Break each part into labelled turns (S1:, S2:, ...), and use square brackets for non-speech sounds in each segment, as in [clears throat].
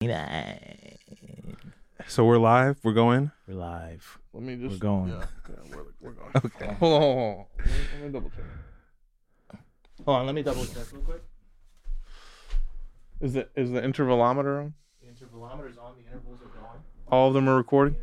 S1: that.
S2: So we're live. We're going.
S1: We're live.
S3: Let me
S1: We're
S3: just.
S1: going.
S3: Yeah, yeah, we're, we're going.
S2: [laughs] Okay.
S3: Hold on, hold on, hold on. Let me- Let me double check.
S1: Hold on, Oh, let me double check real quick.
S3: Is the is the intervalometer on?
S1: The intervalometer's on. The intervals are going.
S3: All of them are recording.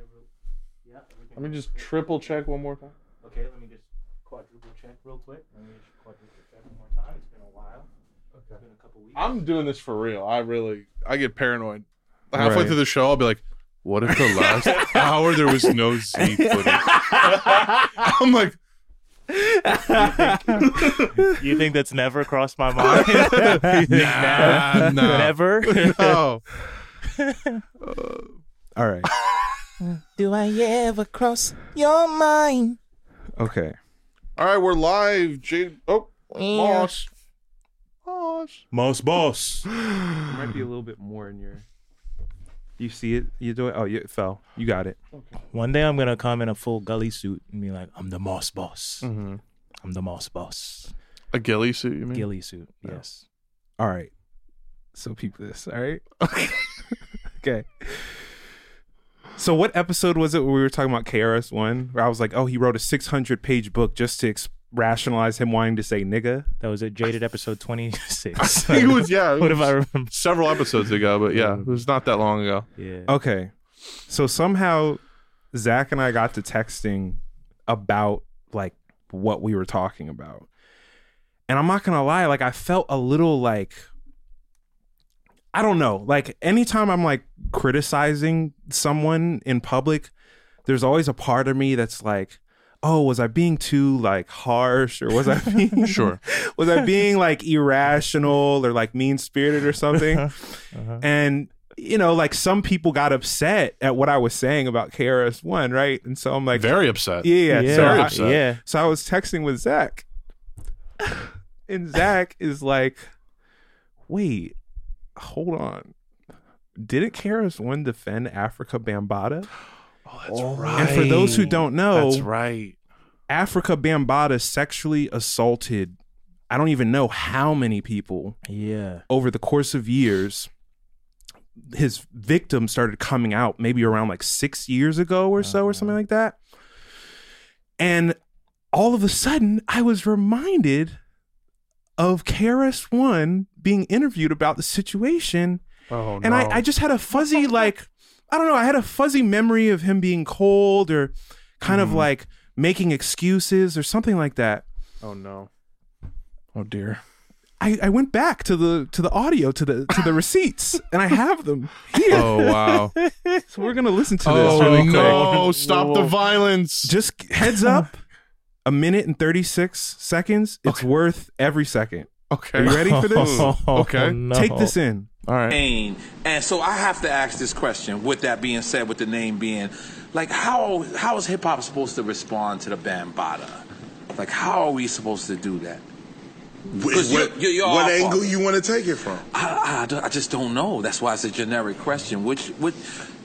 S1: Yeah. Everything.
S3: Let me just triple check one more time.
S1: Okay, let me just quadruple check real quick. Let me just quadruple check one more time. It's been a while. It's been a couple weeks.
S3: I'm doing this for real. I really I get paranoid. Halfway
S2: Right.
S3: through the show, I'll be like,
S4: What if the
S1: [laughs]
S4: last hour there was no Z footage?
S3: [laughs] I'm like,
S1: [laughs] you think that's never crossed
S4: [laughs]
S1: my mind? [laughs]
S4: Nah, nah. [laughs]
S1: Never. [laughs]
S2: [laughs]
S3: no.
S2: All right.
S1: Do I ever cross your mind?
S2: Okay.
S3: All right, we're live. Jade. Oh, boss. Boss.
S2: Most boss.
S5: There might be a little bit more in your.
S2: You see it? You do it? Oh, yeah, it fell. You got it.
S1: One day I'm gonna come in a full gully suit and be like, I'm the moss boss.
S2: Mm-hmm.
S1: I'm the moss boss.
S3: A ghillie suit, you mean?
S1: Gilly suit. Yes.
S2: All right. So peep this. All right. okay. So what episode was it where we were talking about KRS One? Where I was like, oh, he wrote a 600 page book just to ex- rationalize him wanting to say nigga.
S1: That was at Jaded episode
S2: [laughs]
S1: 26.
S3: He was, [laughs] yeah. it
S1: [laughs] what if
S3: was
S1: I remember?
S3: Several episodes ago, but yeah, it was not that long ago.
S1: Yeah.
S2: Okay. So somehow Zach and I got to texting about like what we were talking about. And I'm not gonna lie, like I felt a little like I don't know. Like anytime I'm like criticizing someone in public, there's always a part of me that's like, oh, was I being too like harsh or was I being
S4: Sure.
S2: [laughs] was I being like irrational or like mean spirited or something? And you know, like some people got upset at what I was saying about KRS One, right? And so I'm like,
S4: Very upset.
S2: yeah, yeah. So,
S4: Very
S2: I,
S4: upset.
S1: yeah.
S2: so I was texting with Zach, and Zach is like, wait, hold on. Didn't KRS One defend Africa Bambata?
S4: [gasps] Oh, that's right.
S2: And for those who don't know,
S4: that's right.
S2: Africa Bambata sexually assaulted I don't even know how many people
S1: Yeah.
S2: over the course of years. His victim started coming out maybe around like six years ago or so, or something
S4: Uh-huh.
S2: like that. And all of a sudden, I was reminded of KRS One being interviewed about the situation.
S3: Oh, no.
S2: And I, I just had a fuzzy, like, I don't know, I had a fuzzy memory of him being cold or kind
S3: Mm-hmm.
S2: of like making excuses or something like that.
S3: oh, no.
S4: Oh dear.
S2: I, I went back to the to the audio to the
S3: [laughs]
S2: to the receipts and I have them.
S3: Oh, wow. [laughs]
S2: So [laughs] we're gonna listen to this
S4: Oh
S2: really quick.
S4: no! Stop the violence.
S2: Just heads up, a minute and thirty six seconds. It's worth every second.
S3: Okay.
S2: Are you ready
S4: [laughs]
S2: for [laughs] this?
S3: Okay.
S1: no.
S2: Take this in.
S3: All right.
S6: pain. And so I have to ask this question. With that being said, with the name being, like, how how is hip hop supposed to respond to the Bambada? Like, how are we supposed to do that? Because
S7: what,
S6: you- you- you're
S7: what
S6: awful.
S7: angle you want to take it from?
S6: I, I don't- I just don't know. That's why it's a generic question. Which what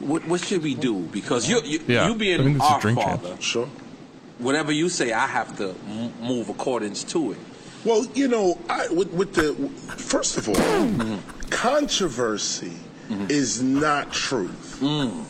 S6: what what should we do? Because you you,
S4: Yeah.
S6: you being
S4: I think this is
S6: our
S4: drink champs.
S6: father,
S7: Sure.
S6: whatever you say, I have to m- move accordance to it.
S7: Well, you know, I, with, with the first of all,
S6: Mm-hmm.
S7: controversy is not truth.
S6: Mm.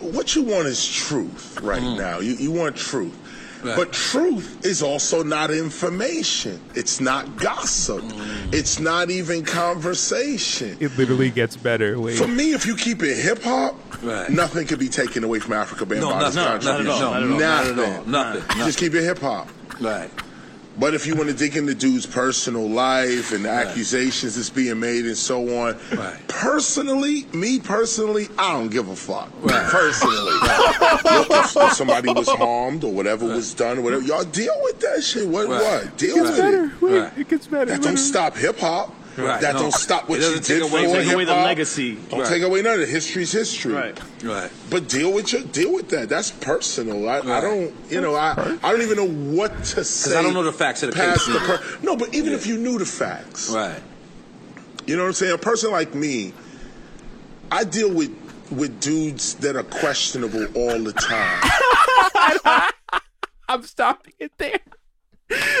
S7: What you want is truth right now. You, you want truth.
S6: Mm. Right.
S7: But truth is also not information. It's not gossip.
S6: Mm.
S7: It's not even conversation.
S2: It literally gets better. Wait.
S7: For me, if you keep it hip hop,
S6: Right.
S7: nothing could be taken away from Africa Bambaa's
S6: No, not, not, not at all.
S7: contribution.
S6: Not at all. Not at all.
S7: Nothing.
S6: Nothing.
S7: You just
S6: Nothing.
S7: keep it hip hop.
S6: Right.
S7: But if you want to dig into dude's personal life and the accusations that's being made and so on,
S6: Right.
S7: personally, me personally, I don't give a fuck. Personally, Look, if, if somebody was harmed or whatever was done, or whatever, y'all deal with that shit. What?
S6: Right.
S7: What? Deal
S2: It gets
S7: with
S2: better.
S7: it.
S2: Wait,
S6: Right.
S2: it gets better.
S7: That don't stop hip hop.
S6: Right.
S7: That
S6: No.
S7: don't stop what
S6: It
S7: you
S6: doesn't take
S7: did
S6: away-
S7: for
S6: take away
S7: hip
S6: the
S7: hop.
S6: legacy.
S7: Don't
S6: Right.
S7: take away none of it. History's history. Right.
S6: Right.
S7: But deal with your deal with that. That's personal. I, I
S6: Right.
S7: don't, you know, I I don't even know what to say.
S6: I don't know the facts of the
S7: past
S6: case either.
S7: per- no, but even if you knew the facts,
S6: Right.
S7: you know what I'm saying. A person like me, I deal with with dudes that are questionable all the time.
S2: [laughs] I'm stopping it there.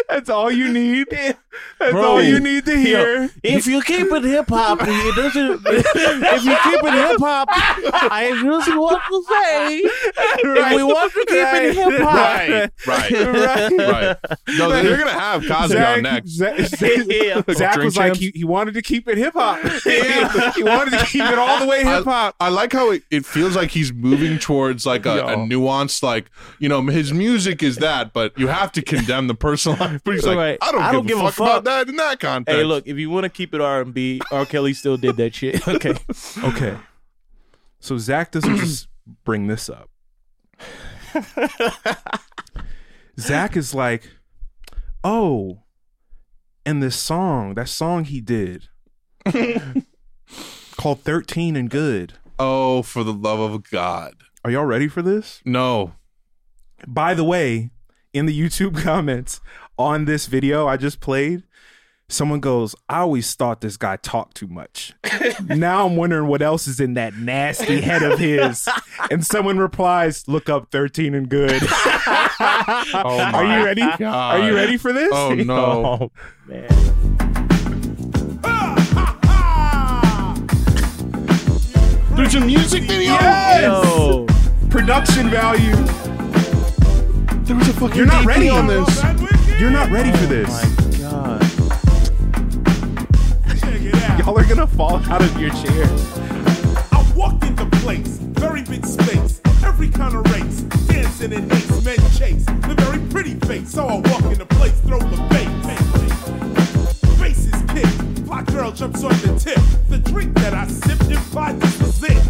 S2: That's all you need. That's
S4: Bro,
S2: all you need to
S4: Yo,
S2: hear.
S4: if you keep it hip
S2: [laughs]
S4: hop, it doesn't. If you keep it hip hop, I just want to say, if we want to keep it hip hop,
S3: Right, right, right. No, they're gonna have Cosby on next.
S2: Zach, Zach- Zach
S3: Drink
S2: was like
S3: champs.
S2: he, he wanted to keep it hip hop. [laughs] he wanted to keep it all the way hip hop.
S3: I like how it, it feels like he's moving towards like a, a
S2: Yo.
S3: nuanced, like you know, his music is that, but you have to condemn the personal [laughs] life. But he's like,
S4: Right.
S3: I don't,
S4: I don't
S3: give, a fuck, about that in that context.
S4: Hey, look, if you want to keep it R and B, R. Kelly still did that
S3: [laughs]
S4: shit. Okay,
S2: Okay, so Zach doesn't just bring this up. Zach is like, oh, and this song, that song
S3: [laughs]
S2: he did called 13 and Good.
S3: oh, for the love of God,
S2: Are y'all ready for this?
S3: no.
S2: By the way, in the YouTube [laughs] comments on this video I just played, someone goes, I always thought this guy talked too
S3: [laughs]
S2: much. now I'm wondering what else is in that nasty head
S3: [laughs]
S2: of his. And someone replies, Look up 13 and good.
S3: Oh my
S2: Are you ready?
S3: God.
S2: Are you ready for this?
S3: Oh no.
S2: [laughs]
S8: There's a music video.
S2: Yes!
S4: yo,
S2: Production value.
S3: There was a fucking
S2: You're Oh not
S3: DP
S2: ready
S3: on this.
S2: You're not ready for this.
S4: my god,
S2: Y'all are gonna fall out of your chair.
S7: I walked into place, very big space, every kind of race, dancing in haste, men chase, the very pretty face. So I walk into place, throw the bait. Face is kicked, black girl jumps on the tip. The drink that I sipped implied this was it.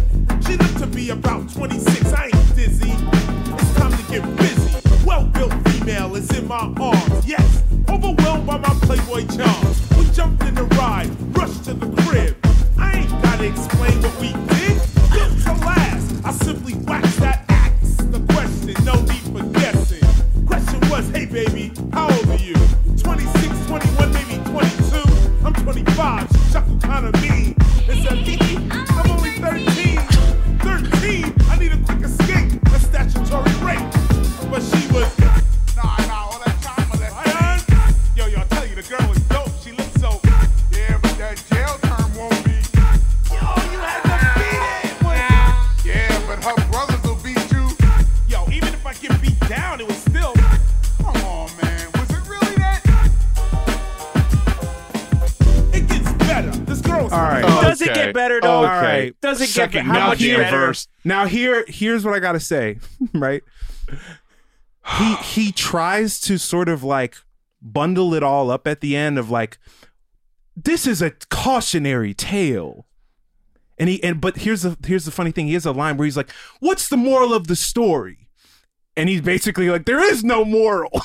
S7: She looked to be about 26, I ain't dizzy. It's time to get busy. Well built female is in my arms, yes, overwhelmed by my Playboy charms. We jumped in the ride, rushed to the crib. I ain't gotta explain what we did. Built to last, I simply waxed that axe. The question, no need for guessing. Question was, hey baby, how old are you? 26, 21, maybe 22. I'm 25, she chuckled kinda mean. And said, "Hee hee, I'm only 13. 13, I need a quick escape, a statutory rape. But she was, nah, nah, all that time was that Yo, yo, I tell you, the girl was dope, she looked so, yeah, but that jail term won't be. Yo, you had to beat it, boy. Yeah, but her brothers will beat you. Yo, even if I get beat down, it was still. Come on, man. Was it really that? It gets better. This girl's
S2: All right.
S4: does it
S3: Okay.
S4: get better though?
S2: All right.
S4: does it get
S3: Second
S4: better? How much
S3: goddamn
S4: better?
S3: verse.
S2: Now here here's what I gotta say, [laughs] right? He he tries to sort of like bundle it all up at the end of like this is a cautionary tale. And he and but here's the here's the funny thing. He has a line where he's like, What's the moral of the story? And he's basically like, There is no moral. [laughs]
S3: I'm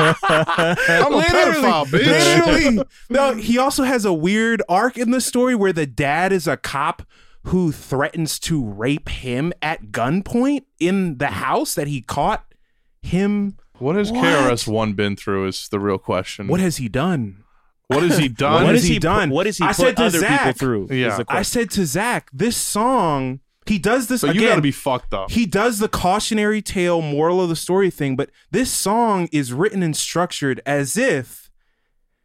S3: a pedophile, bitch.
S2: Literally. No, he also has a weird arc in the story where the dad is a cop who threatens to rape him at gunpoint in the house that he caught him.
S3: What has KRS One been through? Is the real question.
S2: What has he done?
S3: what
S2: [laughs]
S3: has he done?
S4: What
S2: What
S4: has
S2: has he
S4: pu-
S2: done?
S4: What is he
S2: I
S4: put
S2: said to
S4: other people
S2: Zach-
S4: through? is
S3: Yeah.
S4: the
S2: I
S4: question.
S2: said to Zach, this song, he does this
S3: so
S2: again.
S3: you got to be fucked up.
S2: he does the cautionary tale moral of the story thing but this song is written and structured as if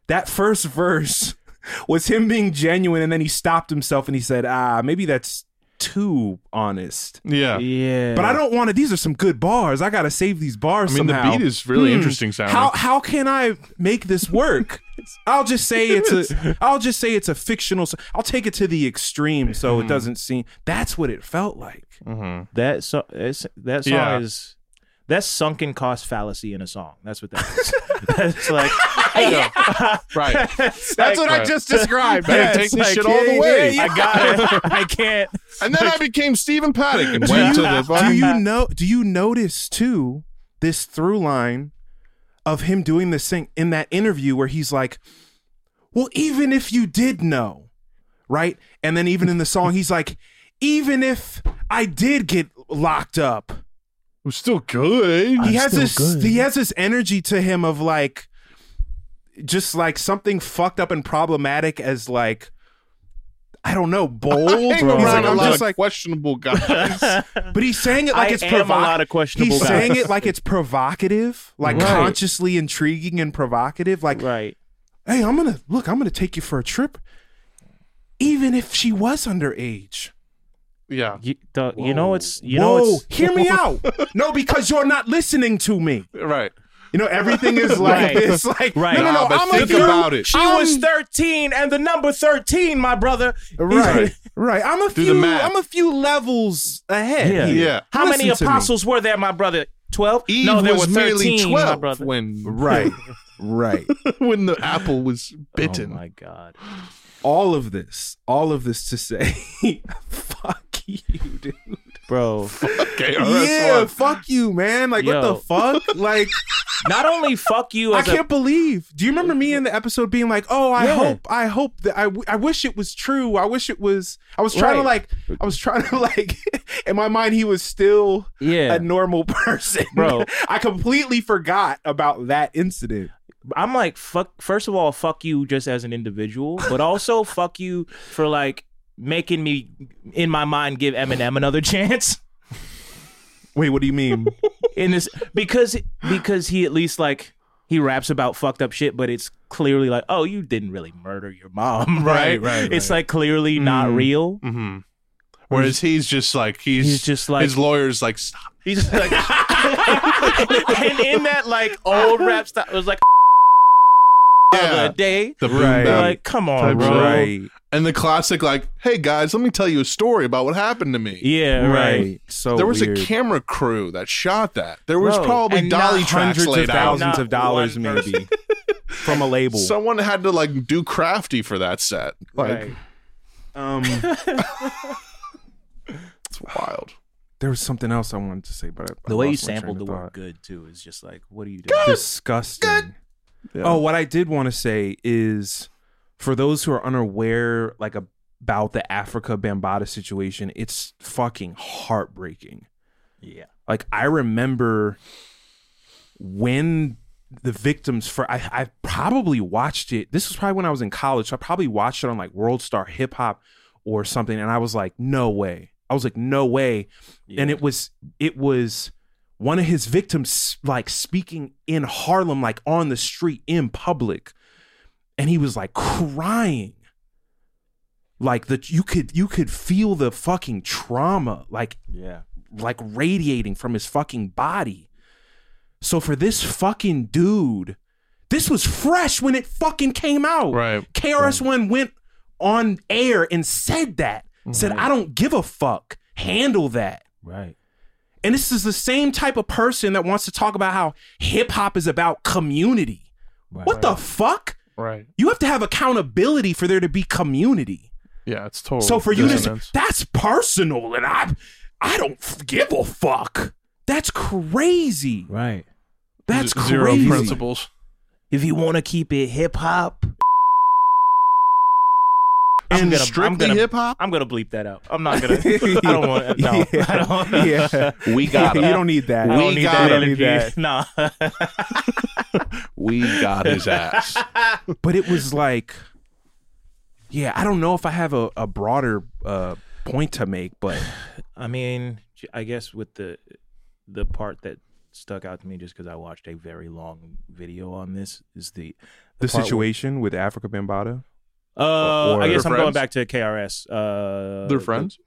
S2: that first verse [laughs] was him being genuine and then he stopped himself and he said ah maybe that's too honest
S3: yeah.
S4: yeah,
S2: but i don't want to these are some good bars i gotta save these bars
S3: I mean,
S2: somehow.
S3: the beat is really
S2: Hmm,
S3: interesting sounding.
S2: how how can i make this work i'll just say it's a i'll just say it's a fictional s- i'll take it to the extreme so it doesn't seem that's what it felt like Mm-hmm.
S4: That so it's, that song
S3: Yeah.
S4: is that's sunken cost fallacy in a song. That's what that
S2: [laughs]
S4: is. That's like [laughs]
S3: right.
S2: that's what
S3: right.
S2: just described
S3: Better
S2: yes.
S3: take this shit all the way.
S4: I got
S2: [laughs]
S4: it. I can't.
S3: And then I became Stephen Paddock and went to the
S2: do you know do you notice too this through line of him doing this thing in that interview where he's like well even if you did know right and then even in the song he's like even if i did get locked up
S3: It was still good.
S2: he has this he has this energy to him of like just like something fucked up and problematic as like I don't know,
S3: [laughs]
S2: bold.
S3: Hang
S2: or
S3: around
S2: he's like,
S3: a
S2: I'm
S3: lot
S2: just
S3: of
S2: like,
S3: questionable [laughs] guys.
S2: but he's saying it like
S1: I
S2: it's
S1: am
S2: provocative.
S1: a lot of questionable
S2: He's
S1: guys.
S2: saying it like it's provocative, like
S1: Right.
S2: consciously intriguing and provocative. Like,
S1: right.
S2: hey, I'm gonna look, I'm gonna take you for a trip, even if she was underage.
S3: yeah,
S1: You, the, you know it's you
S2: Whoa,
S1: know it's
S4: [laughs]
S1: [laughs]
S2: hear me out. No, because you're not listening to me.
S3: right.
S2: You know,
S1: [laughs]
S2: everything is like
S1: Right.
S2: this. Like,
S1: Right.
S2: no, no, no.
S3: Nah, but
S2: I'm
S3: think
S2: a few-
S3: about it.
S1: She was thirteen, and the number thirteen, my brother.
S2: Right, right. I'm a
S3: Do the
S2: few.
S3: math.
S2: I'm a few levels ahead.
S1: Yeah.
S2: here.
S3: Yeah.
S1: How many
S2: Listen to me.
S1: apostles were there, my brother? Twelve?
S3: Eve
S1: no, there
S3: was
S1: were
S3: merely
S1: thirteen, my
S3: twelve [laughs]
S1: brother.
S3: when
S2: Right, right.
S3: [laughs] when the apple was bitten.
S1: Oh my god!
S2: All of this, all of this to say, [laughs] fuck you, dude.
S1: Bro,
S3: okay, all right,
S2: Yeah,
S3: so
S2: fuck you, man. Like, what
S1: Yo.
S2: the fuck? Like,
S1: [laughs] not only fuck you
S2: I
S1: as a
S2: can't believe. Do you remember me in the episode being like, "Oh, I
S1: Yeah.
S2: hope, I hope that I, w- I wish it was true. I wish it was. I was trying to like,
S1: Right.
S2: I was trying to [laughs] like, in my mind, he was still
S1: yeah.
S2: a normal [laughs] person,
S1: Bro.
S2: I completely forgot about that incident.
S1: I'm like, fuck. First of all, fuck you just as an individual, but
S2: [laughs]
S1: also fuck you for like making me in my mind give Eminem another chance
S2: Wait, what do you mean?
S1: [laughs] in this because because he at least like he raps about fucked up shit, but it's clearly like, oh, you didn't really murder your mom, right?
S3: Right, right,
S1: It's like clearly not real.
S3: hmm Whereas he's just like he's,
S1: He's just like-
S3: his lawyer's like stop.
S1: He's just like, [laughs] and in that like old rap style, it was like
S3: Yeah,
S1: [laughs] the day.
S3: the boom
S2: Right.
S3: bap.
S1: Like, come on,
S3: Type
S1: bro.
S3: shit. and the classic like, hey guys, let me tell you a story about what happened to me.
S1: Yeah, right.
S2: So
S3: there was
S2: weird.
S3: a camera crew that shot that. There was
S1: Bro,
S3: probably
S1: and not
S3: dolly tracks
S2: hundreds of
S3: laid out.
S2: thousands
S1: Not
S2: of dollars,
S1: one
S2: maybe, from a label.
S3: [laughs] Someone had to like do crafty for that set. Like
S1: Right.
S2: um,
S1: [laughs]
S3: it's wild.
S2: there was something else I wanted to say, but I, I
S1: The way you
S2: lost my train
S1: sampled
S2: of
S1: the word
S2: thought.
S1: "good" too is just like, what are you doing?
S2: disgusting. Oh, what I did want to say is for those who are unaware like about the Africa Bambata situation, it's fucking heartbreaking.
S1: Yeah.
S2: Like I remember when the victims for I, I probably watched it. This was probably when I was in college. So I probably watched it on like World Star Hip Hop or something, and I was like, no way. I was like, no way. And it was it was one of his victims like speaking in Harlem, like on the street in public, and he was like crying. Like that you could you could feel the fucking trauma like
S1: Yeah.
S2: like radiating from his fucking body. So for this fucking dude, this was fresh when it fucking came out.
S3: Right.
S2: KRS One went on air and said that. Said,
S3: Mm-hmm.
S2: I don't give a fuck. Handle that.
S1: Right.
S2: And this is the same type of person that wants to talk about how hip hop is about community. What the fuck?
S3: Right.
S2: You have to have accountability for there to be community.
S3: Yeah, it's total.
S2: So for you to say, that's personal, and I, I don't f- give a fuck. That's crazy.
S1: Right.
S2: That's
S3: zero
S2: crazy.
S3: principles.
S1: If you want to keep it hip hop, I'm
S3: And
S1: gonna- I'm
S3: strictly
S1: gonna-
S3: hip hop.
S1: I'm gonna bleep that out. I'm not gonna. [laughs] I don't want.
S2: [laughs]
S3: [laughs]
S1: No.
S2: Yeah.
S1: I don't.
S2: Yeah.
S9: [laughs]
S3: We
S1: [laughs]
S3: got
S2: you don't need that.
S1: I don't
S3: We
S1: need
S3: gotta
S1: that energy.
S2: do that.
S1: Nah.
S3: We got his ass.
S2: But it was like, yeah, I don't know if I have a, a broader uh, point to make, but
S1: I mean, I guess with the the part that stuck out to me just because I watched a very long video on this is the
S2: the
S1: part where-
S2: situation with Africa Bambata.
S1: Uh,
S2: Or-
S1: I guess
S3: They're
S1: I'm going
S3: friends?
S1: back to KRS. Uh,
S3: They're friends.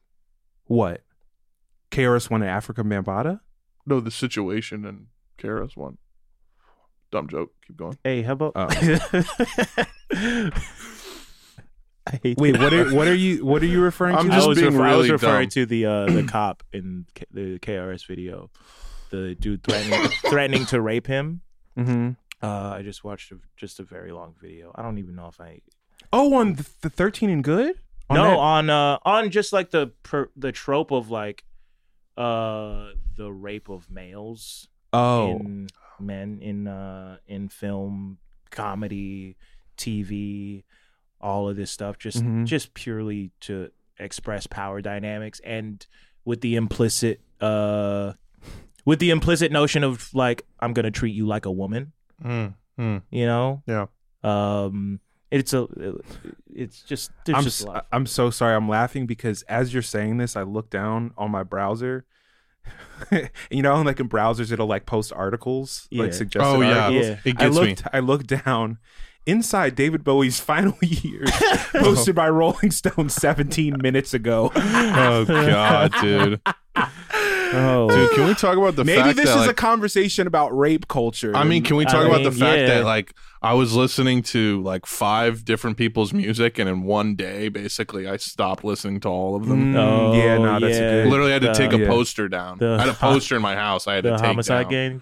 S2: What? KRS One and Africa Bambata?
S3: No, the situation and Kara's one. Dumb joke. Keep going.
S1: Hey, how about? [laughs]
S2: Oh.
S1: I hate.
S2: Wait, what are what are you what are you referring
S3: I'm
S2: to?
S1: I
S3: just
S1: was,
S3: being
S1: refer- I was
S3: really
S1: referring
S3: dumb.
S1: to the uh,
S3: [clears throat]
S1: the cop in K- the KRS video, the dude threatening threatening to rape him.
S2: hmm
S1: Uh, I just watched a, just a very long video. I don't even know if I
S2: Oh, on the, the thirteen and good? On
S1: no
S2: that-
S1: on uh on just like the per, the trope of like uh the rape of males
S2: oh,
S1: in men in uh in film comedy tv all of this stuff just
S3: Mm-hmm.
S2: Mhm.
S1: just purely to express power dynamics and with the implicit uh with the implicit notion of
S3: Mm. Hmm.
S1: like i'm gonna treat you like a woman you know
S3: Yeah.
S1: um It's a, it's just there's
S2: I'm
S1: just a
S2: s-
S1: lot.
S2: I'm so sorry. I'm laughing because as you're saying this, I look down on my browser. [laughs] And you know, how, like in browsers, it'll like post articles, like
S1: Yeah.
S2: suggested
S3: Oh, yeah.
S2: articles.
S1: Yeah.
S3: It
S2: I
S3: gets me.
S2: looked, I looked down inside David Bowie's [laughs] final
S1: [laughs]
S2: years, posted by Rolling Stone [laughs] 17 minutes ago.
S1: [laughs]
S3: Oh god,
S2: [laughs]
S3: dude.
S1: Oh,
S3: Dude, can we talk about the
S2: Maybe
S3: fact
S2: this
S3: that,
S2: is a
S3: like,
S2: conversation about rape culture.
S3: I mean, can we
S1: I
S3: talk about the
S1: mean,
S3: fact
S1: yeah.
S3: that like I was listening to like five different people's music and in one day basically I stopped listening to all of them.
S2: Mm,
S1: Oh,
S2: yeah, no, that's
S1: yeah.
S2: a good.
S3: Literally had to
S1: The-
S3: take a
S2: yeah.
S3: poster down.
S1: The-
S3: I had a poster in my house I had to
S1: the
S3: take
S1: homicide
S3: down.
S1: gang,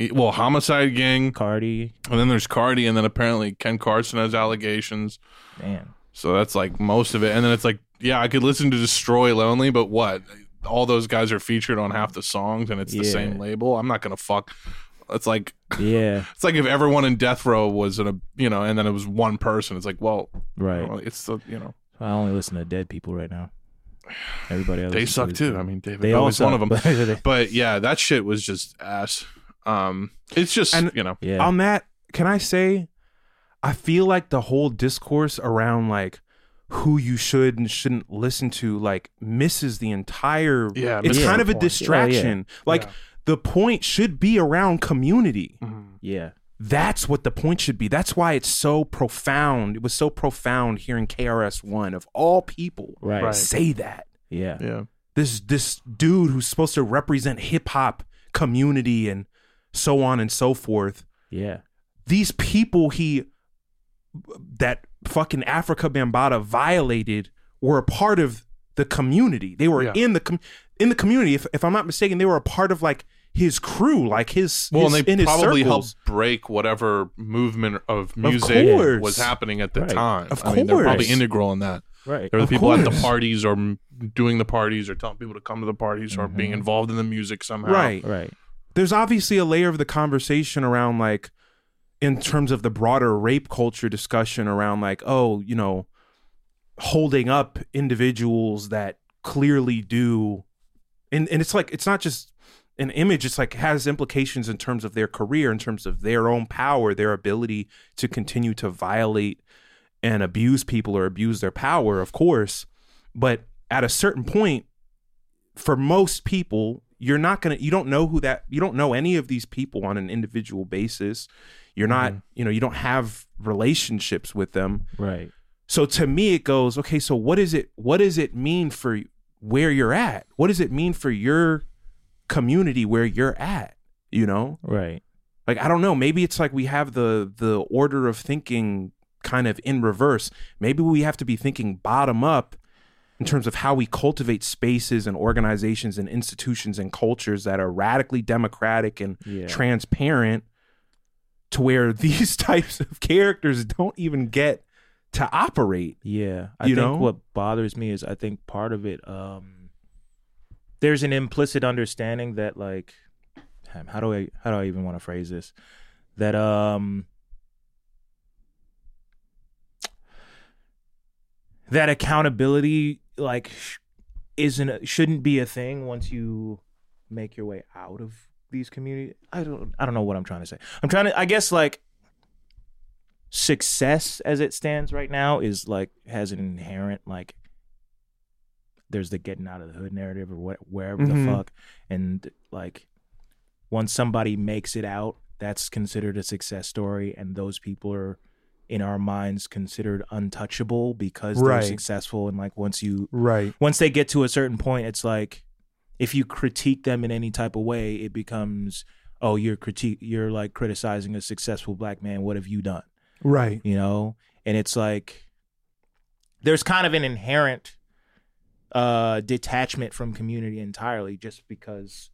S3: E- Well, homicide gang
S1: Cardi,
S3: and then there's Cardi and then apparently Ken Carson has allegations.
S1: man.
S3: So that's like most of it. And then it's like, yeah, I could listen to Destroy Lonely, but what? All those guys are featured on half the songs and it's the
S1: Yeah.
S3: same label. I'm not gonna fuck it's like
S1: Yeah,
S3: [laughs] It's like if everyone in death row was in a you know, and then it was one person. It's like, well,
S1: right.
S3: well, it's the you know
S1: I only listen to dead people right now. Everybody else,
S3: they suck too. I mean, David
S1: they all
S3: Bowie's
S1: suck,
S3: one of them.
S1: but they-
S3: But yeah, that shit was just ass. Um, it's just
S2: And-
S3: you know,
S1: yeah,
S2: on that can i say i feel like the whole discourse around like who you should and shouldn't listen to like misses the entire
S3: Yeah, it
S2: it's
S3: misses
S2: kind
S3: the
S2: of a
S3: point.
S2: distraction like
S4: Yeah.
S2: the point should be around community
S3: Mm-hmm.
S1: yeah.
S2: that's what the point should be that's why it's so profound it was so profound hearing krs1 of all people
S1: [laughs] Right. Right.
S2: say that
S1: Yeah.
S3: yeah,
S2: this this dude who's supposed to represent hip-hop community and so on and so forth
S1: Yeah.
S2: these people he that fucking Africa Bambata violated were a part of the community. They were
S3: Yeah.
S2: in the com- in the community. If, if I'm not mistaken, they were a part of like his crew, like his
S3: well,
S2: his-
S3: and they
S2: in his
S3: probably
S2: circles.
S3: helped break whatever movement of music
S2: course.
S3: was happening at the
S1: Right.
S3: time.
S2: Of
S3: I mean, they're probably
S2: course.
S3: integral in that.
S1: Right.
S3: There were
S2: Of
S3: the people at
S2: course.
S3: the parties or m- doing the parties or telling people to come to the parties
S1: Mm-hmm.
S3: or being involved in the music somehow.
S2: right.
S1: Right.
S2: There's obviously a layer of the conversation around like in terms of the broader rape culture discussion around like oh you know holding up individuals that clearly do and and it's like it's not just an image it's like has implications in terms of their career in terms of their own power their ability to continue to violate and abuse people or abuse their power of course but at a certain point for most people you're not going to you don't know who that you don't know any of these people on an individual basis you're not
S1: Mm-hmm.
S2: you know you don't have relationships with them
S1: Right.
S2: so to me it goes okay so what is it what does it mean for where you're at what does it mean for your community where you're at you know
S1: Right.
S2: like i don't know maybe it's like we have the the order of thinking kind of in reverse maybe we have to be thinking bottom up in terms of how we cultivate spaces and organizations and institutions and cultures that are radically democratic and
S1: Yeah.
S2: transparent to where [laughs] these types of characters don't even get to operate
S1: Yeah. I
S2: You
S1: think
S2: know?
S1: what bothers me is I think part of it um there's an implicit understanding that like damn, how do I how do I even want to phrase this? That um that accountability like sh- isn't shouldn't be a thing once you make your way out of these community I don't I don't know what I'm trying to say. I'm trying to I guess like success as it stands right now is like has an inherent like there's the getting out of the hood narrative or what wherever
S2: Mhm.
S1: the fuck and like once somebody makes it out that's considered a success story and those people are in our minds considered untouchable because
S2: Right.
S1: they're successful and like once you
S2: right
S1: once they get to a certain point, it's like if you critique them in any type of way, it becomes oh you're critique you're like criticizing a successful black man. What have you done?
S2: right
S1: You know, and it's like there's kind of an inherent uh detachment from community entirely just because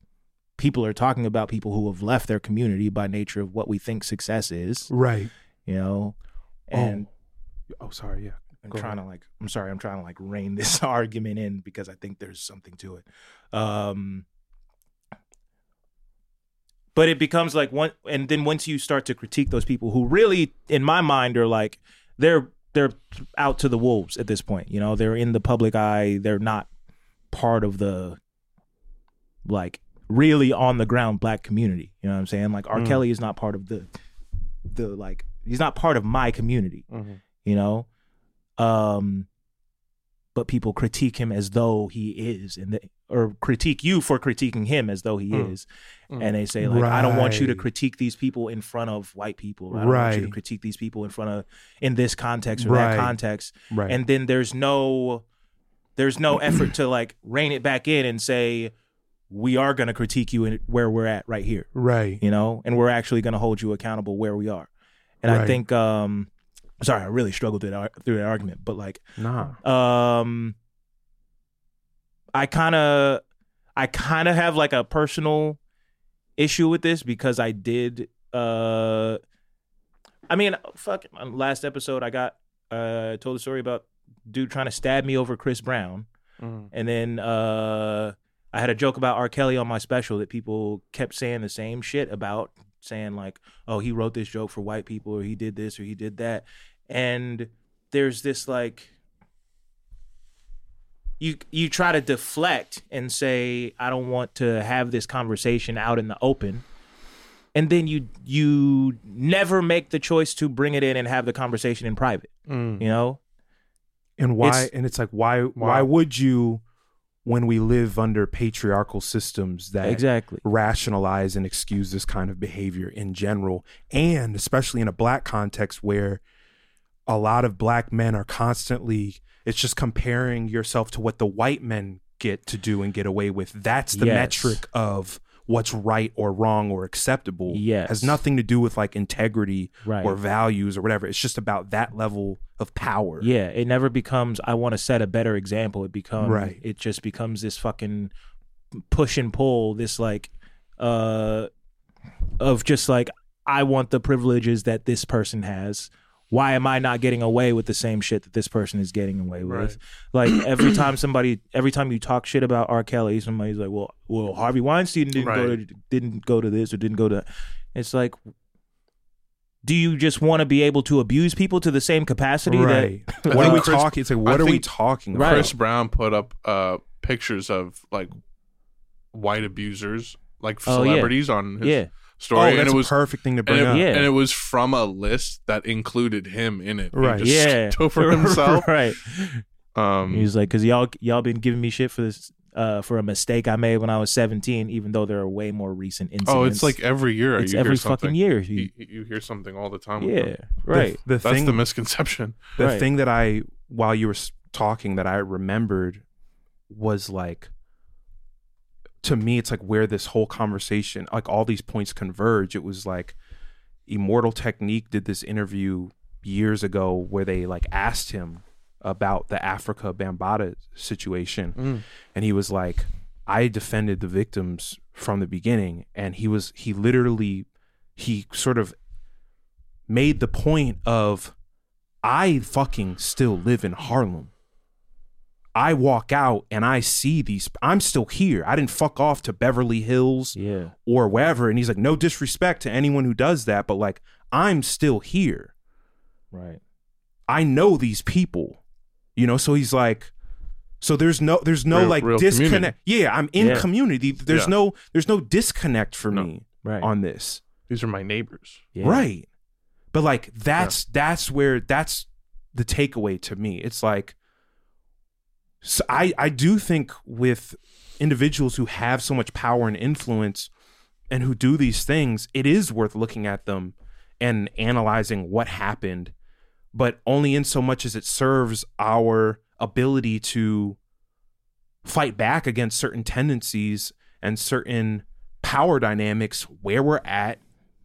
S1: people are talking about people who have left their community by nature of what we think success is
S2: right
S1: you know and
S2: oh sorry yeah
S1: I'm
S2: Go
S1: trying to like I'm sorry, I'm trying to like rein this [laughs] argument in because I think there's something to it. Um but it becomes like one and then once you start to critique those people who really in my mind are like they're they're out to the wolves at this point, you know, they're in the public eye, they're not part of the like really on the ground black community, you know what I'm saying? Like R. Kelly is not part of the the like he's not part of my community. You know, um, but people critique him as though he is, and they or critique you for critiquing him as though he is, and they say like, I don't want you to
S2: Hmm. Right.
S1: critique these people in front of white people. I don't want you to
S2: Right.
S1: critique these people in front of in this context or
S2: Right.
S1: that context.
S2: Right.
S1: And then there's no there's no effort to like rein it back in and say we are going to critique you in where we're at right here
S2: Right.
S1: you know and we're actually going to hold you accountable where we are and i
S2: Right.
S1: think um sorry i really struggled through that, ar- through that argument but like
S2: Nah.
S1: um i kind of i kind of have like a personal issue with this because i did uh i mean fuck on last episode i got uh told a story about dude trying to stab me over chris brown and then uh i had a joke about r kelly on my special that people kept saying the same shit about saying like oh he wrote this joke for white people or he did this or he did that and there's this like you you try to deflect and say I don't want to have this conversation out in the open and then you you never make the choice to bring it in and have the conversation in private you know
S2: Mm. And why?
S1: It's-
S2: and it's like why? Why would you? When we live under patriarchal systems that
S1: Exactly.
S2: rationalize and excuse this kind of behavior in general, and especially in a black context where a lot of black men are constantly, it's just comparing yourself to what the white men get to do and get away with. That's the
S1: Yes.
S2: metric of what's right or wrong or acceptable.
S1: Yes.
S2: has nothing to do with like integrity
S1: Right.
S2: or values or whatever. It's just about that level of power.
S1: yeah it never becomes I want to set a better example it becomes
S2: Right.
S1: it just becomes this fucking push and pull this like uh of just like I want the privileges that this person has. Why am I not getting away with the same shit that this person is getting away with? Like every [clears throat] time somebody, every time you talk shit about R. Kelly, somebody's like, "Well, well, Harvey Weinstein didn't go to didn't go to this or didn't go to." It's like, do you just want to be able to abuse people to the same capacity? [laughs]
S2: Right.
S1: That,
S2: what
S3: think
S2: are we
S3: Chris-
S2: talking? It's like what
S3: I
S2: are we
S3: think
S2: talking about?
S1: Right.
S3: Chris Brown put up uh, pictures of like white abusers, like
S1: Oh, yeah.
S3: celebrities, on his
S1: yeah,
S2: Oh,
S3: story, and
S2: that's
S3: it was
S2: a perfect thing to
S3: and
S2: bring
S3: it,
S2: up.
S1: Yeah.
S3: and it was from a list that included him in it. He
S2: Right.
S3: just [laughs]
S1: yeah,
S3: skipped
S1: [laughs]
S3: over himself.
S1: right?
S3: Um,
S1: He's like, because y'all y'all been giving me shit for this uh, for a mistake I made when I was seventeen, even though there are way more recent incidents.
S3: oh, it's like every year.
S1: it's
S3: you hear
S1: every
S3: something.
S1: fucking year.
S3: You,
S1: You,
S3: you hear something all the time. with
S1: yeah,
S3: them.
S1: right.
S2: The
S3: That's
S2: thing,
S3: the
S2: the,
S3: misconception.
S1: right.
S2: thing that I, while you were s- talking, that I remembered was like, to me, it's like where this whole conversation, like all these points converge. It was like, Immortal Technique did this interview years ago where they like asked him about the Africa Bambata situation, and he was like, "I defended the victims from the beginning," and he was he literally he sort of made the point of I fucking still live in Harlem. I walk out and I see these. I'm still here. I didn't fuck off to Beverly Hills
S1: yeah,
S2: or wherever. And he's like, no disrespect to anyone who does that, but like, I'm still here.
S1: right.
S2: I know these people, you know? So he's like, so there's no, there's no
S3: Real-
S2: like
S3: real
S2: disconnect. Yeah. I'm in
S1: Yeah.
S2: community.
S3: Yeah.
S2: There's no, there's no disconnect for me
S1: Right.
S2: on this.
S3: These are my neighbors.
S1: Yeah.
S2: Right. But like, that's, that's where, that's the takeaway to me. It's like, so I, I do think with individuals who have so much power and influence and who do these things, it is worth looking at them and analyzing what happened, but only in so much as it serves our ability to fight back against certain tendencies and certain power dynamics where we're at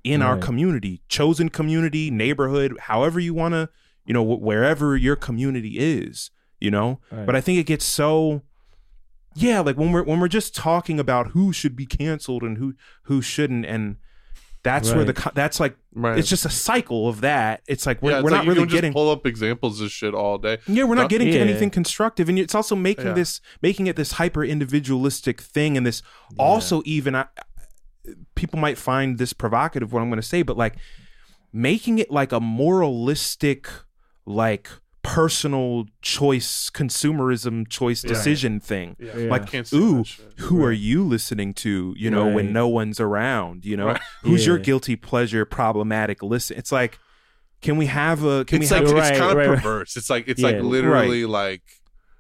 S2: in our
S1: Right.
S2: community, chosen community, neighborhood, however you want to, you know, wh- wherever your community is, you know?
S1: Right.
S2: But I think it gets so yeah like when we're when we're just talking about who should be canceled and who who shouldn't and that's where the
S1: Right.
S2: co- that's like
S3: Right.
S2: it's just a cycle of that it's like we're,
S3: yeah, it's
S2: we're
S3: like
S2: not
S3: you
S2: really
S3: can just
S2: getting
S3: pull up examples of shit all day.
S2: yeah we're not getting to
S1: Yeah.
S2: anything constructive and it's also making
S3: Yeah.
S2: this making it this hyper individualistic thing and this also even I, people might find this provocative what i'm going to say but like making it like a moralistic like personal choice consumerism choice decision thing
S3: I
S2: like
S3: can't see
S2: ooh
S3: that shit.
S2: who are you listening to you know when
S1: Right.
S2: no one's around you know who's your
S1: Yeah.
S2: guilty pleasure problematic listen it's like Can we have a? Can
S3: it's
S2: we
S3: like
S2: have?
S3: it's
S2: a-
S9: Right,
S3: kind of
S9: right, right.
S3: perverse. It's like it's
S9: Yeah.
S3: like literally like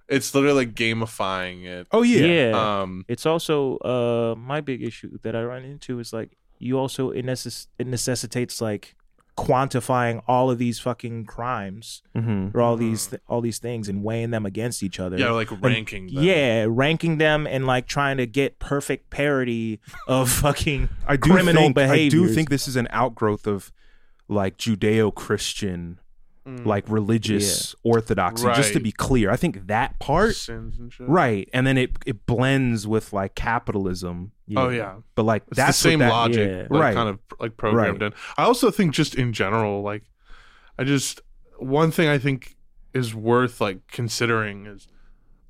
S3: it's literally like gamifying it.
S2: oh yeah.
S3: Um.
S9: It's also uh my big issue that I run into is like you also it, necess- it necessitates like quantifying all of these fucking crimes
S2: Mhm.
S9: or all these th- all these things and weighing them against each other.
S3: Yeah, like ranking. them.
S9: Yeah, ranking them and like trying to get perfect parody of fucking
S2: [laughs] I do
S9: criminal
S2: think
S9: behaviors.
S2: I do think this is an outgrowth of like Judeo-Christian,
S3: Mm.
S2: like religious orthodoxy. Just to
S3: Right.
S2: be clear, I think that part,
S3: Sins and shit.
S2: right? And then it it blends with like capitalism,
S3: Oh yeah.
S2: but like
S3: It's
S2: that's
S3: the same
S2: what that,
S3: logic,
S9: yeah.
S3: like,
S2: Right.
S3: Kind of like programmed in. I also think just in general, like I just one thing I think is worth like considering is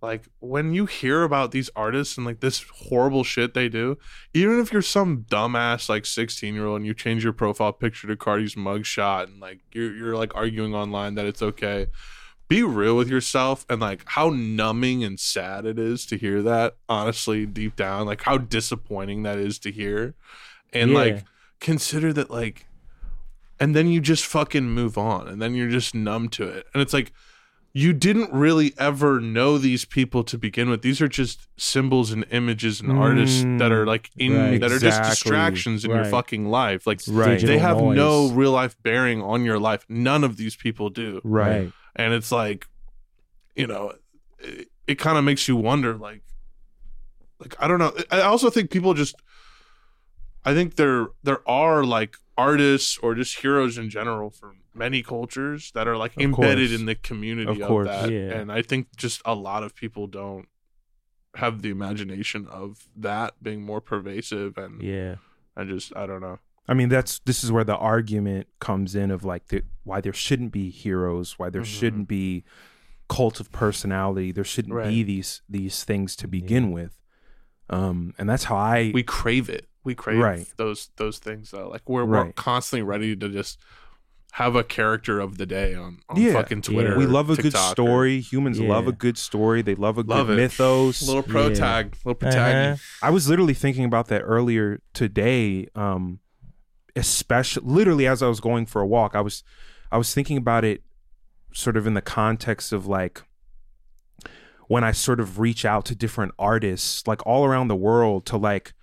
S3: like when you hear about these artists and like this horrible shit they do, even if you're some dumbass like 16 year old and you change your profile picture to Cardi's mugshot and like you're you're like arguing online that it's okay. Be real with yourself and like how numbing and sad it is to hear that, honestly, deep down, like how disappointing that is to hear. And
S9: Yeah.
S3: like [laughs] consider that like and then you just fucking move on and then you're just numb to it. And it's like you didn't really ever know these people to begin with. These are just symbols and images and artists that are like in
S9: right.
S3: that are just
S2: Exactly.
S3: distractions in your
S9: Mm, Right.
S3: fucking life. Like
S2: Right.
S3: they
S9: digital
S3: have no
S9: noise.
S3: real life bearing on your life. None of these people do.
S2: right?
S3: And it's like, you know, it, it kind of makes you wonder, like, like I don't know. I also think people just, I think there there are like artists or just heroes in general from many cultures that are like
S2: Of
S3: embedded
S2: course.
S3: in the community
S2: Of
S3: of,
S2: course.
S3: that.
S9: Yeah.
S3: And I think just a lot of people don't have the imagination of that being more pervasive and
S9: Yeah.
S3: I just I don't know.
S2: I mean, that's this is where the argument comes in of like the, why there shouldn't be heroes, why
S3: Mm-hmm.
S2: there shouldn't be cult of personality, there shouldn't be
S3: Right.
S2: these these things to begin with. Um, and that's how I
S3: we crave it. We crave
S2: Right.
S3: those those things though. Like we're we're
S2: Right.
S3: constantly ready to just have a character of the day on, on
S2: Yeah.
S3: fucking Twitter.
S2: we
S3: or
S2: love a good
S3: TikTok or-
S2: story. Humans love a
S9: Yeah.
S2: good story. They love a
S3: Love
S2: good
S3: it. [laughs]
S2: mythos. Uh-huh.
S3: Little pro
S9: Yeah.
S3: tag, little protag.
S2: I was literally thinking about that earlier today. Um, especially literally as I was going for a walk, I was I was thinking about it sort of in the context of like when I sort of reach out to different artists like all around the world to like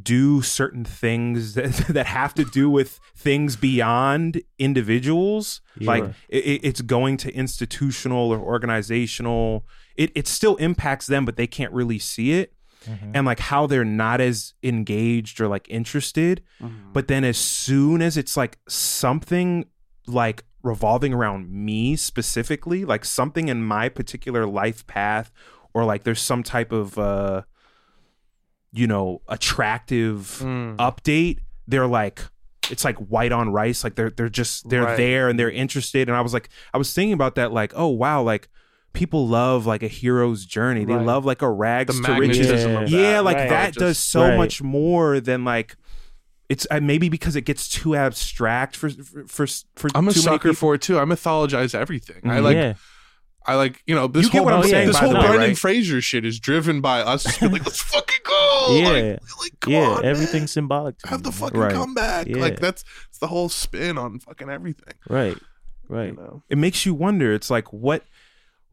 S2: do certain things [laughs] that, that have to do with things beyond individuals like
S9: Sure.
S2: it, it- it's going to institutional or organizational it, it still impacts them but they can't really see it
S3: Mm-hmm.
S2: and like how they're not as engaged or like interested
S3: Mm-hmm.
S2: but then as soon as it's like something like revolving around me specifically like something in my particular life path or like there's some type of uh you know attractive
S3: Mm.
S2: update they're like it's like white on rice like they're they're just they're
S3: Right.
S2: there and they're interested and i was like i was thinking about that like oh wow like people love like a hero's journey they
S3: Right.
S2: love like a
S3: The
S2: rags to riches
S3: magnetism of that.
S2: yeah like
S9: Right.
S2: that
S3: Just-
S2: does so
S9: Right.
S2: much more than like it's uh, maybe because it gets too abstract for for for, for
S3: I'm a
S2: too many
S3: sucker
S2: people. Mm-hmm.
S3: for it too. I mythologize everything. I like
S9: yeah.
S3: I like you know this
S2: You get
S3: whole
S2: what I'm
S3: this
S2: saying, by
S3: whole
S2: the way,
S3: Brendan
S2: right?
S3: Fraser shit is driven by us just being like
S2: [laughs]
S3: let's fucking go.
S9: Yeah.
S3: Like, like come
S9: yeah,
S3: on,
S9: everything's
S3: man.
S9: symbolic. To
S3: have
S9: me,
S3: the
S9: man.
S3: fucking
S2: Right.
S3: comeback.
S9: Yeah.
S3: Like that's it's the whole spin on fucking everything.
S9: Right. Right.
S3: You know.
S2: it makes you wonder it's like what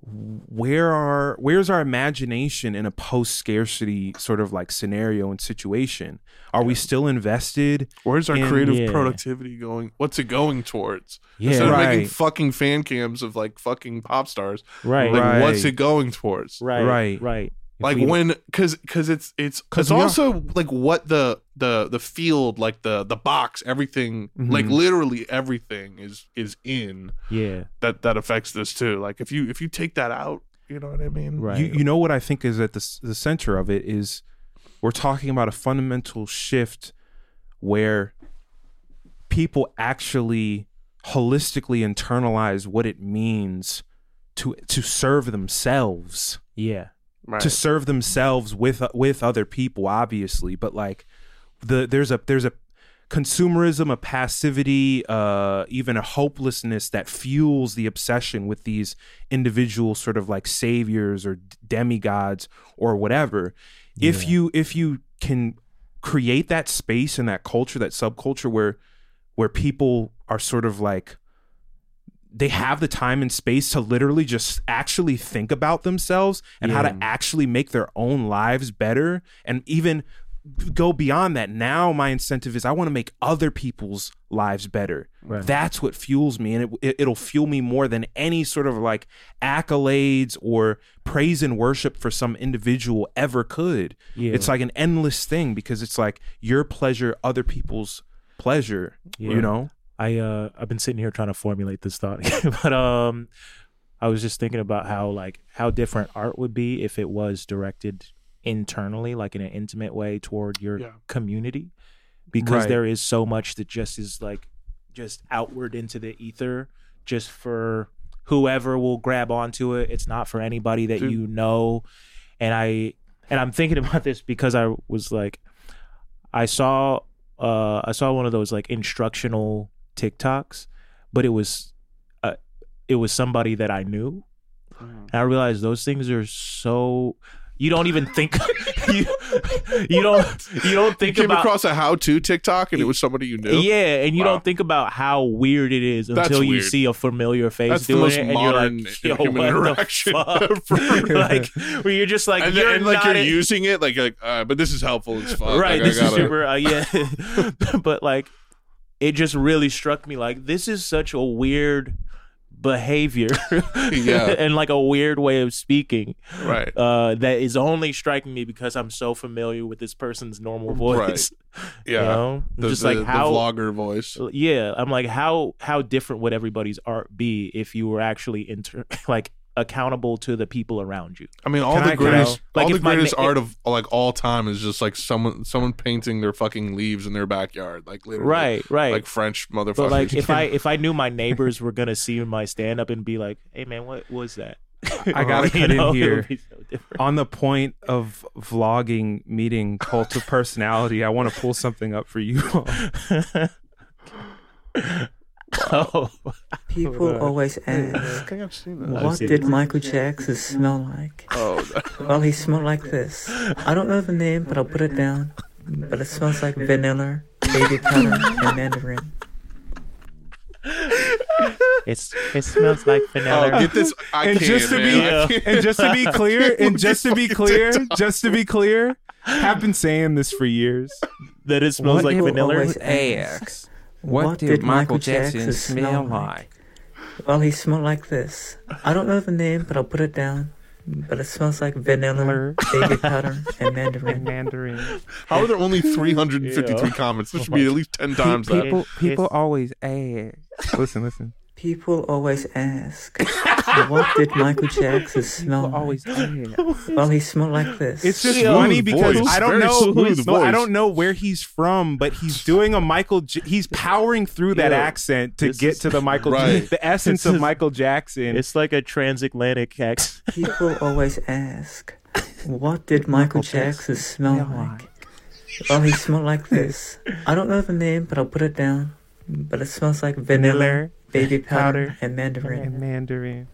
S2: where are where's our imagination in a post scarcity sort of like scenario and situation are we still invested
S3: Where's our
S2: And-
S3: creative
S9: Yeah.
S3: productivity going? What's it going towards?
S9: Yeah.
S3: Instead of making
S2: Right.
S3: fucking fan cams of like fucking pop stars,
S9: Right.
S3: like
S2: Right.
S3: what's it going towards?
S9: Right. Right.
S2: Right.
S9: Right. If
S3: Like
S9: we-
S3: when, because because it's it's
S2: 'Cause
S3: it's
S2: we are-
S3: also
S9: [laughs]
S3: like what the the the field like the the box everything
S1: Mm-hmm.
S3: like literally everything is is in
S9: Yeah.
S3: that that affects this too. Like if you if you take that out, you know what I mean?
S9: Right.
S2: you, you know what i think is at the, s- the center of it is we're talking about a fundamental shift where people actually holistically internalize what it means to to serve themselves
S9: yeah.
S3: Right.
S2: to serve themselves with uh, with other people obviously but like the there's a there's a consumerism a passivity uh even a hopelessness that fuels the obsession with these individual sort of like saviors or d- demigods or whatever if you if you can create that space and that culture that subculture where where people are sort of like they have the time and space to literally just actually think about themselves and how to actually make their own lives better and even go beyond that now my incentive is i want to make other people's lives better that's what fuels me and it, it, it'll fuel me more than any sort of like accolades or praise and worship for some individual ever could
S1: Yeah.
S2: it's like an endless thing because it's like your pleasure other people's pleasure you know
S1: I uh I've been sitting here trying to formulate this thought, [laughs] but um I was just thinking about how like how different art would be if it was directed internally, like in an intimate way toward your
S3: Yeah.
S1: community, because
S2: Right.
S1: there is so much that just is like just outward into the ether, just for whoever will grab onto it. It's not for anybody that
S3: Dude.
S1: you know, and I and I'm thinking [laughs] about this because I was like I saw uh I saw one of those like instructional TikToks, but it was uh, it was somebody that I knew.
S3: Mm.
S1: And I realized those things are so you don't even think [laughs] you you don't
S3: [laughs]
S1: you don't think
S3: came
S1: about
S3: across a how-to TikTok and it was somebody you knew.
S1: yeah, and you
S3: Wow.
S1: don't think about how weird it is
S3: That's
S1: until you
S3: weird.
S1: see a familiar face
S3: That's the
S1: doing
S3: most
S1: it, and
S3: modern
S1: you're like, [laughs] Yo,
S3: human
S1: what
S3: interaction [laughs]
S1: the fuck?
S3: ever. [laughs]
S1: [laughs] like, where you're just like,
S3: and,
S1: you're
S3: then, and, like
S1: not
S3: you're
S1: in-
S3: using it, like, you're like uh, but this is helpful as fuck. Like,
S1: right
S3: I
S1: this is
S3: gotta-
S1: super uh,
S3: [laughs]
S1: yeah [laughs] but like it just really struck me like this is such a weird behavior [laughs]
S3: Yeah.
S1: and like a weird way of speaking
S3: right.
S1: uh that is only striking me because i'm so familiar with this person's normal voice [laughs]
S3: Yeah,
S1: you know
S3: the,
S1: just
S3: the-
S1: like
S3: the
S1: how
S3: vlogger voice.
S1: yeah i'm like how how different would everybody's art be if you were actually inter- [laughs] like accountable to the people around you
S3: I mean, all
S2: Can
S3: the
S2: I- can I-
S3: greatest,
S1: like,
S3: all the
S1: if my
S3: greatest
S1: ma-
S3: art of like all time is just like someone, someone painting their fucking leaves in their backyard, like literally,
S1: right right
S3: Like French motherfuckers.
S1: But like
S3: [laughs]
S1: if I if I knew my neighbors were gonna see my stand up and be like, "Hey man, what was that?"
S2: [laughs] I
S1: [laughs]
S2: gotta
S1: You
S2: cut in
S1: know, it would
S2: here.
S1: be so different.
S2: on the point of vlogging meeting cult of personality i want to pull something up for you [laughs] all.
S1: Oh,
S9: People always ask,
S3: think I've seen that.
S9: what did Michael Jackson smell like?
S3: Oh.
S9: Well, he smelled like this. I don't know the name, but I'll put it down. But it smells like vanilla, baby powder, and mandarin.
S1: it's it smells like
S3: Oh,
S1: vanilla.
S3: get this! I
S2: and
S3: can't,
S2: just to be
S3: man. I can't.
S2: [laughs] and just
S1: [laughs]
S2: to be clear and just to be clear just to be clear have been saying this for years
S1: that it smells like
S9: People
S1: vanilla. [laughs]
S9: always ask, what, did, Michael, Jackson, smell like? Well, he smelled like this. I don't know the name, but I'll put it down. But it smells like vanilla, baby powder, and mandarin.
S2: mandarin Oh
S3: How are there only 353 comments? This should be at least 10 times that.
S1: people- people
S2: always ask listen listen
S9: People always ask, what did Michael Jackson smell like? Well, he smelled like this.
S2: It's just
S3: Smooth
S2: funny because
S3: voice,
S2: I don't
S3: very
S2: know.
S3: smooth
S2: no, I
S3: voice.
S2: don't know where he's from, but he's doing a Michael. J- he's powering through that
S1: Yeah.
S2: accent to
S1: This
S2: get
S1: is-
S2: to the Michael.
S3: [laughs] Right.
S2: The essence
S1: This
S2: of
S1: is-
S2: Michael Jackson.
S1: It's like a transatlantic accent.
S9: People always ask, what did Michael Jackson smell like? Well, he smelled like this. I don't know the name, but I'll put it down. But it smells like vanilla, baby powder, and mandarin.
S2: Mandarin.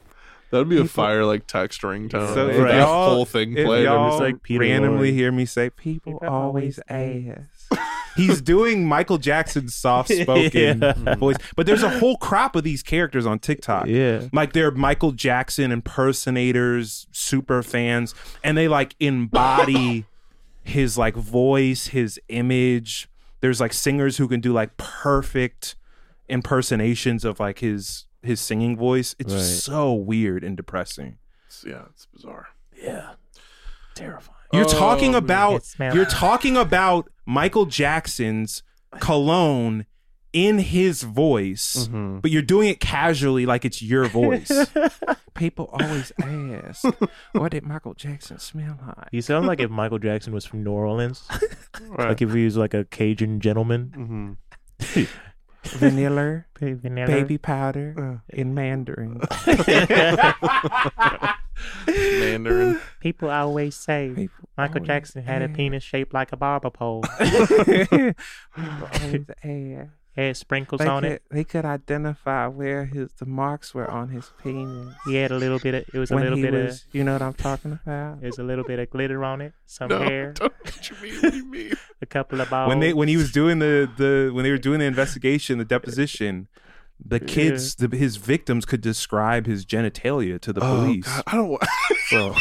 S3: That'd be a fire like text ringtone.
S2: So
S3: So,
S2: if
S3: Oh, that
S2: y'all-
S3: whole thing
S2: If
S3: played.
S2: y'all
S3: It's like,
S1: like Peter
S2: randomly
S1: Lorre.
S2: hear me say, "People always ask." He's doing Michael Jackson's [laughs]
S3: [laughs]
S2: soft-spoken
S1: Yeah.
S2: voice, but there's a whole crop of these characters on TikTok.
S1: Yeah.
S2: like they're Michael Jackson impersonators, super fans, and they like
S3: [laughs]
S2: embody his like voice, his image. There's like singers who can do like perfect impersonations of like his his singing voice. It's just so weird and depressing.
S3: yeah, it's bizarre.
S1: Oh,
S2: You're talking about
S1: It's Marilyn.
S2: you're talking about Michael Jackson's cologne in his voice,
S1: Mm-hmm.
S2: but you're doing it casually like it's your voice.
S1: [laughs]
S2: People always ask, "What did Michael Jackson smell like?"
S1: You sound like if Michael Jackson was from New Orleans, like if he was like a Cajun gentleman. [laughs]
S2: Vanilla,
S1: Vanilla. Uh.
S2: [laughs] baby powder,
S1: [laughs]
S2: in Mandarin.
S3: Mandarin.
S1: People always say Michael
S9: [laughs]
S1: [laughs] Jackson had a penis shaped like a barber pole.
S2: People always ask,
S9: had sprinkles
S2: they
S9: on
S2: could,
S9: it.
S2: They could identify where his the marks were on his penis.
S9: He had a little bit of. It was a
S2: When
S9: little
S2: he
S9: bit
S2: was-
S9: of.
S2: You know what I'm talking about?
S9: There's a little bit of glitter on it. Some
S2: No,
S9: hair. a couple of balls.
S2: When they when he was doing the the when they were doing the investigation, the deposition, the kids, the, his victims could describe his genitalia to the
S3: Oh,
S2: police.
S3: God, I don't.
S2: [laughs] Bro,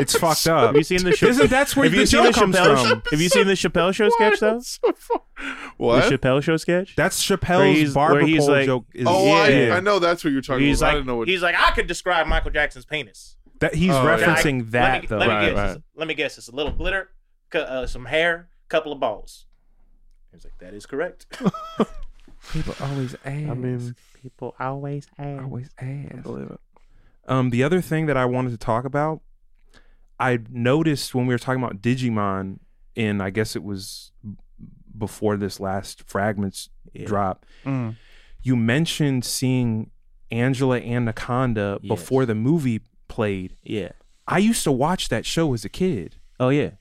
S2: it's fucked up.
S9: Have you seen the show?
S2: Isn't that's where
S9: have
S2: the
S9: you seen
S2: joke
S9: the
S2: comes
S9: Chappelle?
S2: from?
S9: Have you seen the Chappelle show sketch though?
S3: What?
S9: The Chappelle show sketch?
S2: That's
S9: Where
S2: Chappelle's
S9: he's-
S2: barber
S9: where he's
S2: pole
S9: like-
S2: joke. Is,
S3: oh,
S2: yeah.
S3: I, I know that's what you're talking
S9: He's
S3: about. I
S9: like,
S3: didn't know what.
S9: he's like, I could describe Michael Jackson's penis.
S2: that he's
S3: Oh, yeah.
S2: referencing
S9: I-
S2: that
S9: let me,
S2: though.
S9: Let me
S3: Right,
S9: guess.
S3: right.
S9: It's- Let me guess. It's a little glitter, cu- uh, some hair, couple of balls. He was like, that is correct.
S1: [laughs]
S2: People always ask.
S3: I mean,
S9: People always ask.
S2: always ask. Um, the other thing that I wanted to talk about, I noticed when we were talking about Digimon, in I guess it was b- before this last fragments drop,
S9: Mm.
S2: you mentioned seeing Angela Anaconda before the movie played.
S9: Yeah.
S2: I used to watch that show as a kid.
S9: Oh yeah.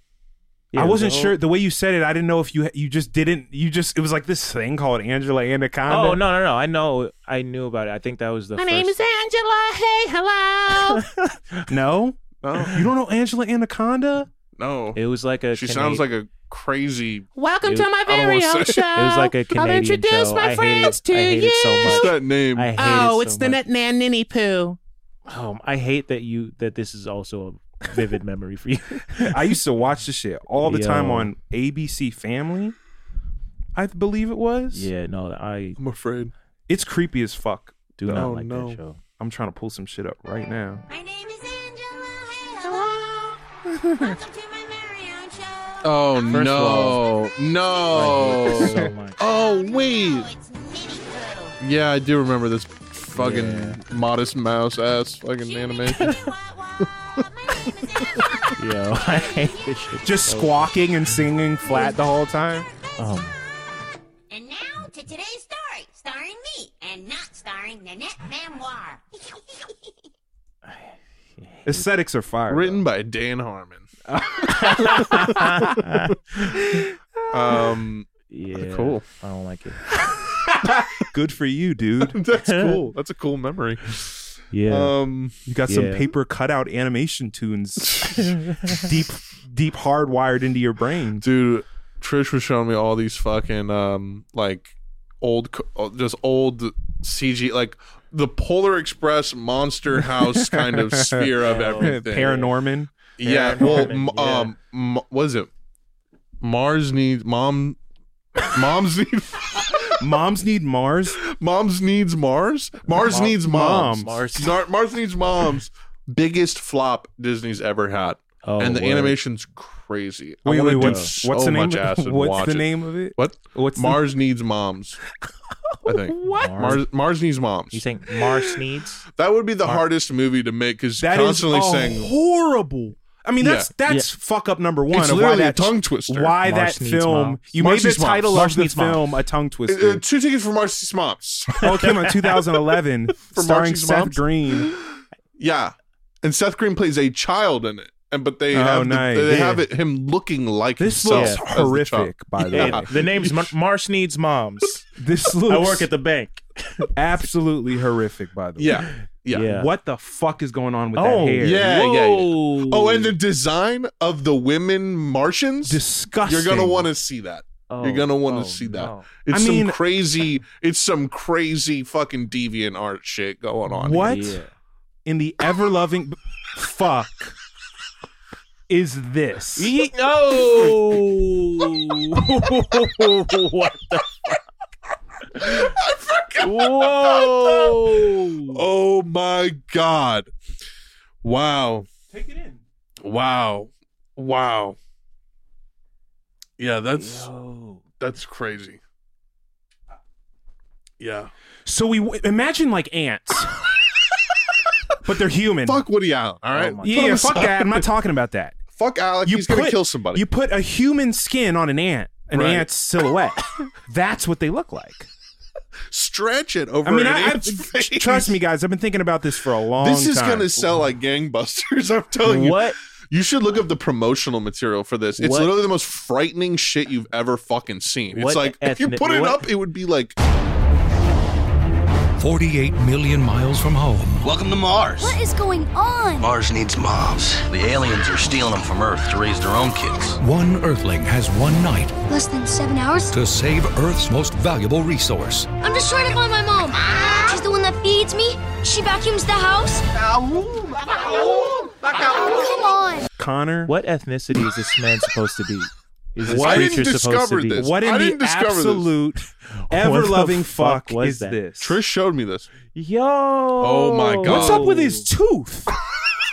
S9: Yeah,
S2: I
S9: it was
S2: wasn't
S9: a whole-
S2: sure the way you said it. I didn't know if you you just didn't you just it was like this thing called Angela Anaconda.
S9: Oh no no no! I know I knew about it. I think that was the. My first...
S10: Angela. Hey,
S11: [laughs]
S10: hello.
S2: no,
S3: No,
S2: you don't know Angela Anaconda.
S3: no.
S9: It was like a.
S3: Oh. She
S9: Cana-
S3: sounds like a crazy.
S10: Welcome
S9: It-
S10: to my
S3: I don't
S10: very
S3: wanna
S10: own
S3: say-
S1: [laughs]
S10: show.
S9: It was like a
S10: I'll
S9: Canadian
S10: introduce
S9: show.
S10: my
S9: I hated-
S10: friends to
S9: I hated
S10: you.
S9: it so much.
S3: What's that name?
S9: I hate
S10: Oh,
S9: it
S10: it's
S9: so
S10: the net
S9: much.
S10: nan ninny poo.
S9: Um, I hate that you that this is also a vivid memory
S1: [laughs]
S9: for you.
S2: I used to watch this shit all the time
S9: Yo.
S2: on ABC Family. I believe it was.
S9: yeah, no, I
S3: I'm afraid.
S2: It's creepy as fuck.
S9: do not
S3: Oh,
S9: like
S3: no.
S9: that show.
S2: I'm trying to pull some shit up right now.
S10: My name is Angela. Hey, hello. Welcome to my very own show.
S3: Oh
S9: First
S3: no,
S9: of all- I hate it so
S3: no.
S9: much.
S3: oh wait,
S10: It's ninny poo.
S3: yeah, I do remember this fucking modest mouse ass fucking animation.
S10: Wah, wah. My name is Angela.
S9: Yo, I hate this shit.
S2: Just squawking and singing flat the whole time.
S9: Um,
S10: And now to today's story, starring me and not starring Nanette Memoir.
S2: Aesthetics are fire.
S3: Written by Dan
S2: [laughs]
S3: Harmon. um,
S9: yeah,
S3: Cool.
S9: I don't like it.
S10: [laughs]
S2: though. Good for you, dude.
S3: that's cool. That's a cool memory.
S9: Yeah,
S3: Um,
S2: You got some
S9: Yeah.
S2: paper cutout
S3: [laughs]
S2: animation tunes [laughs] deep deep hardwired into your brain.
S3: dude, Trish was showing me all these fucking um like old, co- just old CG like the Polar Express Monster House kind of
S9: [laughs]
S3: sphere
S2: [laughs]
S3: of everything.
S2: Paranorman.
S3: Yeah.
S9: Paranorman,
S3: Well, m-
S9: yeah.
S3: um, m- what is it? Mars needs mom. Moms need
S2: [laughs] Moms need Mars.
S3: moms needs Mars. Mars needs moms.
S9: Mars.
S3: Nar- Mars needs moms. Biggest flop Disney's ever had,
S9: oh,
S3: and the
S9: word.
S3: animation's crazy. I
S2: Wait,
S3: wanna
S2: wait,
S3: do
S2: what's
S3: so
S2: what's the name?
S3: much acid and
S2: what's
S3: watch
S2: the
S3: it.
S2: name of it?
S3: What?
S2: What's the-
S3: Mars needs moms. I
S2: [laughs]
S3: think.
S9: Mars.
S3: Mars, Mars needs moms.
S9: You think Mars needs?
S3: that would be the hardest movie to make because
S2: That is
S3: constantly
S2: a
S3: saying
S2: horrible. I mean, that's that's fuck up number one.
S3: It's
S2: of why
S3: literally a
S2: that,
S3: tongue twister.
S2: Why
S9: Marsh
S2: that
S9: needs
S2: film?
S9: moms.
S2: You
S3: Marsh
S2: made
S3: needs
S2: the title
S3: moms.
S2: of the film a tongue twister.
S3: uh, two tickets for Mars needs
S2: [laughs]
S3: moms.
S2: oh, it
S3: [laughs]
S2: came out in 2011, starring
S3: needs
S2: Seth
S3: moms?
S2: Green.
S3: [gasps] Yeah, and Seth Green plays a child in it, and but they
S2: Oh,
S3: have the-
S2: nice.
S3: they
S2: Yeah.
S3: have it him looking like
S2: This
S3: himself
S2: looks
S3: as the child.
S2: horrific, by the
S9: Hey,
S3: [laughs]
S2: way.
S9: the name's
S2: [laughs]
S9: Mar- Mars needs moms.
S2: This looks
S9: I work at the bank.
S2: absolutely horrific, by the way.
S3: Yeah, yeah,
S9: Yeah.
S2: What the fuck is going on with
S9: Oh,
S2: that hair?
S3: yeah, yeah, yeah.
S9: Whoa.
S3: Oh, and the design of the women Martians.
S2: Disgusting.
S3: You're gonna want to see that. You're gonna want to see that. It's
S2: Oh, I
S3: some
S2: mean-
S3: crazy. It's some crazy fucking deviant art shit going on. here.
S2: What
S9: Yeah.
S2: in the ever loving fuck is this?
S9: Ye- No.
S3: [laughs]
S9: what
S10: [laughs]
S9: the
S3: [laughs]
S9: fuck? Whoa.
S3: Oh my god! Wow.
S12: Take it in.
S3: Wow. Wow. Yeah, that's
S9: Yo.
S3: that's crazy. Yeah.
S2: So we w- imagine like
S3: [laughs]
S2: ants, but they're human.
S3: Fuck Woody Allen, all right?
S9: Oh my
S2: yeah, fuck that. I'm not talking about that.
S3: Fuck Alec.
S2: You
S3: He's going to
S2: put-
S3: kill somebody.
S2: You put a human skin on an ant, an
S3: Right. [laughs]
S2: ant's silhouette. That's what they look like.
S3: Stretch it over
S2: I mean,
S3: an
S2: I, I
S3: ant's [laughs] face.
S2: trust me, guys. I've been thinking about this for a long.
S3: This is
S2: time.
S3: going to sell like gangbusters, [laughs] I'm telling you.
S9: What
S3: You should look up the promotional material for this. It's
S4: What-
S3: literally the most frightening shit you've ever fucking seen. It's
S4: What
S3: like if you
S4: ethnic-
S3: put it
S4: what-
S3: up, it would be like
S6: 48 million miles from home.
S13: Welcome to Mars.
S11: [laughs] What is going on?
S13: Mars needs moms. The aliens are stealing them from Earth to raise their own kids.
S6: One Earthling has one night
S11: Less than seven hours?
S6: to save Earth's most valuable resource.
S11: I'm just trying to find my mom. She's the one that feeds me. She vacuums the house. Come on.
S2: Connor,
S1: what ethnicity is this man supposed to be? Is this
S2: What-
S1: creature supposed to be?
S2: What in the
S3: [laughs]
S2: absolute ever-loving
S1: What the fuck
S2: fuck,
S1: was
S2: is
S1: that?
S2: this?
S3: Trish showed me this.
S1: Yo.
S3: Oh my god.
S2: What's up with his tooth?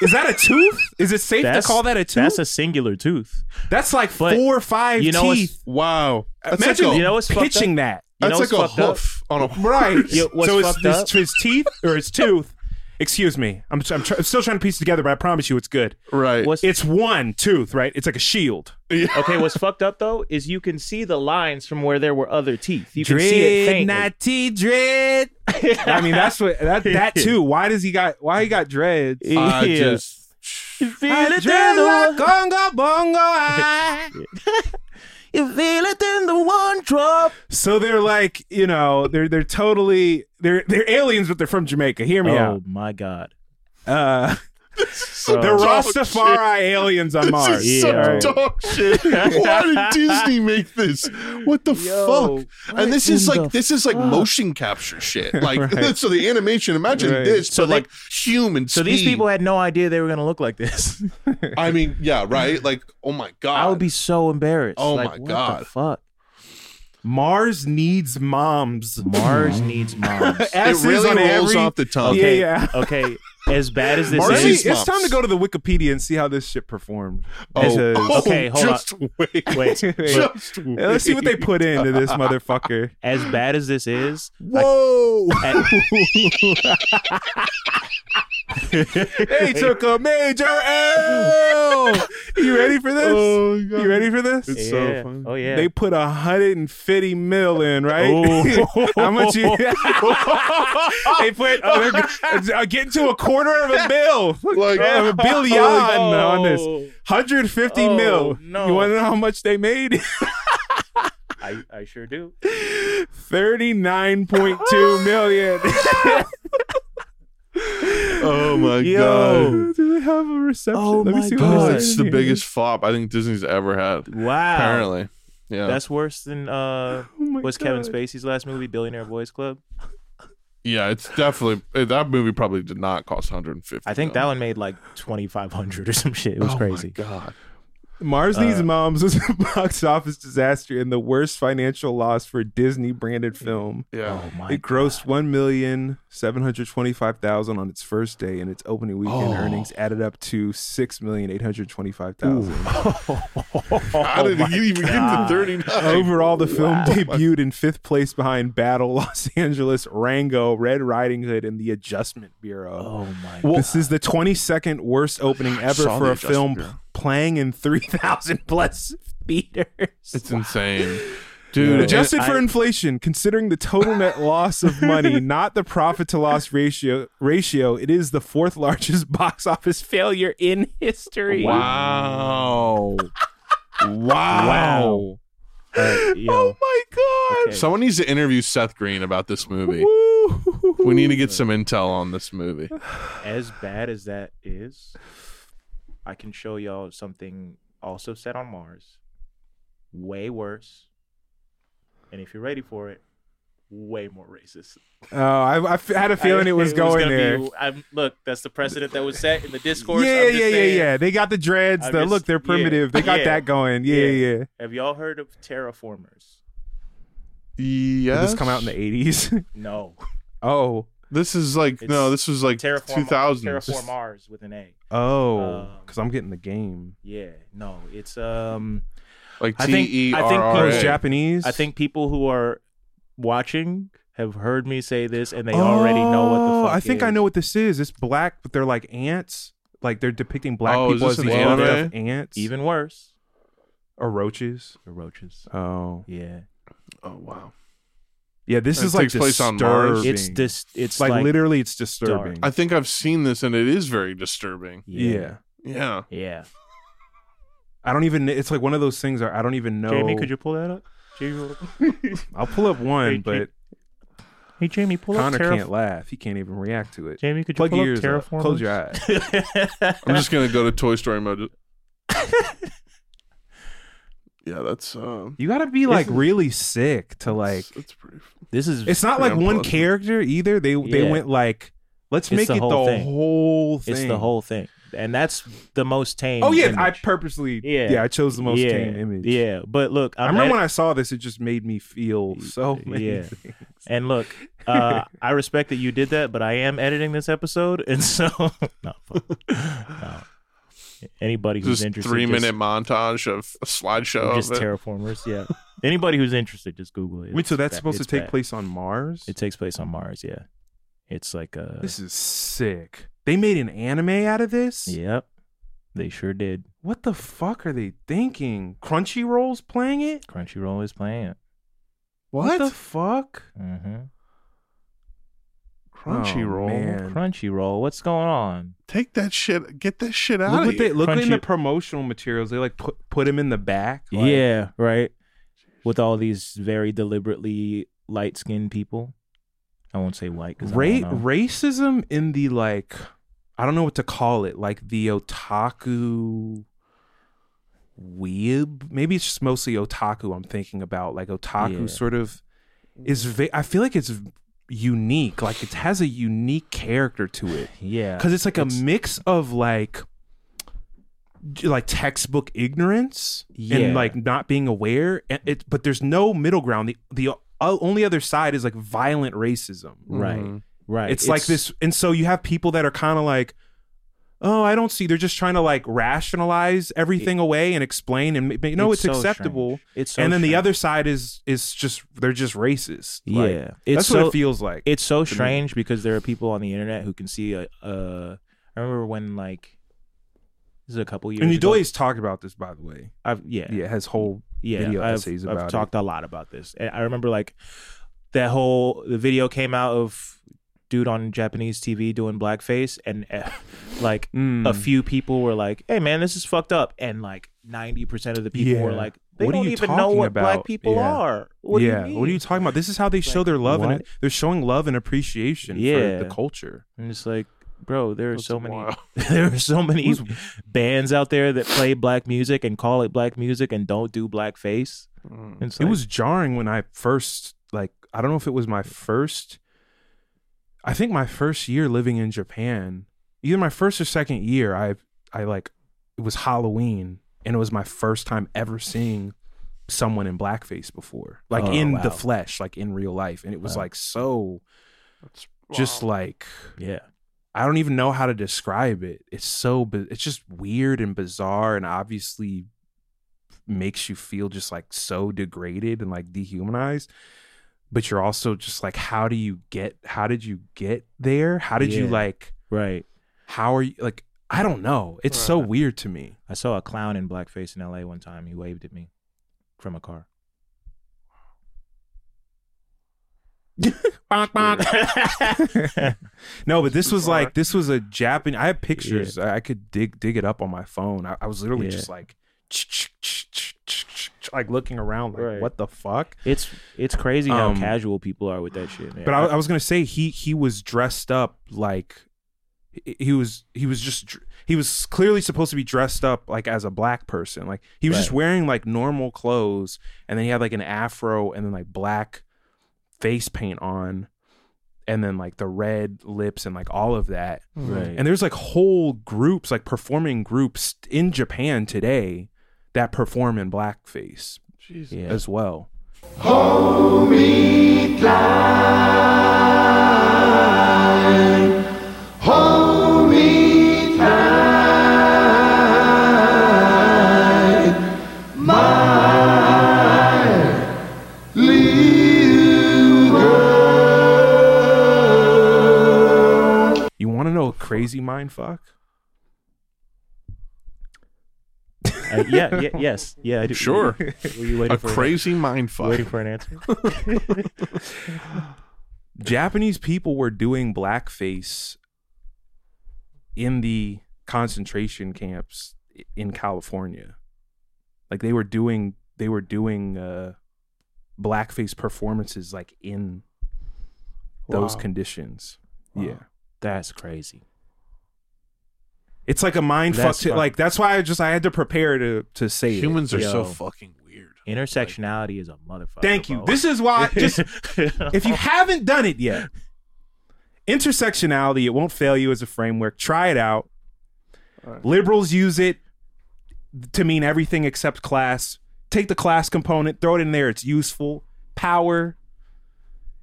S2: is that a tooth? Is it safe
S1: That's-
S2: to call that a tooth?
S1: That's a singular tooth.
S2: That's like four or five
S1: you know what's-
S2: teeth.
S3: Wow.
S1: That's
S2: Imagine
S1: like a- You know what's fucked
S2: pitching
S1: up?
S2: that.
S1: You know That's what's like a fucked up? hoof
S3: on a
S2: [laughs] right.
S1: [laughs] You know what's
S2: so it's
S1: fucked
S2: his,
S1: up?
S2: his teeth or his tooth. Excuse me. I'm I'm, try- I'm still trying to piece it together, but I promise you, it's good.
S3: Right.
S2: it's one tooth. Right. It's like a shield.
S1: okay, what's fucked up though is you can see the lines from where there were other teeth. You can see it faintly.
S2: Natty dread. I mean, that's what
S1: [laughs]
S2: that that too. Why does he got? Why he got dreads?
S1: Uh,
S3: I just
S1: You feel
S2: I
S1: it
S2: dread
S1: in the
S2: like
S1: wa-
S2: Congo bongo. I-
S1: [laughs] You feel it in the one drop.
S2: So they're like, you know, they're they're totally they're they're aliens, but they're from Jamaica. Hear me
S1: oh
S2: out.
S1: my god.
S3: [laughs]
S2: Uh,
S1: so
S2: they're
S1: dog
S2: Rastafari aliens on
S3: This
S2: Mars.
S3: is
S2: Yeah,
S3: some
S2: right.
S3: dog shit. Why did
S1: [laughs]
S3: Disney make this? What the fuck?
S1: what
S3: and this
S1: in
S3: is
S1: the
S3: like this is like
S1: fuck?
S3: motion capture
S1: [laughs]
S3: shit.
S2: [laughs]
S3: Like [laughs]
S1: Right.
S3: so the animation. Imagine
S1: Right.
S3: this,
S1: So
S3: but
S1: they-
S3: like human.
S1: So these
S3: speed.
S1: people had no idea they were gonna look like this.
S3: [laughs] I mean, yeah,
S1: [laughs]
S3: right. Like, oh my god.
S1: I would be so embarrassed.
S3: Oh
S1: Like,
S3: my
S1: what
S3: God.
S1: The fuck.
S2: Mars needs moms.
S1: Mars needs
S2: [laughs]
S1: moms.
S2: S is on every- Yeah,
S1: Okay,
S2: yeah.
S1: Okay. As bad as this
S2: Marcy,
S1: is,
S2: it's time to go to the Wikipedia and see how this shit performed.
S1: Oh,
S2: Because-
S1: oh, Okay, hold on. just
S3: wait.
S1: [laughs] Wait, wait.
S3: [laughs]
S2: Just Yeah, let's see what they put into
S1: [laughs]
S2: this motherfucker.
S1: As bad as this is,
S2: Whoa! they took a major L. [laughs] You ready for this? [laughs] you ready for this?
S3: Oh, It's so Yeah. funny. Oh, yeah.
S2: They put a hundred and fifty mil in, right?
S3: Oh.
S2: [laughs] How much? You, they put oh, they're g- uh, getting to a quarter of a mil,
S3: like
S2: [laughs] a billion on this.
S1: Oh.
S2: Hundred fifty
S1: Oh,
S2: mil.
S1: no.
S2: You want to know how much they made? [laughs]
S1: I, I sure do.
S2: Thirty-nine point two million.
S3: Oh my
S2: Yo, do they have a reception?
S1: Oh
S2: Let me
S1: my
S2: see
S1: God.
S2: what
S3: god.
S2: they
S3: It's
S2: say
S3: the
S2: here.
S3: biggest flop I think Disney's ever had.
S1: Wow.
S3: Apparently. Yeah. Oh
S1: That's worse
S3: [laughs]
S1: than uh, was Kevin Spacey's last movie, Billionaire Boys Club.
S3: yeah, it's definitely eh, that movie probably did not cost 150.
S1: I think that one made like twenty five hundred or some shit. It was
S3: Oh my
S1: crazy.
S3: God.
S2: Mars Needs
S1: Uh,
S2: Moms was [laughs] a box office disaster and the worst financial loss for a Disney branded film.
S3: Yeah. Oh
S2: it grossed one million seven hundred twenty-five thousand on its first day, and its opening weekend
S3: Oh.
S2: earnings added up to six million eight hundred twenty-five thousand.
S3: How did it even
S2: Oh God.
S3: get to 39?
S2: Overall, the film debuted in fifth place behind Battle, Los [laughs] Angeles, Rango, Red Riding Hood, and The Adjustment Bureau.
S1: Oh my!
S2: this is the 22nd worst opening ever
S3: saw
S2: for
S3: The
S2: a film
S3: Adjustment Bureau.
S2: p- playing in 3,000 [laughs] plus theaters.
S3: It's insane. [laughs] Dude, and
S2: Adjusted for
S3: I-
S2: inflation, considering the total net loss of money,
S3: [laughs]
S2: not the profit to loss ratio, ratio, it is the fourth largest [laughs] box office failure in history.
S3: Wow. wow. Oh
S2: Wow.
S3: [laughs]
S1: Uh, yo,
S2: my god.
S3: Someone needs to interview Seth Green about this movie. we need to get some intel on this movie.
S1: As bad as that is, I can show y'all something also set on Mars, way worse. And if you're ready for it, way more racist.
S2: Oh, I, I f- had a feeling
S1: I-
S2: it was going
S1: gonna
S2: there.
S1: be- I'm, look, that's the precedent that was set in the discourse.
S2: yeah,
S1: I'm
S2: yeah,
S1: just
S2: yeah,
S1: saying.
S2: yeah. They got the dreads.
S1: I'm
S2: The,
S1: just-
S2: look, they're
S1: yeah,
S2: primitive. They got
S1: yeah,
S2: that going. Yeah, yeah. yeah.
S1: Have y'all heard of terraformers?
S3: Yeah.
S2: Did this come out in the [laughs] 80s?
S1: [sighs] No.
S2: oh.
S3: This is like no, this was like
S1: Terraform,
S3: two thousand.
S1: Terraform Mars with an A. Um,
S2: Oh, because I'm getting the game.
S1: Yeah, no, it's um,
S3: Like
S1: I think- I think
S3: T.E.R.R.A..
S1: people-
S3: Oh, it's
S2: Japanese?
S1: I think people who are watching have heard me say this, and they already know what the
S2: Oh,
S1: fuck.
S2: I think
S1: is.
S2: I know what this is. It's black, but they're like ants. Like they're depicting black
S3: Oh, is
S2: people
S3: this
S2: as
S3: an
S2: these little
S3: anime?
S2: stuffed ants
S1: Even worse,
S2: or roaches.
S1: the roaches.
S2: Oh,
S1: Yeah,
S3: Oh wow.
S2: yeah. This
S3: It
S2: is like
S3: takes place on
S2: disturbing.
S3: Mars.
S1: It's dis- it's
S2: like,
S1: like
S2: literally, it's disturbing.
S3: I think I've seen this and it is very disturbing.
S2: Yeah.
S3: Yeah.
S1: yeah.
S2: I don't even. It's like one of those things where I don't even know.
S14: Jamie, could you pull that up? Jamie,
S2: [laughs] I'll pull up one,
S14: Hey,
S2: but
S14: hey, Jamie, pull
S2: Connor
S14: up. Terra-
S2: can't laugh. He can't even react to it.
S14: Jamie, could you
S2: Plug
S14: pull
S2: your
S14: up
S2: ears
S14: Terraformers?
S2: Close your eyes.
S3: [laughs]
S1: [laughs]
S3: I'm just gonna go to Toy Story mode. yeah, that's um.
S2: You gotta be like really sick to like. It's
S3: pretty.
S1: This is.
S2: It's not like one
S3: unpleasant.
S2: character either. They they
S1: Yeah.
S2: went like, let's
S1: It's
S2: make it the whole thing.
S1: It's the whole thing, and that's the most tame.
S2: Oh yeah,
S1: image.
S2: I purposely.
S1: Yeah.
S2: Yeah. I chose the most
S1: Yeah.
S2: tame image.
S1: Yeah, but look,
S2: i
S1: I'm
S2: remember
S1: at-
S2: when I saw this, it just made me feel so many
S1: yeah.
S2: things.
S1: And look,
S2: [laughs]
S1: uh, I respect that you did that, but I am editing this episode, and so [laughs] no, fuck. no. Anybody who's
S3: Just
S1: interested,
S3: three
S1: just-
S3: minute montage of a slideshow.
S1: just
S3: of it.
S1: terraformers. Yeah. Anybody who's interested, just Google it.
S2: Wait, so
S1: It's
S2: that's
S1: ba-
S2: supposed to
S1: it's
S2: take
S1: bad.
S2: place on Mars?
S1: It takes place on Mars. Yeah. It's like uh, a.
S2: This is sick. They made an anime out of this.
S1: Yep. They sure did.
S2: What the fuck are they thinking? Crunchyroll's playing it.
S1: Crunchyroll is playing it.
S2: What, the fuck?
S1: Mm-hmm.
S2: Crunchyroll. Oh, man.
S1: Crunchyroll. What's going on?
S4: Take that shit. Get that shit out
S2: Look
S4: of
S2: what
S4: here.
S2: they look in the
S4: Crunchy-
S2: promotional materials. They like put put him in the back. like-
S1: yeah. Right. With all these very deliberately light skinned people. I won't say white. 'cause I don't
S2: Ra-
S1: know.
S2: racism in the like I don't know what to call it, like the otaku weeb. Maybe it's just mostly otaku I'm thinking about. Like otaku
S15: Yeah.
S2: sort of is va- I feel like it's unique. Like it has a unique character to it.
S1: Yeah.
S2: Cuz it's like a mix of like j- like textbook ignorance
S15: Yeah.
S2: and like not being aware and it but there's no middle ground the the o- only other side is like violent racism
S1: Right. Mhm. Right.
S2: mm. it's, like
S1: It's-
S2: this and so you have people that are kind of like oh i don't see they're just trying to like rationalize everything away and explain and ma- you know
S1: It's
S2: it's,
S1: so
S2: acceptable
S1: strange. It's so
S2: and then the other side is is just they're just racist
S1: Yeah,
S2: Like, that's what
S1: so-
S2: it feels like
S1: It's so
S2: to me.
S1: strange because there are people on the internet who can see a. a I remember when like this is a couple years.
S2: and
S1: ago.
S2: Udoi's talked about this by the way
S1: I've yeah
S2: yeah has whole
S1: yeah
S2: video
S1: I've,
S2: essays
S1: I've
S2: about it.
S1: talked a lot about this. And I remember like that whole the video came out of dude on Japanese TV doing blackface and eh, [laughs] like
S2: Mm.
S1: a few people were like, "Hey man, this is fucked up," and like ninety percent of the people were
S2: Yeah.
S1: like, "They
S2: What are
S1: don't
S2: you
S1: even know
S2: talking
S1: what black
S2: about?
S1: people
S2: Yeah.
S1: are." What
S2: yeah.
S1: do you mean?
S2: What are you talking about? This is how they show their love
S1: what?
S2: and they're showing love and appreciation
S1: Yeah.
S2: for the culture.
S1: And it's like, bro, there are so many [laughs] there are so many bands out there that play black music and call it black music and don't do blackface. It's
S2: it
S1: like-
S2: was jarring when I first like I don't know if it was my first I think my first year living in Japan, either my first or second year, I I like it was Halloween and it was my first time ever seeing someone in blackface before. Like
S1: Oh,
S2: in
S1: wow.
S2: the flesh, like in real life. And it was
S1: Wow.
S2: like so just like
S1: Yeah.
S2: I don't even know how to describe it. It's so bi- it's just weird and bizarre and obviously makes you feel just like so degraded and like dehumanized. But you're also just like how do you get how did you get there? How did you
S1: Yeah.
S2: like
S1: Right.
S2: how are you like I don't know. It's so weird to me.
S1: I saw a clown in blackface in LA one time. He waved at me from a car.
S2: [laughs] no, but this was like this was a Japanese. I have pictures. I I could dig dig it up on my phone. I, I was literally
S1: Yeah.
S2: just like, like looking around, like what the fuck?
S1: It's it's crazy how
S2: Um,
S1: casual people are with that shit, man.
S2: But I, I was gonna say he he was dressed up like he- he was he was just dr- he was clearly supposed to be dressed up like as a black person. Like he was just
S1: Right.
S2: wearing like normal clothes, and then he had like an afro and then like black face paint on, and then like the red lips and like all of that.
S1: Right.
S2: And there's like whole groups like performing groups in Japan today that perform in blackface
S4: Jesus.
S2: as well. You want to know a crazy mind fuck?
S1: Uh,
S4: [laughs]
S1: yeah, yeah, yes, yeah. I do.
S4: Sure.
S1: Were you waiting
S4: a
S1: for an-
S4: crazy mind fuck.
S1: Waiting for an answer.
S2: [laughs] Japanese people were doing blackface in the concentration camps i- in California. Like they were doing they were doing uh blackface performances like in those
S1: Wow.
S2: conditions. Yeah.
S1: That's crazy.
S2: It's like a mind fuck
S1: That's
S2: to
S1: fuck-
S2: like that's why I just I had to prepare to to say it.
S1: Yo, Intersectionality is a motherfucker.
S2: Thank you.
S1: bro.
S2: This
S1: [laughs]
S2: is why just if you haven't done it yet, intersectionality, it won't fail you as a framework. Try it out. Liberals use it to mean everything except class. Take the class component, throw it in there, it's useful. Power.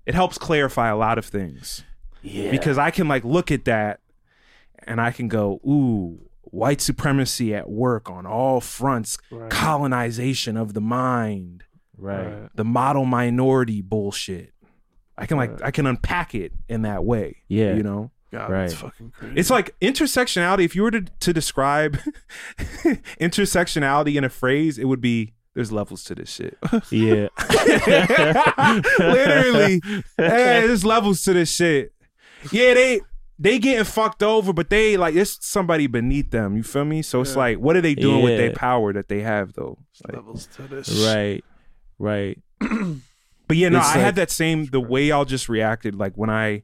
S2: It helps clarify a lot of things.
S1: Yeah.
S2: Because I can like look at that and I can go, ooh, white supremacy at work on all fronts, colonization of the mind,
S1: Right. Right.
S2: The model minority bullshit. I can like I can unpack it in that way.
S1: Yeah.
S2: you know.
S1: God, that's Right. fucking
S3: crazy.
S2: It's like intersectionality. If you were to, to describe [laughs] intersectionality in a phrase, it would be there's levels to this shit.
S1: Yeah.
S2: [laughs] Literally, hey, there's levels to this shit. Yeah, they they getting fucked over, but they like it's somebody beneath them. You feel me? So it's like, what are they doing with their
S1: Yeah.
S2: power that they have though? Like-
S3: levels to this.
S1: Right. Right.
S2: But yeah, no,
S1: It's
S2: I
S1: like-
S2: had that same the way y'all just reacted. Like when I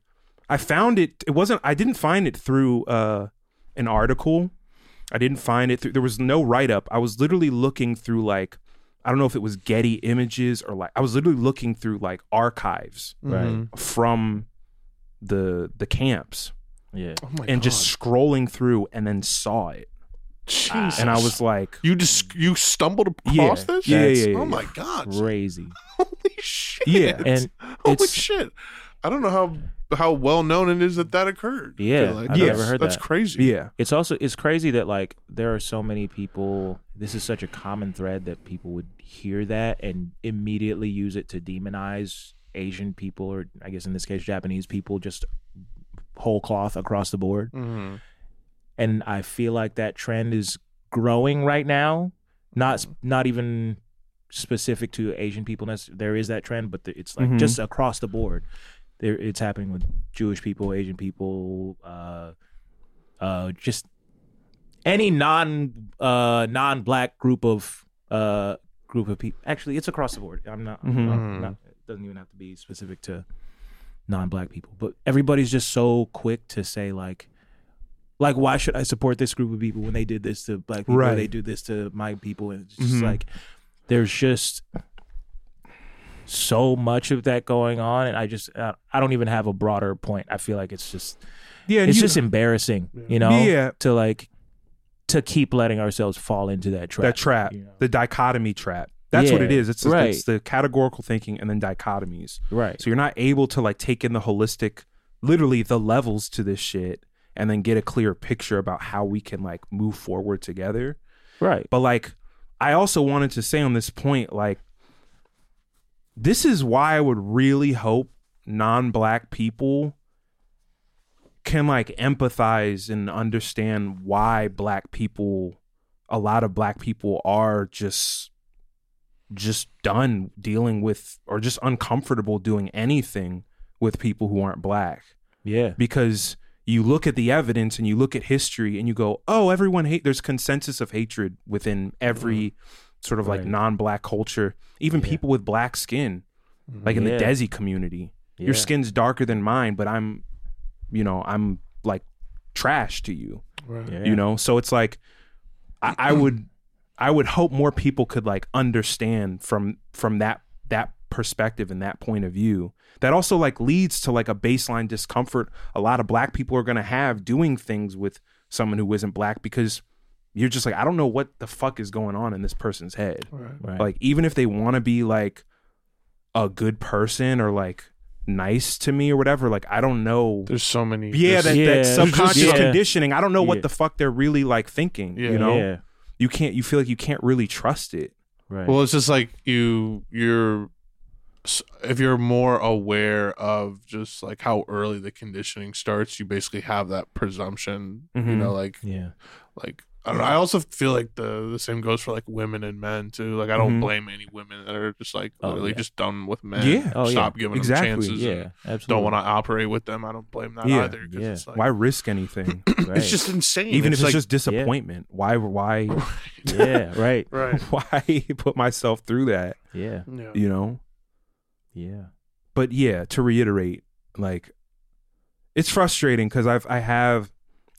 S2: I found it, it wasn't I didn't find it through uh an article. I didn't find it through there was no write up. I was literally looking through like I don't know if it was Getty images or like I was literally looking through like archives
S1: Right.
S3: Mm-hmm.
S2: from the the camps.
S1: Yeah.
S3: Oh
S2: and just scrolling through and then saw it.
S3: Jesus.
S2: And I was like
S3: you just you stumbled across
S2: Yeah.
S3: this?
S2: Yeah, yeah, yeah,
S3: Oh
S2: yeah.
S3: my god!
S1: Crazy.
S3: Holy shit!
S1: [laughs]
S2: Yeah. And
S3: [laughs] holy
S1: it's-
S3: shit! I don't know how how well known it is that that occurred. I
S1: Yeah,
S3: feel like.
S1: I've
S3: That's-
S1: never heard
S3: That's
S1: that.
S3: crazy.
S1: it's also it's crazy that like there are so many people. This is such a common thread that people would hear that and immediately use it to demonize Asian people, or I guess in this case Japanese people, just whole cloth across the board.
S3: Mhm.
S1: And I feel like that trend is growing right now. Not s- not even specific to Asian people. nec- There is that trend, but the, it's like
S2: Mhm.
S1: just across the board. There, it's happening with Jewish people, Asian people, uh, uh, just any non uh, non black group of uh, group of people. Actually, it's across the board. I'm not. I'm not-
S16: Mm-hmm.
S3: Mhm.
S16: Mm.
S1: not- it doesn't even have to be specific to non black people, but everybody's just so quick to say like. Like, why should I support this group of people when they did this to black people?
S2: Right.
S1: They do this to my people, and it's just
S2: Mhm.
S1: like there's just so much of that going on, and I just uh, I don't even have a broader point. I feel like it's just
S2: Yeah, and
S1: it's
S2: you-
S1: just embarrassing, you know,
S2: Yeah.
S1: to like to keep letting ourselves fall into that trap.
S2: that trap, the dichotomy trap. That's what it
S1: Yeah,
S2: is. It's,
S1: right.
S2: it's the categorical thinking and then dichotomies.
S1: Right.
S2: So you're not able to like take in the holistic, literally the levels to this shit, and then get a clear picture about how we can like move forward together.
S1: Right.
S2: But like, I also wanted to say on this point, like, this is why I would really hope non-black people can like empathize and understand why black people a lot of black people are just just done dealing with or just uncomfortable doing anything with people who aren't black.
S1: Yeah.
S2: Because you look at the evidence and you look at history and you go, "Oh, everyone hate there's consensus of hatred within every sort of like
S1: Mm-hmm. Right.
S2: non-black culture, even people with black skin, like in
S1: Yeah.
S2: the Desi community.
S1: Yeah.
S2: Your skin's darker than mine, but I'm you know, I'm like trash to you.
S3: Right. Yeah.
S2: You know, so it's like I, I would I would hope more people could like understand from from that that perspective and that point of view. That also like leads to like a baseline discomfort a lot of black people are gonna have doing things with someone who isn't black because you're just like, I don't know what the fuck is going on in this person's head.
S3: Right.
S1: Right.
S2: Like even if they wanna be like a good person or like nice to me or whatever, like I don't know
S3: There's so many.
S2: yeah,
S3: there's-
S2: that, that subconscious
S3: Yeah.
S2: conditioning. I don't know what
S3: Yeah.
S2: the fuck they're really like thinking.
S3: Yeah.
S2: You know,
S3: Yeah.
S2: you can't. You feel like you can't really trust it.
S1: Right.
S3: Well, it's just like you you're s- if you're more aware of just like how
S1: Mm-hmm.
S3: early the conditioning starts, you basically have that presumption. You
S2: Mhm.
S3: know, like
S1: yeah,
S3: like I don't know. I also feel like the the same goes for like women and men too. Like I don't
S1: Mhm.
S3: blame any women that are just like
S1: Oh,
S3: literally
S1: yeah.
S3: just done with men.
S1: Yeah. Oh, yeah.
S3: stop giving
S1: Exactly,
S3: them chances.
S1: yeah,
S3: and
S1: absolutely.
S3: Don't want to operate with them. I don't blame that either. 'cause It's like,
S2: why risk anything?
S3: [clears throat] It's just insane.
S2: Even
S3: It's
S2: if it's
S3: like-
S2: just disappointment,
S3: [laughs]
S2: why? Why?
S3: Yeah,
S1: right.
S3: Right.
S2: [laughs] Why put myself through that?
S1: Yeah. Yeah.
S2: You know.
S1: Yeah.
S2: But yeah, to reiterate, like, it's frustrating because I've I have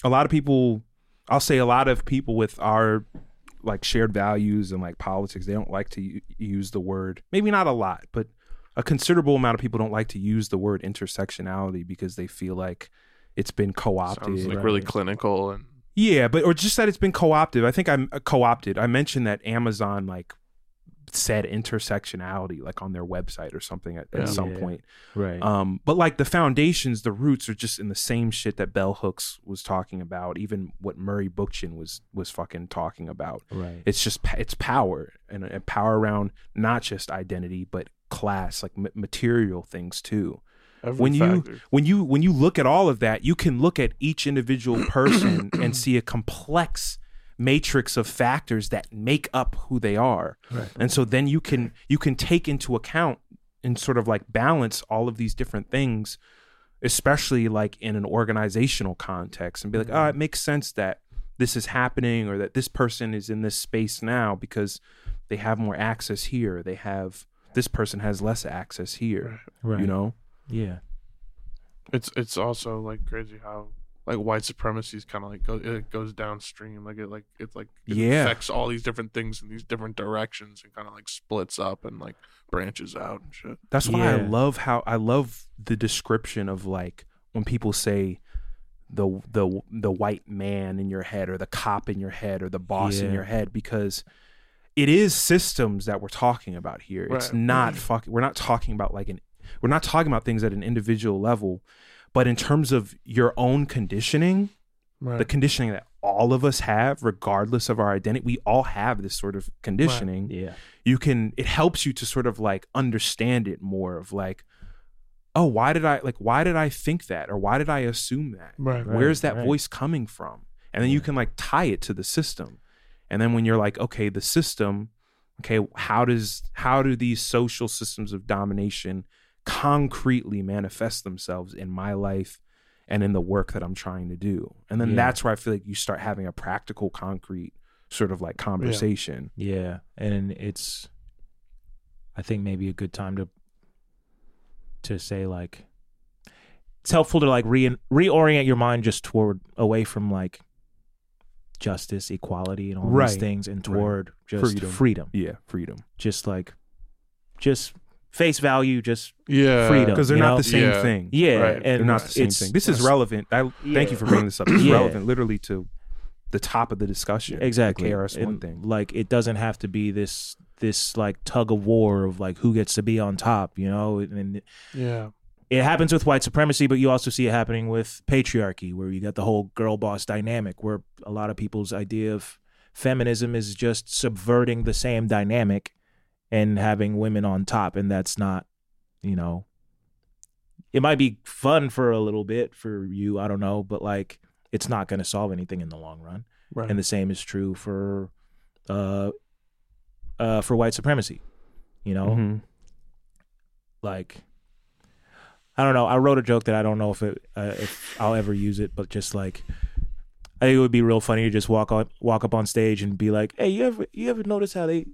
S2: a lot of people. I'll say a lot of people with our like shared values and like politics. They don't like to u- use the word. Maybe not a lot, but a considerable amount of people don't like to use the word intersectionality because they feel like it's been co-opted.
S3: sounds like really clinical and
S2: Yeah, but or just that it's been co-opted. I think I'm uh, co-opted. I mentioned that Amazon like said intersectionality like on their website or something at,
S16: Yeah.
S2: at some
S16: Yeah.
S2: point.
S16: Right.
S2: Um but like the foundations, the roots are just in the same shit that Bell Hooks was talking about, even what Murray Bookchin was was fucking talking about.
S16: Right.
S2: It's just pa- it's power and, uh, and power around not just identity but class, like ma- material things too
S3: Every
S2: when you
S3: factor.
S2: when you when you look at all of that, you can look at each individual person and see a complex matrix of factors that make up who they are.
S16: Right.
S2: And so then you can you can take into account and sort of like balance all of these different things, especially like in an organizational context and be like, oh, it makes sense that this is happening or that this person is in this space now because they have more access here. They have this person has less access here.
S1: Right.
S2: You know?
S1: Yeah.
S3: it's it's also like crazy how like white supremacy is kind of like go, it goes downstream like it like it's like it
S2: Yeah.
S3: affects all these different things in these different directions and kind of like splits up and like branches out and shit
S2: That's why I
S3: Yeah.
S2: love how I love the description of like when people say the the the white man in your head or the cop in your head or the boss in
S16: Yeah.
S2: your head because it is systems that we're talking about here. It's
S16: Right.
S2: not fuck we're not talking about like an we're not talking about things at an individual level, but in terms of your own conditioning,
S3: Right.
S2: the conditioning that all of us have regardless of our identity, we all have this sort of conditioning.
S1: Yeah.
S2: You can it helps you to sort of like understand it more of like oh why did i like why did i think that or why did i assume that
S16: Right.
S2: where's
S16: Right,
S2: that
S16: right.
S2: voice coming from and then you can like tie it to the system and then when you're like okay the system okay how does how do these social systems of domination concretely manifest themselves in my life and in the work that i'm trying to do and then
S1: Yeah.
S2: that's where i feel like you start having a practical concrete sort of like conversation
S1: Yeah, and it's I think maybe a good time to to say like it's helpful to like re- reorient your mind just toward away from like justice, equality and all
S2: Right.
S1: these things and
S2: Right.
S1: toward just
S2: Freedom.
S1: freedom.
S2: Yeah, freedom.
S1: Just like just face value just
S3: Yeah.
S1: freedom
S2: because they're
S1: you
S2: not
S1: know?
S2: the same thing.
S1: yeah
S2: Right.
S1: and
S2: they're not the same
S1: it's-
S2: thing. This is relevant. I thank you for bringing this up. It's
S1: Yeah.
S2: relevant, literally, to the top of the discussion.
S1: Exactly.
S2: the KRS One
S1: And,
S2: thing.
S1: Like it doesn't have to be this this like tug of war of like who gets to be on top, you know? And
S3: Yeah.
S1: It happens with white supremacy, but you also see it happening with patriarchy where you got the whole girl boss dynamic where a lot of people's idea of feminism is just subverting the same dynamic and having women on top and that's not, you know, it might be fun for a little bit for you, I don't know, but like it's not going to solve anything in the long run.
S3: Right.
S1: And the same is true for uh uh for white supremacy. You know?
S3: Mm-hmm.
S2: Mhm.
S1: Like I don't know. I wrote a joke that I don't know if it uh, if I'll ever use it, but just like I think it would be real funny to just walk on walk up on stage and be like, "Hey, you ever you ever notice how they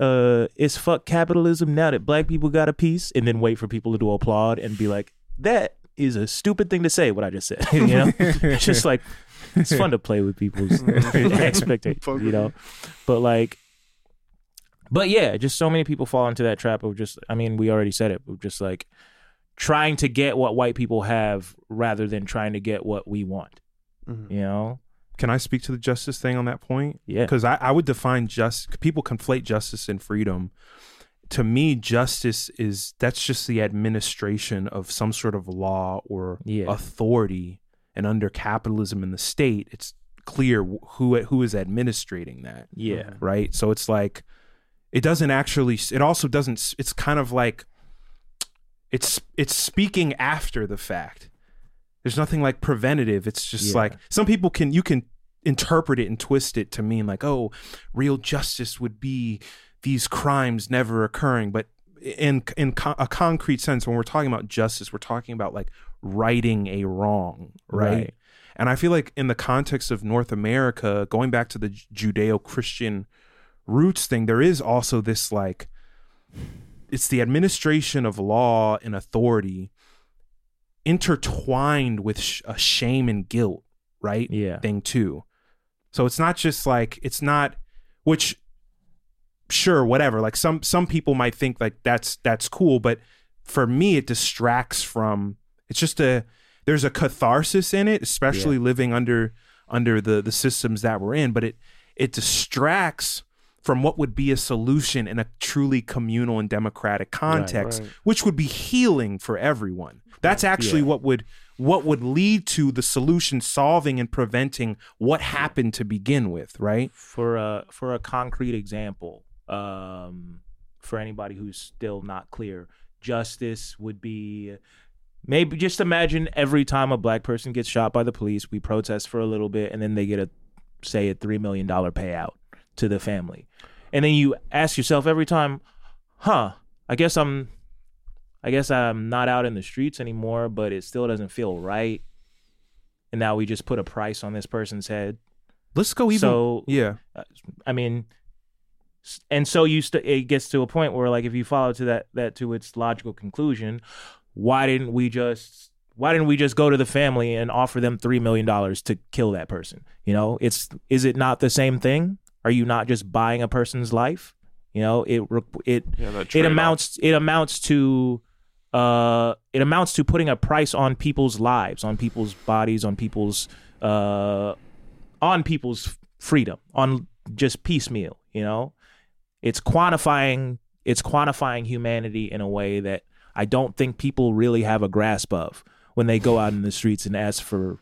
S1: uh it's fuck capitalism now that black people got a piece?" And then wait for people to applaud and be like, "That is a stupid thing to say." What I just said, [laughs] you know, It's just like it's fun to play with people's expectations, you know. But like, but yeah, just so many people fall into that trap of just. I mean, we already said it, but just like trying to get what white people have rather than trying to get what we want. You know,
S2: Mm-hmm. Can I speak to the justice thing on that point?
S1: Yeah.
S2: Because I, I would define just people conflate justice and freedom. To me, justice is that's just the administration of some sort of law or authority. And under capitalism in the state, it's clear wh- who who is administrating that.
S1: Yeah.
S2: Right. So it's like it doesn't actually. It also doesn't. s- It's kind of like it's it's speaking after the fact. There's nothing like preventative. It's just
S16: Yeah.
S2: like some people can you can interpret it and twist it to mean like, oh, real justice would be these crimes never occurring. But in in co- a concrete sense, when we're talking about justice, we're talking about like righting a wrong, right?
S16: Right.
S2: And I feel like in the context of North America, going back to the Judeo-Christian roots thing, there is also this like it's the administration of law and authority intertwined with sh- a shame and guilt, right? Yeah. Thing too. So it's not just like it's not which sure whatever like some some people might think like that's that's cool but for me it distracts from it's just a there's a catharsis in it especially living under under the the systems that we're in but it it distracts from what would be a solution in a truly communal and democratic context
S16: right.
S2: which would be healing for everyone that's actually
S16: Yeah.
S2: what would what would lead to the solution solving and preventing what happened to begin with right
S1: for a for a concrete example um, for anybody who's still not clear justice would be maybe just imagine every time a black person gets shot by the police we protest for a little bit and then they get a say a $3 million payout to the family and then you ask yourself every time huh i guess i'm i guess i'm not out in the streets anymore but it still doesn't feel right and now we just put a price on this person's head.
S2: Let's go even.
S1: So
S2: yeah,
S1: Uh, I mean, s- and so you st- it gets to a point where like if you follow to that that to its logical conclusion, why didn't we just why didn't we just go to the family and offer them three million dollars to kill that person? You know, it's is it not the same thing? Are you not just buying a person's life? You know, it re- it
S3: Yeah, that
S1: it
S3: trade-off.
S1: amounts it amounts to uh it amounts to putting a price on people's lives, on people's bodies, on people's uh on people's freedom, on just piecemeal, you know? It's quantifying it's quantifying humanity in a way that I don't think people really have a grasp of when they go out in the streets and ask for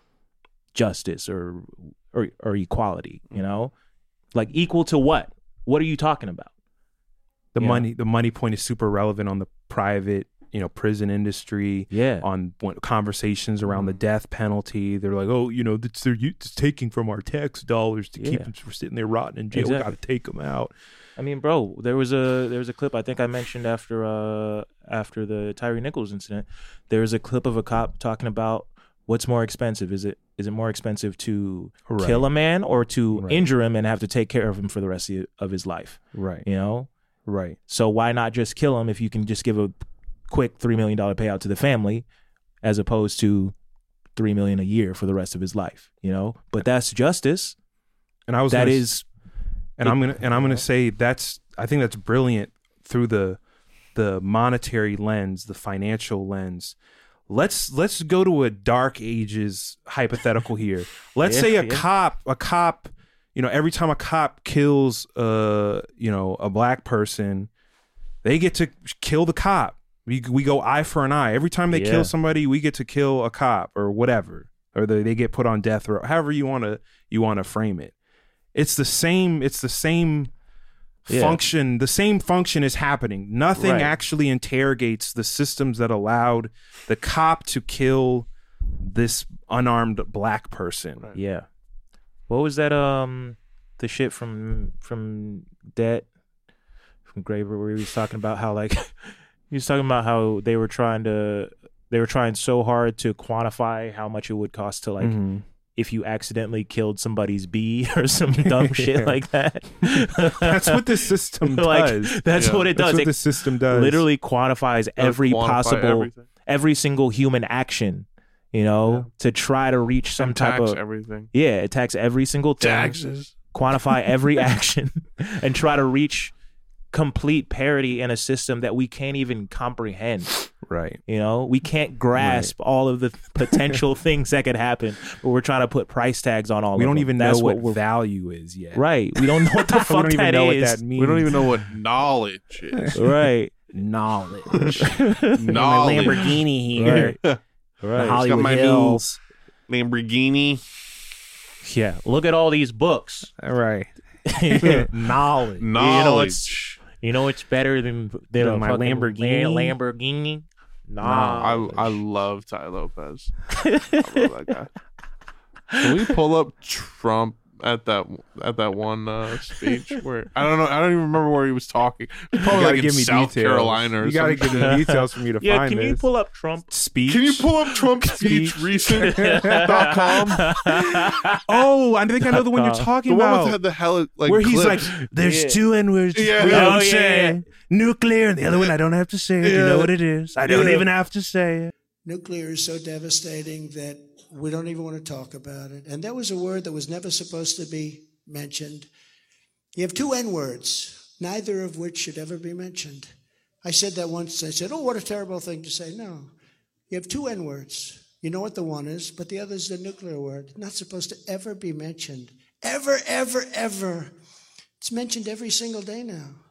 S1: justice or or, or equality, you know? Like equal to what? What are you talking about?
S2: the
S1: Yeah.
S2: money the money point is super relevant on the private you know prison industry
S1: yeah Mm-hmm.
S2: on what, conversations around the death penalty they're like oh you know it's they're u- it's taking from our tax dollars to keep
S1: Yeah.
S2: them from sitting there rotting in jail we
S1: Exactly.
S2: gotta take them out
S1: I mean, bro, there was a there was a clip I think I mentioned after uh after the Tyree Nichols incident. There was a clip of a cop talking about what's more expensive. Is it is it more expensive to
S2: Right.
S1: kill a man or to injure him and have to take care of him for the rest of, of his life?
S2: Right.
S1: You know.
S2: Right.
S1: So why not just kill him if you can just give a quick three million dollar payout to the family, as opposed to three million a year for the rest of his life? You know. But that's justice.
S2: and i was
S1: that
S2: gonna s-
S1: is
S2: and i'm gonna and i'm gonna say that's i think that's brilliant through the the monetary lens the financial lens let's let's go to a dark ages hypothetical
S1: [laughs]
S2: here let's
S16: Yeah,
S2: say a
S16: yeah.
S2: cop a cop you know every time a cop kills uh you know a black person they get to kill the cop we, we go eye for an eye every time they
S16: Yeah.
S2: kill somebody we get to kill a cop or whatever or they, they get put on death row however you want to you want to frame it it's the same it's the same
S16: Yeah.
S2: function the same function is happening nothing
S16: Right.
S2: actually interrogates the systems that allowed the cop to kill this unarmed black person
S1: Yeah. What was that? Um, the shit from from that from Graver where he was talking about how like [laughs] he was talking about how they were trying to they were trying so hard to quantify how much it would cost to like
S16: Mhm.
S1: if you accidentally killed somebody's bee [laughs] or some dumb shit
S2: Yeah.
S1: like that.
S2: That's what this
S1: [laughs]
S2: system does.
S1: That's
S2: Yeah.
S1: what it
S2: That's
S1: does.
S2: what
S1: It
S2: this system does.
S1: Literally quantifies
S2: It'll
S1: every
S2: quantify
S1: possible
S3: everything.
S1: every single human action, you know, to try to reach some
S3: And
S1: type
S3: tax
S1: of
S3: everything.
S1: Yeah, it tax every single thing.
S3: Taxes.
S1: Quantify
S2: [laughs]
S1: every action [laughs] and try to reach complete parity in a system that we can't even comprehend.
S2: Right.
S1: You know, we can't grasp all of the potential [laughs] things that could happen, but we're trying to put price tags on all
S2: we
S1: of
S2: don't
S1: them.
S2: even
S1: That's
S2: know what,
S1: we're-
S2: value is yet
S1: Right. [laughs] We don't know [laughs] what the
S2: [laughs] We
S1: fuck
S2: don't even
S1: that
S2: know what
S1: is.
S2: that We don't means. even know what [laughs]
S3: knowledge is.
S1: Right.
S2: knowledge [laughs]
S3: Knowledge. Right.
S1: Right.
S3: It's got my new Lamborghini.
S1: Yeah. Look at all these books.
S2: All
S1: [laughs]
S2: right.
S1: Knowledge.
S2: Knowledge.
S1: You know, it's, you know it's better than than, a
S3: Than my
S1: fucking
S3: Lamborghini?
S1: La- Lamborghini. Nah.
S3: Nah, I I love
S2: [laughs]
S3: Ty Lopez. I love that guy. Can we pull up Trump at that at that one uh,
S2: [laughs]
S3: speech where I don't know I don't even remember where he was talking. It was Probably
S2: gotta
S3: like in
S2: give me
S3: South
S2: details.
S3: Carolina. Or
S2: You gotta
S3: something.
S2: give me details for me to
S3: [laughs] Yeah,
S2: find
S3: can you
S2: this.
S3: pull
S1: up Trump
S2: speech?
S3: Can you pull up
S2: [laughs]
S3: Trump's speech
S1: [laughs]
S3: recent dot com?
S2: oh, I think I know
S1: [laughs]
S2: the one you're talking
S3: the
S2: about.
S3: One with the hell like
S2: where he's
S3: clips.
S2: like, "There's two N words
S3: Yeah.
S2: we
S3: Oh,
S2: don't
S3: yeah,
S2: say,
S3: yeah.
S2: nuclear, and the other one I don't have to say. it. You
S17: Yeah.
S2: know what it is? I don't
S17: Yeah.
S2: even have to say it."
S17: Nuclear is so devastating that we don't even want to talk about it. And that was a word that was never supposed to be mentioned. You have two N words, neither of which should ever be mentioned. I said that once. They said, oh, what a terrible thing to say. No. You have two N words. You know what the one is, but the other is the nuclear word. Not supposed to ever be mentioned. Ever, ever, ever. It's mentioned every single day now.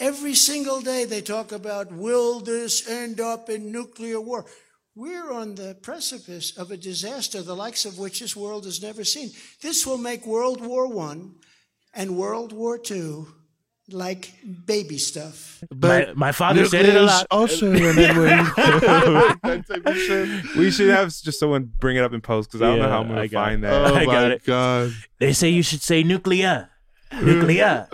S17: Every single day they talk about will this end up in nuclear war? We're on the precipice of a disaster the likes of which this world has never seen. This will make World War One and World War Two like baby stuff.
S9: But my- my father said it a lot. also an [laughs] N-word.
S2: we should have just someone bring it up in post because I don't know
S9: Yeah,
S2: how I'm gonna
S9: I got
S2: find
S9: it.
S2: that.
S9: Oh I got my it.
S3: God.
S9: They say you should say nuclear. Nuclear.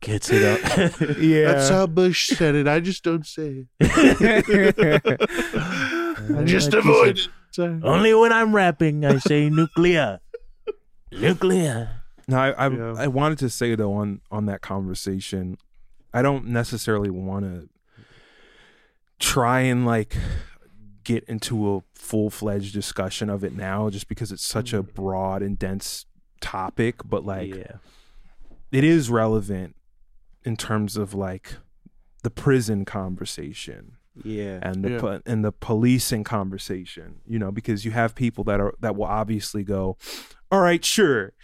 S9: Kids, you know.
S2: [laughs] Yeah.
S3: That's how Bush said it. I just don't say
S2: [laughs]
S3: it. I just avoid it. Sorry.
S9: Only when I'm rapping, I
S3: [laughs]
S9: say nuclear. nuclear.
S2: No, I I, I wanted to say though on on that conversation, I don't necessarily want to try and like get into a full fledged discussion of it now, just because it's such
S9: Mm.
S2: a broad and dense topic. But like, it is relevant in terms of like the prison conversation
S9: Yeah.
S2: and the
S9: Yeah.
S2: po- and the policing conversation you know because you have people that are that will obviously go all right sure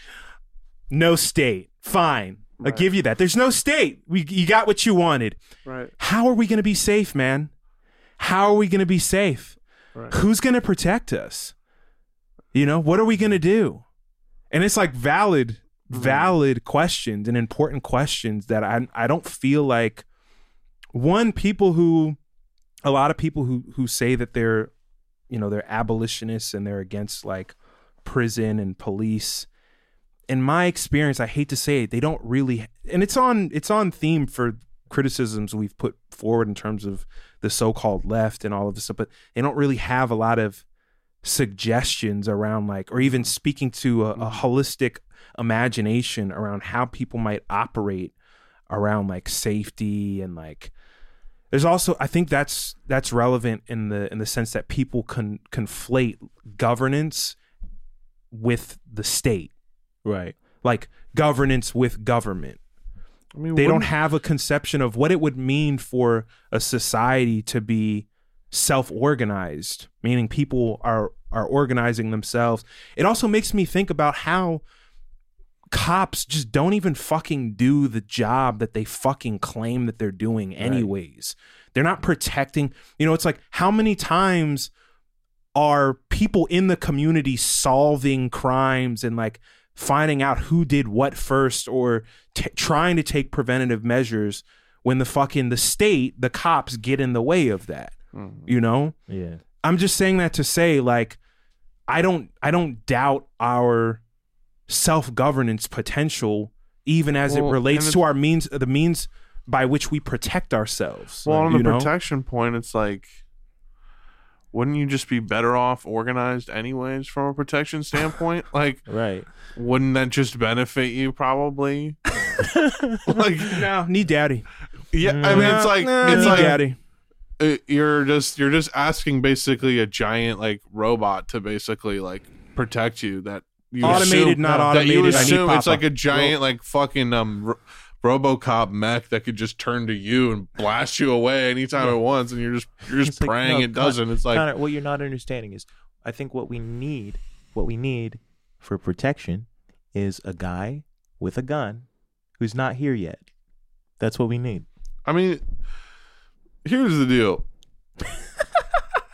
S2: no state fine i'll give you that there's no state we you got what you wanted
S3: Right.
S2: how are we going to be safe man how are we going to be safe
S3: Right.
S2: who's going to protect us you know what are we going to do and it's like valid
S3: Mm.
S2: valid questions and important questions that i i don't feel like one people who a lot of people who who say that they're you know they're abolitionists and they're against like prison and police in my experience i hate to say it they don't really and it's on it's on theme for criticisms we've put forward in terms of the so-called left and all of this stuff but they don't really have a lot of suggestions around like or even speaking to a, a holistic imagination around how people might operate around like safety and like there's also I think that's that's relevant in the in the sense that people can conflate governance with the state.
S9: Right.
S2: Like governance with government.
S3: I mean,
S2: they don't
S3: wouldn't-
S2: have a conception of what it would mean for a society to be self-organized, meaning people are are organizing themselves. It also makes me think about how cops just don't even fucking do the job that they fucking claim that they're doing anyways. They're not protecting, you know, it's like how many times are people in the community solving crimes and like finding out who did what first or t- trying to take preventative measures when the fucking the state, the cops get in the way of that.
S3: Hmm.
S2: You know?
S9: Yeah.
S2: I'm just saying that to say like I don't I don't doubt our self-governance potential even as
S3: Well,
S2: it relates
S3: and
S2: to
S3: it's-
S2: our means the means by which we protect ourselves.
S3: Well, on
S2: you
S3: the
S2: know? [laughs]
S3: protection point, it's like, wouldn't you just be better off organized anyways from a protection standpoint?
S2: [laughs]
S3: Like,
S9: right?
S3: Wouldn't that just benefit you probably? like,
S2: no, need daddy.
S3: Yeah, I mean, it's
S2: No,
S3: like
S2: no,
S3: it's
S2: need
S3: like
S2: daddy.
S3: it- you're just you're just asking basically a giant like robot to basically like protect you that you
S2: Automated,
S3: assume-
S2: not
S3: that you
S2: automated, I need
S3: assume it's
S2: Papa.
S3: like a giant like fucking um. Ro- RoboCop mech that could just turn to you and blast you away anytime it wants, and you're just you're just praying
S1: No,
S3: it doesn't.
S1: Connor-
S3: It's like
S1: Connor, what you're not understanding is, I think what we need, what we need for protection, is a guy with a gun who's not here yet. That's what we need.
S3: I mean, here's the deal.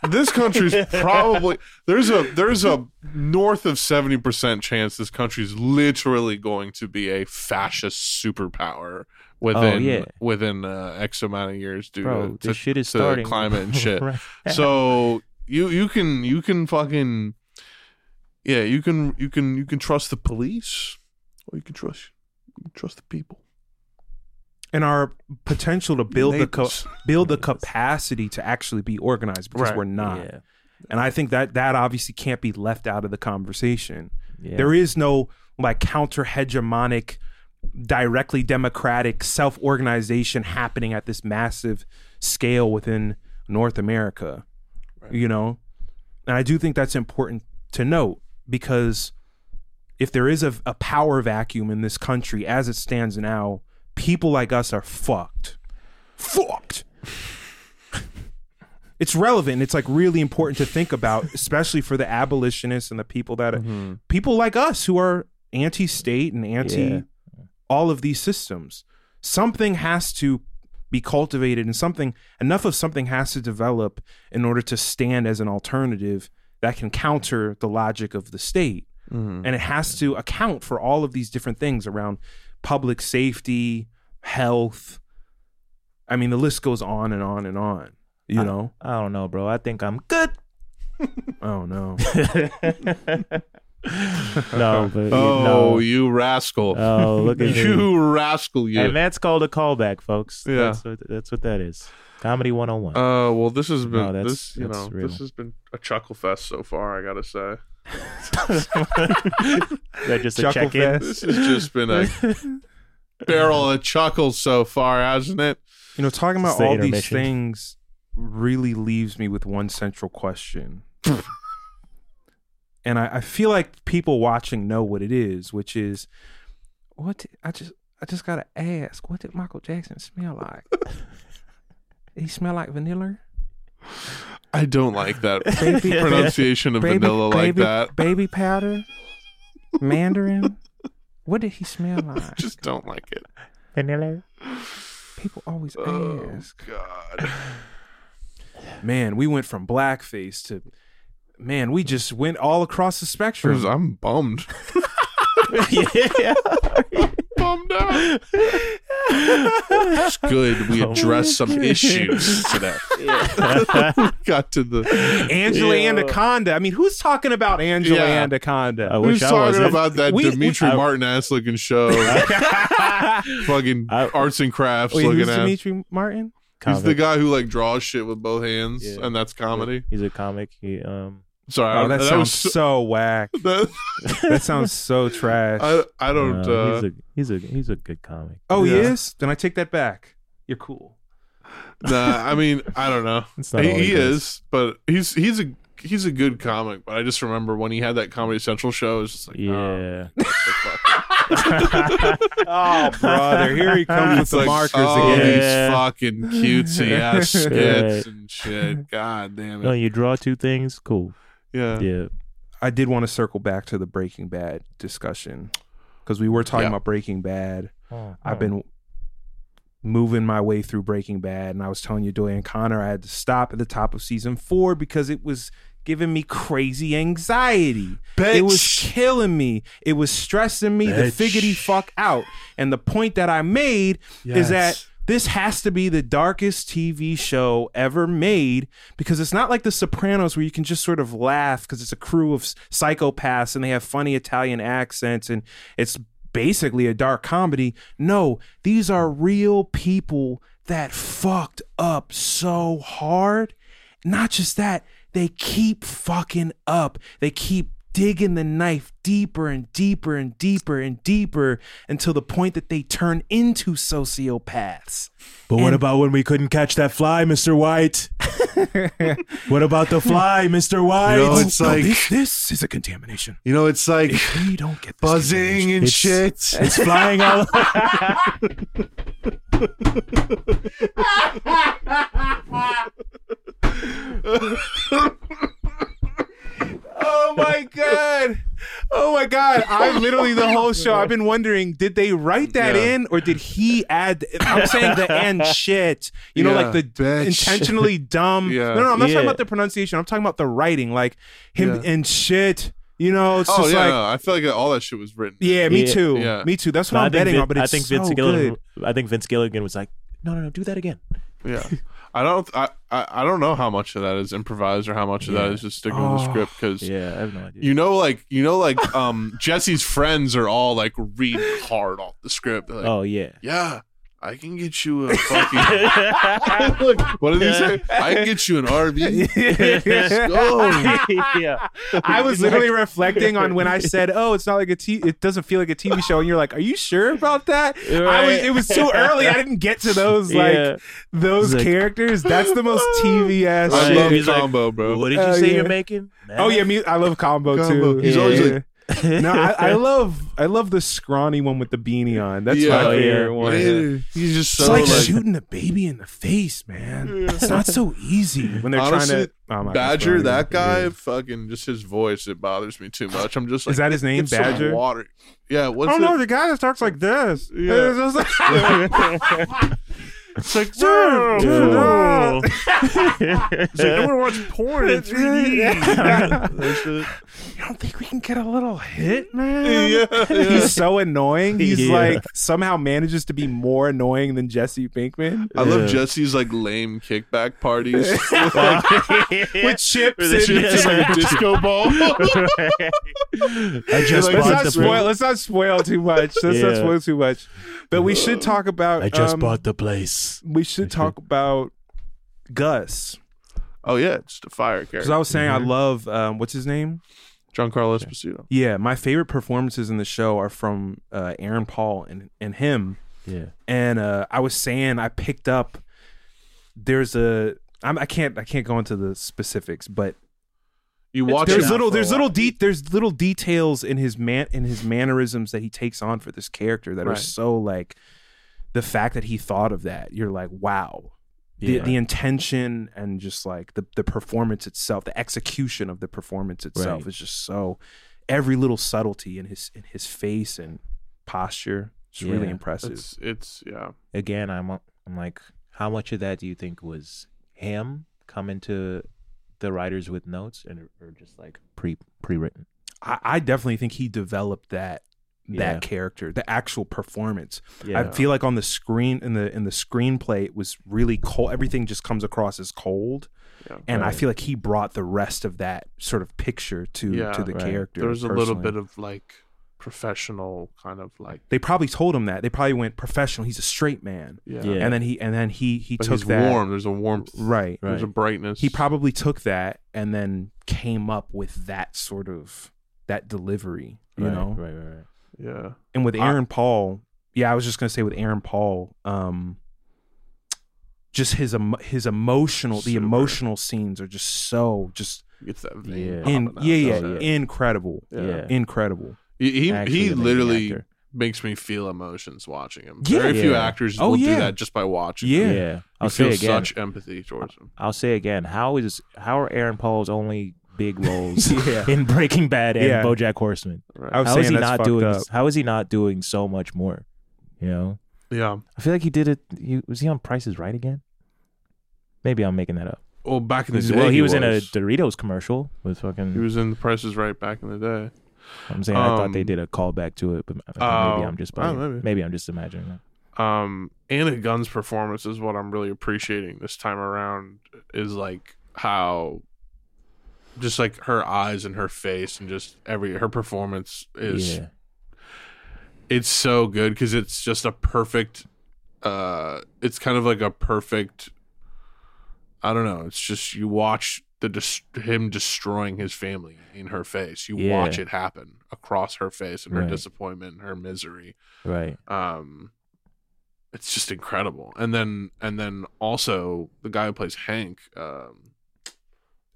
S3: this country's probably there's a there's a north of 70% chance this country's literally going to be a fascist superpower within
S1: Oh, yeah.
S3: within uh, x amount of years due
S1: Bro,
S3: to,
S1: this shit is
S3: to
S1: starting. [laughs]
S3: climate and shit
S1: Right.
S3: so you you can you can fucking Yeah, you can you can you can trust the police, or you can trust you can trust the people.
S2: and our potential to build the co-
S3: Neighbors.
S2: build the capacity to actually be organized because
S3: Right.
S2: we're not.
S3: Yeah.
S2: And I think that that obviously can't be left out of the conversation.
S1: Yeah.
S2: There is no like counter hegemonic, directly democratic self organization happening at this massive scale within North America. You know, and I do think that's important to note because if there is a, a power vacuum in this country as it stands now, people like us are fucked. Fucked. it's relevant. It's like really important to think about, especially for the abolitionists and the people that people like us who are anti-state and anti
S1: Yeah.
S2: all of these systems. Something has to be cultivated and something enough of something has to develop in order to stand as an alternative that can counter the logic of the state and it has to account for all of these different things around public safety, health. I mean, the list goes on and on and on. You
S1: I-
S2: know,
S1: I don't know, bro. I think I'm
S9: [laughs]
S1: good.
S2: oh no,
S1: [laughs]
S9: [laughs]
S1: No, but
S3: oh,
S1: no.
S3: you rascal!
S1: Oh, look
S3: [laughs]
S1: at
S3: you,
S1: me.
S3: rascal! You.
S1: And that's called a callback, folks.
S3: Yeah.
S1: That's what, that's what that is. Comedy 101.
S3: Uh, well, this has
S1: No,
S3: been
S1: that's-
S3: this. You
S1: that's
S3: know,
S1: real.
S3: this has been a chuckle fest so far. I gotta say.
S1: [laughs] that just a Chuckle check-in?
S3: This
S1: fest?
S3: has just been
S1: [laughs]
S3: a barrel of chuckles so far, hasn't it?
S2: you know, talking
S3: It's
S2: about
S3: the
S2: all these
S3: intermission.
S2: things really leaves me with one
S3: [laughs]
S2: central question, and I, I feel like people watching know what it is, which is what did- I just I just gotta ask, what did Michael Jackson smell like?
S3: [laughs]
S2: he smell like vanilla.
S3: I don't like
S2: [laughs]
S3: that pronunciation of
S2: baby-
S3: vanilla like
S2: baby-
S3: that.
S2: Baby powder,
S3: [laughs]
S2: mandarin. what did he smell like?
S3: Just don't like it.
S1: Vanilla.
S2: People always
S3: Uh,
S2: ask.
S3: Oh, God.
S2: [sighs] Man, we went from blackface to man. We just went all across the spectrum.
S3: I'm bummed.
S2: yeah.
S3: Bummed out. It's good.
S2: [laughs]
S3: We
S2: Oh.
S3: addressed some issues
S1: [laughs]
S3: today. [laughs] Got to the
S2: Angela
S3: Yeah.
S2: Anaconda. I mean, who's talking about Angela
S3: Yeah.
S2: Anaconda?
S3: I was talking about that
S2: We- we-
S3: Dimitri
S2: I-
S3: Martin ass looking show.
S2: [laughs]
S3: Fucking arts and crafts
S2: Wait,
S3: looking
S2: who's
S3: ass.
S2: Dimitri Martin?
S3: He's the guy who like draws shit with both hands, and that's comedy.
S1: He's a comic. He um.
S3: Sorry, I-
S2: Oh, that,
S3: that
S2: sounds
S3: was
S2: so,
S3: so-
S2: whack.
S3: That,
S2: sounds so trash.
S3: I, I don't.
S1: No,
S3: uh,
S1: he's a he's a he's a good comic.
S2: oh, he
S3: Yeah.
S2: is. Then I take that back. You're cool.
S3: [laughs] Nah,
S2: [laughs]
S3: I mean, I don't know.
S1: not
S3: he
S1: all he
S3: he
S1: does.
S3: is, but he's he's a he's a good comic. But I just remember when he had that Comedy Central show, it's just like,
S1: yeah,
S2: Oh, brother, here he comes with
S3: it's
S2: the
S3: like,
S2: markers
S3: oh,
S2: again.
S3: these fucking
S9: [laughs]
S3: cutesy ass skits
S1: Right.
S3: and shit. God damn
S1: No,
S3: it.
S1: you draw two things. Cool.
S3: Yeah.
S1: Yeah.
S2: I did want to circle back to the Breaking Bad discussion because we were talking
S3: Yeah.
S2: about Breaking Bad.
S1: Oh,
S2: I've been moving my way through Breaking Bad, and I was telling you, Doy and Connor, I had to stop at the top of season four because it was giving me crazy anxiety. It was killing me. It was stressing me
S1: Bitch.
S2: the figgity fuck out. And the point that I made
S1: Yes.
S2: is that this has to be the darkest TV show ever made because it's not like The Sopranos where you can just sort of laugh because it's a crew of s- psychopaths and they have funny Italian accents and it's basically a dark comedy. No, these are real people that fucked up so hard. Not just that, they keep fucking up. They keep digging the knife deeper and deeper and deeper and deeper until the point that they turn into sociopaths.
S9: But what
S2: And-
S9: about when we couldn't catch that fly, Mr. White? what about the fly, Mr. White?
S3: You know, it's
S2: No,
S3: like
S2: this, [laughs] this is a contamination.
S3: you know, it's like
S2: [laughs] We don't get
S3: buzzing and
S9: It's-
S3: shit.
S9: it's flying
S3: [laughs]
S9: all
S2: Oh my god. Oh my god. I literally the
S3: [laughs]
S2: whole show I've been wondering did they write that
S3: Yeah.
S2: in or did he add I'm saying
S3: [laughs]
S2: the and shit. You know
S3: Yeah,
S2: like the
S3: bitch.
S2: intentionally dumb.
S3: Yeah.
S2: No, no, I'm not
S3: Yeah.
S2: talking about the pronunciation. I'm talking about the writing like him
S3: Yeah.
S2: and shit. You know, it's
S3: oh
S2: just
S3: yeah,
S2: like
S3: no, I feel like all that shit was written.
S2: Yeah, me
S1: Yeah.
S2: too.
S3: Yeah.
S2: Me too. That's what
S1: No,
S2: I'm
S1: think
S2: betting
S1: Vin-
S2: on, but it's
S1: I think Vince
S2: so
S1: Gilligan.
S2: good.
S1: I think Vince Gilligan was like, no, no, no, do that again.
S3: Yeah. I don't. I, I I don't know how much of that is improvised or how much of that is just sticking with the
S1: Oh,
S3: script because
S1: yeah, I have no idea.
S3: You know, like you know, like um [laughs] Jesse's friends are all like read hard off the script. They're like,
S1: Oh yeah.
S3: yeah. I can get you a fucking.
S9: [laughs]
S3: [laughs] Look, what did he
S2: [laughs]
S3: say? I can get you an RV. Let's go.
S1: yeah.
S3: [laughs]
S2: I [laughs] was literally reflecting on when I said, "Oh, it's not like a t. It doesn't feel like a TV show," and you're like, "Are you sure about that?" I was.
S1: Right.
S2: It was too early. I didn't get to those like
S1: Yeah.
S2: those
S1: Like-
S2: characters. That's the most TV ass.
S3: "Ah." I love
S2: shit.
S3: combo, bro. Uh,
S1: What did you
S2: [laughs] Oh,
S1: say
S2: yeah.
S1: you're making?
S2: Oh yeah, me. I love combo,
S3: Combo.
S2: too.
S3: He's always like-
S2: Yeah. no, I,
S3: [laughs]
S2: I love I love the scrawny one with the beanie on. That's
S3: Yeah.
S2: my
S3: Oh, yeah.
S2: favorite one.
S3: Yeah. He's just
S2: it's
S3: so,
S2: like,
S3: like-
S2: shooting a baby in the face, man. It's not so easy when they're
S3: Honestly,
S2: trying to Oh, I'm not gonna
S3: Badger,
S2: spoil
S3: that
S2: it.
S3: guy, fucking just his voice, it bothers me too much. I'm just like,
S2: Is that his
S3: "Get
S2: name,
S3: some
S2: Badger?"
S3: Water. Yeah. [laughs] What's
S2: oh
S3: it?
S2: no, the guy that talks like this.
S3: Yeah.
S2: It's just like-
S3: It's like,
S2: Sir,
S3: "Whoa,
S2: sir,
S3: whoa."
S2: It's like, "No one
S3: watch porn in 3D. That's it.
S2: [laughs] You don't think we can get a little hit, man?
S3: Yeah, yeah.
S2: [laughs] He's so annoying. He's
S3: Yeah.
S2: like somehow manages to be more annoying than Jesse Pinkman.
S3: I love
S2: Yeah.
S3: Jesse's like lame kickback parties
S1: [laughs]
S3: [laughs] with,
S2: with chips
S3: with the
S2: and
S3: chips and a [laughs] disco ball.
S2: I
S3: just
S2: let's
S3: bought
S2: not
S3: the
S2: spoil.
S3: place.
S2: Let's not spoil too much. Let's not
S1: Yeah.
S2: spoil too much. But we should talk about.
S1: I just
S2: um,
S1: bought the place.
S2: We should talk about Gus
S3: oh yeah, it's the fire character.
S2: because I was saying
S1: Mm-hmm.
S2: I love um, what's his name,
S3: John Carlos Esposito.
S2: Yeah, my favorite performances in the show are from uh, Aaron Paul and and him.
S1: Yeah.
S2: and uh, I was saying I picked up. There's a I'm, I can't I can't go into the specifics, but
S3: You watch
S2: there's
S3: him
S2: little
S3: for a
S2: there's
S3: while.
S2: little de- there's little details in his man in his mannerisms that he takes on for this character that are
S1: Right.
S2: so like the fact that he thought of that you're like wow the,
S1: Yeah.
S2: the intention and just like the the performance itself the execution of the performance itself
S1: Right.
S2: is just so every little subtlety in his in his face and posture it's really
S1: Yeah.
S2: impressive
S3: It's, it's yeah.
S1: again i'm uh, i'm like how much of that do you think was him coming to the writers with notes and or just like pre pre-written
S2: I, I definitely think he developed that that
S1: Yeah.
S2: character, the actual performance. I
S1: Yeah.
S2: feel like on the screen in the in the screenplay it was really cold. Everything just comes across as cold. and I
S3: Right.
S2: feel like he brought the rest of that sort of picture to
S3: yeah,
S2: to the character.
S3: There's a little
S2: personally.
S3: bit of like professional kind of like
S2: they probably told him that. They probably went professional. He's a straight man.
S3: Yeah. Yeah.
S2: And then he and then he he [laughs]
S3: But
S2: took
S3: he's
S2: that
S3: warm. There's a warmth.
S2: Right.
S3: There's a
S2: Right.
S3: brightness.
S2: He probably took that and then came up with that sort of that delivery. You
S1: Right,
S2: know.
S1: right right right
S3: yeah.
S2: and with
S3: I-
S2: Aaron Paul, yeah, I was just gonna say with Aaron Paul, um, just his emo- his emotional, the
S3: Super.
S2: emotional scenes are just so just
S3: Gets that vein
S2: yeah,
S3: popping
S2: in,
S3: out.
S2: yeah, yeah,
S3: That's it.
S2: incredible,
S3: Yeah.
S2: incredible.
S3: He he,
S1: Actually
S3: he
S1: amazing
S3: literally
S1: actor.
S3: makes me feel emotions watching him.
S2: Yeah.
S3: Very few
S1: Yeah.
S3: actors
S2: Oh,
S3: will
S2: yeah.
S3: do that just by watching.
S2: Yeah.
S3: him.
S1: Yeah.
S3: You
S1: I'll say
S3: feel
S1: again.
S3: such empathy towards him.
S1: i'll say again how is how are aaron paul's only big roles
S2: [laughs] Yeah.
S1: in breaking bad and
S2: Yeah.
S1: bojack horseman
S3: Right.
S2: I was
S1: how is
S2: saying
S1: he
S2: that's
S1: not
S2: fucked
S1: doing
S2: up.
S1: how is he not doing so much more you know
S3: Yeah.
S1: i feel like he did it he, was he on prices right again maybe i'm making that up
S3: Well, back in the day,
S1: well he,
S3: he
S1: was in a
S3: was.
S1: doritos commercial with fucking
S3: He was in The Price is Right back in the day.
S1: I'm saying I thought they
S3: Um,
S1: did a callback to it, but maybe
S3: Oh.
S1: I'm just
S3: Oh,
S1: bugging.
S3: maybe.
S1: maybe. I'm just imagining that.
S3: um Anna Gunn's performance is what I'm really appreciating this time around is like how just like her eyes and her face and just every her performance is
S1: Yeah.
S3: it's so good cuz it's just a perfect uh it's kind of like a perfect I don't know it's just you watch the dis- him destroying his family in her face you
S1: Yeah.
S3: watch it happen across her face and her
S1: Right.
S3: disappointment and her misery
S1: Right.
S3: um it's just incredible and then and then also the guy who plays hank um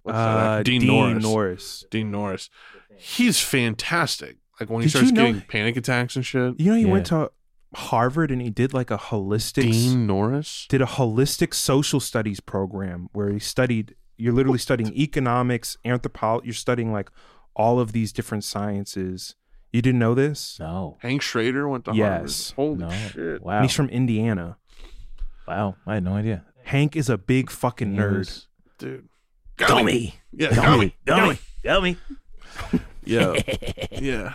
S3: what's that
S2: Uh,
S3: actor? dean,
S2: Dean
S3: norris.
S2: Norris.
S3: dean norris he's fantastic like when he
S2: Did you
S3: starts
S2: know-
S3: getting panic attacks and shit
S2: You know, he went to Harvard and he did like a holistic.
S3: Dean Norris
S2: did a holistic social studies program where he studied. You're literally studying economics, anthropology. You're studying like all of these different sciences. You didn't know this?
S1: No.
S3: hank schrader went to
S2: Yes.
S3: harvard holy
S1: No.
S3: shit
S1: Wow.
S2: And he's from Indiana.
S1: Wow. I had no idea.
S2: Hank is a big fucking
S1: He
S2: nerd.
S1: was-
S3: dude
S2: Dummy.
S3: yeah dummy
S2: [laughs]
S4: [laughs]
S1: Dummy. Dummy.
S3: yeah [laughs] yeah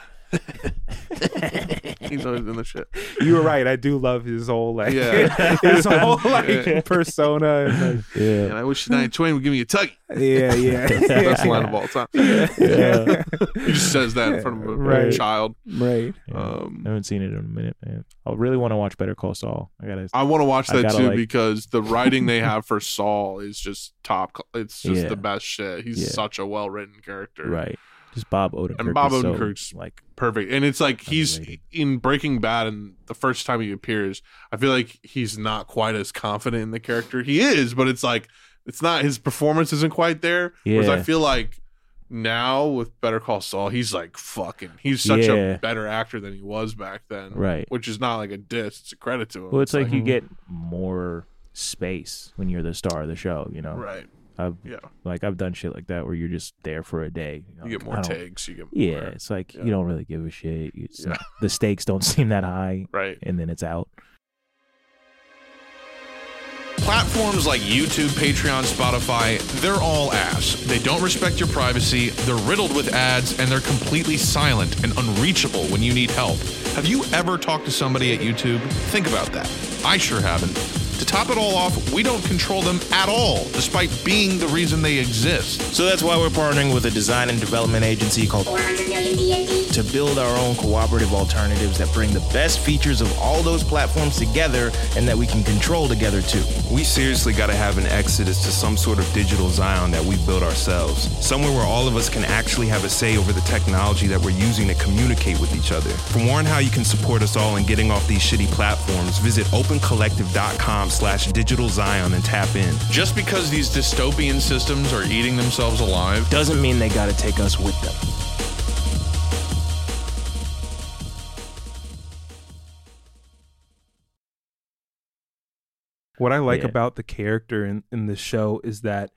S3: He's always been the shit.
S2: You were right. I do love his whole like
S3: Yeah.
S2: [laughs]
S3: [laughs]
S2: his whole like
S3: Yeah.
S2: persona. And, like,
S3: Yeah. And I wish Shania Twain would give me a tuggy.
S2: [laughs] Yeah, yeah.
S3: Best
S2: Yeah.
S3: line
S2: [laughs]
S3: of all time.
S2: Yeah. Yeah.
S3: [laughs] he just says that in front of a
S1: Right.
S3: child. Um,
S2: Right.
S1: I haven't seen it in a minute, man. I really want to watch Better Call Saul. I gotta.
S3: I want to watch
S1: I
S3: that
S1: gotta,
S3: too
S1: like-
S3: because
S1: [laughs]
S3: the writing they have for Saul is just top. cl- It's just
S1: Yeah.
S3: the best shit. He's
S1: Yeah.
S3: such a well written character.
S1: right, just Bob Odenkirk.
S3: And Bob
S1: is so-
S3: Odenkirk's like perfect, and it's like he's in Breaking Bad, and the first time he appears, I feel like he's not quite as confident in the character. He is, but it's like it's not his performance isn't quite there. Whereas I
S1: Yeah.
S3: feel like now with Better Call Saul, he's like fucking. He's such
S1: Yeah.
S3: a better actor than he was back then,
S1: Right.
S3: Which is not like a diss; it's a credit to him.
S1: Well, it's like you get more space when you're the star of the show, you know?
S3: Right.
S1: I've,
S3: Yeah.
S1: Like I've done shit like that where you're just there for a day.
S3: You get
S1: like,
S3: more
S1: I don't-
S3: takes, you get
S1: Yeah,
S3: more-
S1: it's like
S3: yeah.
S1: you don't really give a shit. You- it's
S3: Yeah.
S1: not- the stakes don't [laughs] seem that high.
S3: Right.
S1: And then it's out.
S18: Platforms like YouTube, Patreon, Spotify, they're all ass. They don't respect your privacy, they're riddled with ads, and they're completely silent and unreachable when you need help. Have you ever talked to somebody at YouTube? Think about that. I sure haven't. To top it all off, we don't control them at all, despite being the reason they exist.
S1: So that's why we're partnering with a design and development agency called to build our own cooperative alternatives that bring the best features of all those platforms together and that we can control together too.
S19: We seriously got to have an exodus to some sort of digital Zion that we build ourselves. Somewhere where all of us can actually have a say over the technology that we're using to communicate with each other. For more on how you can support us all in getting off these shitty platforms, visit opencollective.com slash digital Zion and tap in.
S18: Just because these dystopian systems are eating themselves alive
S1: doesn't mean they gotta take us with them.
S2: What I like
S1: Yeah.
S2: about the character in, in the show is that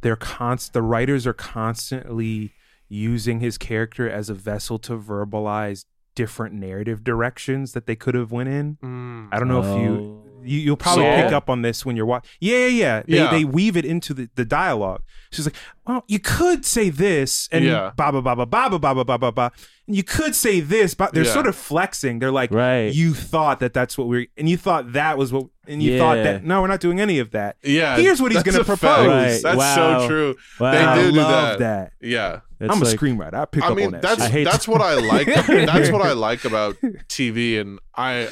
S2: they're const the writers are constantly using his character as a vessel to verbalize different narrative directions that they could have went in.
S3: Mm.
S2: I don't know if you, you you'll probably
S3: Saul?
S2: pick up on this when you're watching. Yeah, yeah, yeah. They,
S3: Yeah.
S2: they weave it into the, the dialogue. She's like, well, you could say this and
S3: Yeah.
S2: ba ba ba ba ba ba ba ba ba ba ba. And you could say this, but they're
S3: Yeah.
S2: sort of flexing. They're like, right. you thought that that's what we're, and you thought that was what, and you thought
S3: Yeah.
S2: that no, we're not doing any of that.
S3: Yeah,
S2: here's what he's
S3: that's
S2: going to
S3: a fact.
S2: propose.
S3: That's so true.
S2: Wow.
S3: They do do
S2: I love
S3: that.
S2: that.
S3: Yeah,
S2: I'm a screenwriter. I pick
S3: I
S2: up
S3: mean,
S2: on that.
S3: that's
S2: shit.
S3: that's what I
S2: [laughs]
S3: like. that's what I like about TV, and I,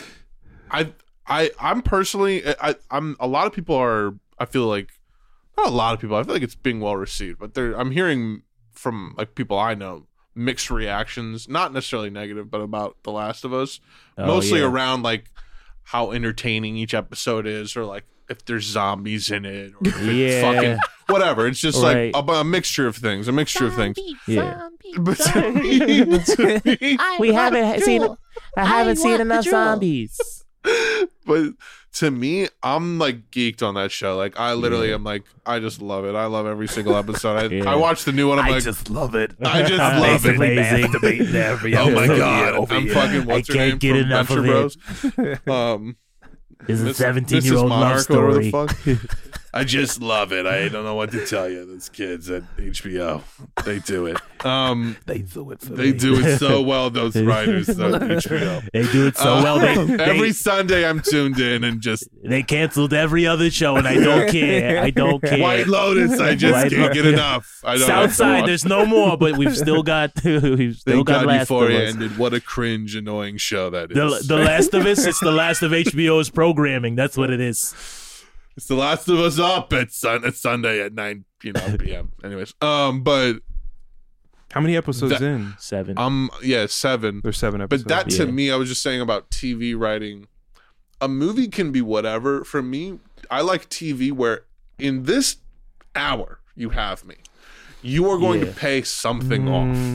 S3: I, I, I'm personally, I, I'm a lot of people are. I feel like not a lot of people. I feel like it's being well received, but they're, I'm hearing from like people I know mixed reactions, not necessarily negative, but about The Last of Us,
S1: Oh,
S3: mostly
S1: yeah.
S3: around like how entertaining each episode is, or like if there's zombies in it, or if it's
S1: Yeah.
S3: fucking whatever. It's just
S1: Right.
S3: like a, a mixture of things, a mixture of things.
S1: Yeah.
S3: [laughs]
S11: [laughs]
S20: [laughs] we haven't [laughs] seen. I haven't seen enough zombies.
S3: but to me, I'm like geeked on that show. Like I literally am like, I just love it. I love every single episode. I, I watch the new one. I'm
S21: I
S3: like,
S21: just love it.
S3: I just
S21: I'm
S3: love it.
S21: basically masturbating every
S3: oh my
S21: episode.
S3: god,
S21: Yeah, over
S3: I'm
S21: here.
S3: fucking.
S21: I
S3: What's her
S21: can't
S3: name
S21: get
S3: from
S21: enough
S3: Venture
S21: of
S3: Bros.
S21: it. [laughs]
S3: Um,
S21: This is
S3: Miss-
S21: 17-year-old love
S3: Mrs. Monarch or whatever the
S21: story. [laughs]
S3: fuck. I just love it. I don't know what to tell you. Those kids at HBO, they do it. Um,
S21: they do it. For
S3: they
S21: me.
S3: do
S21: [laughs]
S3: it so well. Those writers at HBO.
S21: They do it so
S3: Uh,
S21: well.
S3: [laughs]
S21: They, they,
S3: every Sunday, I'm tuned in and just
S21: they canceled every other show, and I
S3: [laughs]
S21: don't care. I don't care.
S3: White Lotus, I just
S21: White
S3: can't
S21: Lo-
S3: get enough. I don't have to watch.
S21: Southside, there's no more, but
S3: [laughs]
S21: we've still got [laughs] we've still
S3: Thank
S21: got
S3: God
S21: Last of
S3: Euphoria
S21: Us.
S3: ended. What a cringe, annoying show that is.
S21: The, the Last of
S3: [laughs]
S21: Us, it's the last of HBO's programming. That's what it is.
S3: It's the Last of Us up at sun at Sunday at nine you know p.m. Anyways, um, but
S2: How many episodes
S3: That-
S2: in?
S1: Seven.
S3: um, yeah, seven.
S2: There's seven episodes.
S3: But that to
S2: Yeah.
S3: me, I was just saying about TV writing. A movie can be whatever. For me, I like TV where in this hour you have me. You are going
S1: Yeah.
S3: to pay something
S1: Mm,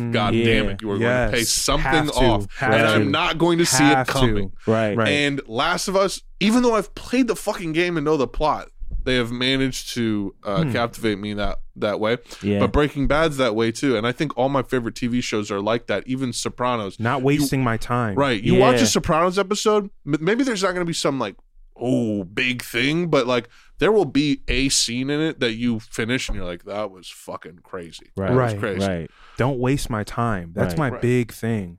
S3: off. God damn
S1: yeah.
S3: it. You are going
S1: Yes.
S3: to pay something
S1: Have to.
S3: off.
S1: Have
S3: and
S1: to.
S3: I'm not going to see
S1: Have
S3: it
S1: to.
S3: coming.
S1: Right. Right.
S3: And Last of Us, even though I've played the fucking game and know the plot, they have managed to uh,
S1: Hmm.
S3: captivate me that that way.
S1: Yeah.
S3: But Breaking Bad's that way too. And I think all my favorite TV shows are like that, even Sopranos.
S2: Not wasting my time.
S3: Right. You watch
S2: Yeah.
S3: a Sopranos episode, m- maybe there's not going to be some like, oh, big thing, but like there will be a scene in it that you finish and you're like, that was fucking crazy. That was
S2: right,
S3: crazy.
S2: Don't waste my time. That's
S3: Right.
S2: my
S3: Right.
S2: big thing.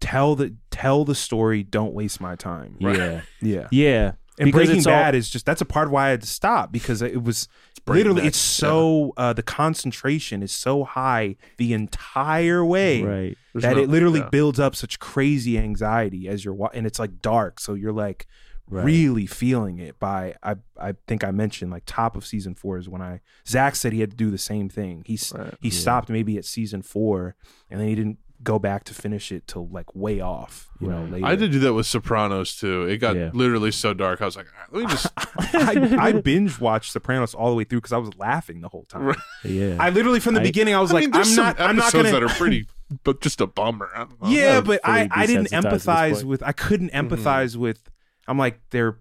S2: tell the tell the story. Don't waste my time.
S1: Right. Yeah.
S2: [laughs] yeah,
S1: Yeah.
S2: And
S1: Because
S2: Breaking
S1: it's all-
S2: Bad is just that's a part of why I had to stop because it was
S1: Breaking
S2: literally
S1: Bad,
S2: it's so uh, the concentration is so high the entire way
S1: Right. There's
S2: that
S1: no-
S2: it literally
S1: yeah.
S2: builds up such crazy anxiety as you're wa- and it's like dark so you're like
S1: Right.
S2: really feeling it by I I think I mentioned like top of season four is when I Zach said he had to do the same thing he s he
S1: Yeah.
S2: stopped maybe at season four and then he didn't go back to finish it till like way off you know later
S3: I did do that with Sopranos too. It got literally so dark. I was like, "All right, let me
S2: [laughs]
S3: just
S2: I, I
S3: [laughs]
S2: binge watched Sopranos all the way through because I was laughing the whole time.
S1: Yeah.
S2: I literally from the beginning I was like,
S3: mean, there's
S2: I'm
S3: some
S2: not, I'm not
S3: episodes
S2: gonna.
S3: that are
S2: [laughs]
S3: pretty, but just a bummer. I don't know.
S2: yeah, but I, I didn't empathize with. I couldn't
S3: Mm-hmm.
S2: empathize with. I'm like they're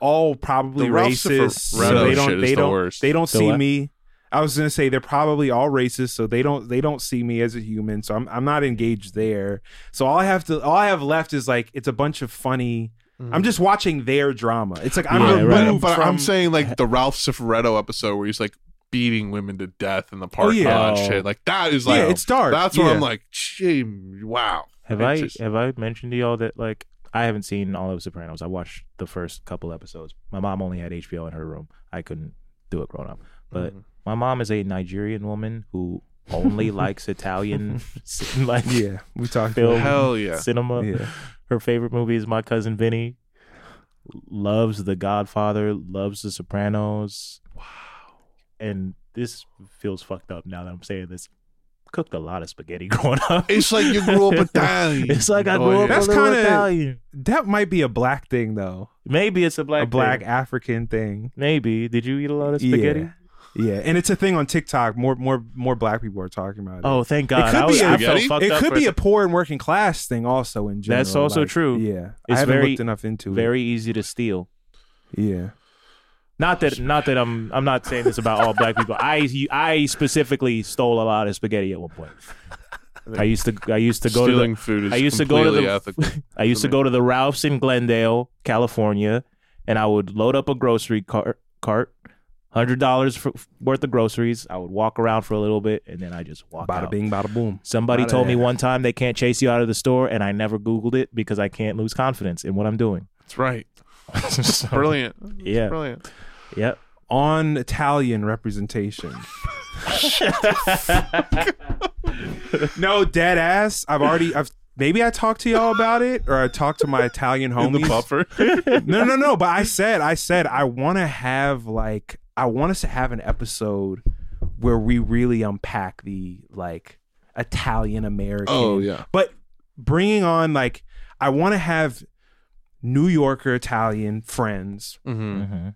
S2: all probably
S3: The Ralph
S2: racist.
S3: Saffer-
S2: so they
S3: Ralph
S2: don't.
S3: shit is
S2: they
S3: the
S2: don't.
S3: worst.
S2: They don't
S3: The
S2: see
S3: what?
S2: me. I was gonna say they're probably all racist, so they don't. They don't see me as a human. So I'm. I'm not engaged there. So all I have to. All I have left is like it's a bunch of funny. I'm just watching their drama. It's like I'm
S3: Mm. Yeah,
S2: removed
S3: right. but
S2: from
S3: I'm saying
S2: [laughs]
S3: like the Ralph Cifaretto episode where he's like beating women to death in the park
S2: yeah.
S3: and
S2: Oh.
S3: shit. Like that is
S2: Yeah,
S3: like
S2: it's dark.
S3: That's where
S1: Yeah.
S3: I'm like, gee, wow.
S1: Have
S3: It
S1: I
S3: just-
S1: have I mentioned to y'all that like I haven't seen all of Sopranos. I watched the first couple episodes. My mom only had HBO in her room. I couldn't do it growing up. But
S2: Mm-hmm.
S1: my mom is a Nigerian woman who
S2: [laughs]
S1: only likes Italian [laughs] c- like
S2: Yeah, we talked
S1: film
S2: about- Hell yeah.
S1: cinema.
S2: Yeah.
S1: Her favorite movie is My Cousin Vinny. Loves The Godfather, loves The Sopranos. Wow. And this feels fucked up now that I'm saying this. Cooked a lot of spaghetti [laughs] growing up.
S3: It's like you grew
S1: [laughs]
S3: up Italian.
S1: it's like I grew up
S2: Oh, That's
S1: a little
S2: kinda-
S1: Italian.
S2: That might be a black thing though.
S1: Maybe it's a black
S2: a black
S1: thing.
S2: African thing.
S1: Maybe. Did you eat a lot of spaghetti?
S2: Yeah. Yeah. and it's a thing on TikTok. More, more, more black people are talking about it.
S1: Oh, thank God.
S2: It could
S1: I
S2: be,
S1: was-
S2: a,
S1: I felt fucked
S2: it
S1: up
S2: could
S1: for
S2: be
S1: a
S2: a poor and working class thing, also in general.
S1: That's also
S2: like,
S1: true.
S2: Yeah,
S1: It's
S2: I haven't
S1: very,
S2: looked enough into
S1: Very
S2: it.
S1: easy to steal.
S3: [laughs]
S2: Yeah.
S1: Not that, not that I'm, I'm not saying this about all black people. I, I specifically stole a lot of spaghetti at one point. I used to, I used to go to
S3: Stealing
S1: the,
S3: food is
S1: I used to go to
S3: completely
S1: the,
S3: ethical
S1: [laughs] I used to
S3: me.
S1: go to the Ralphs in Glendale, California, and I would load up a grocery cart, cart, hundred dollars worth of groceries. I would walk around for a little bit, and then I just walk
S2: Bada
S1: out.
S2: bing, bada boom.
S1: Somebody
S2: Bada
S1: told me
S2: bing.
S1: one time they can't chase you out of the store, and I never Googled it because I can't lose confidence in what I'm doing.
S3: That's
S1: [laughs]
S3: right.
S1: So,
S3: Brilliant.
S1: Yeah.
S3: Brilliant.
S1: Yep.
S2: On Italian representation. no, dead ass. I've already. I've maybe I talked to y'all about it, or I talked to my Italian homies.
S3: the
S1: [laughs]
S3: buffer.
S2: [laughs] no, no, no. But I said, I said, I want to have like, I want us to have an episode where we really unpack the like Italian American.
S3: Oh, yeah.
S2: But bringing on like, I want to have New Yorker Italian friends
S3: Mm-hmm.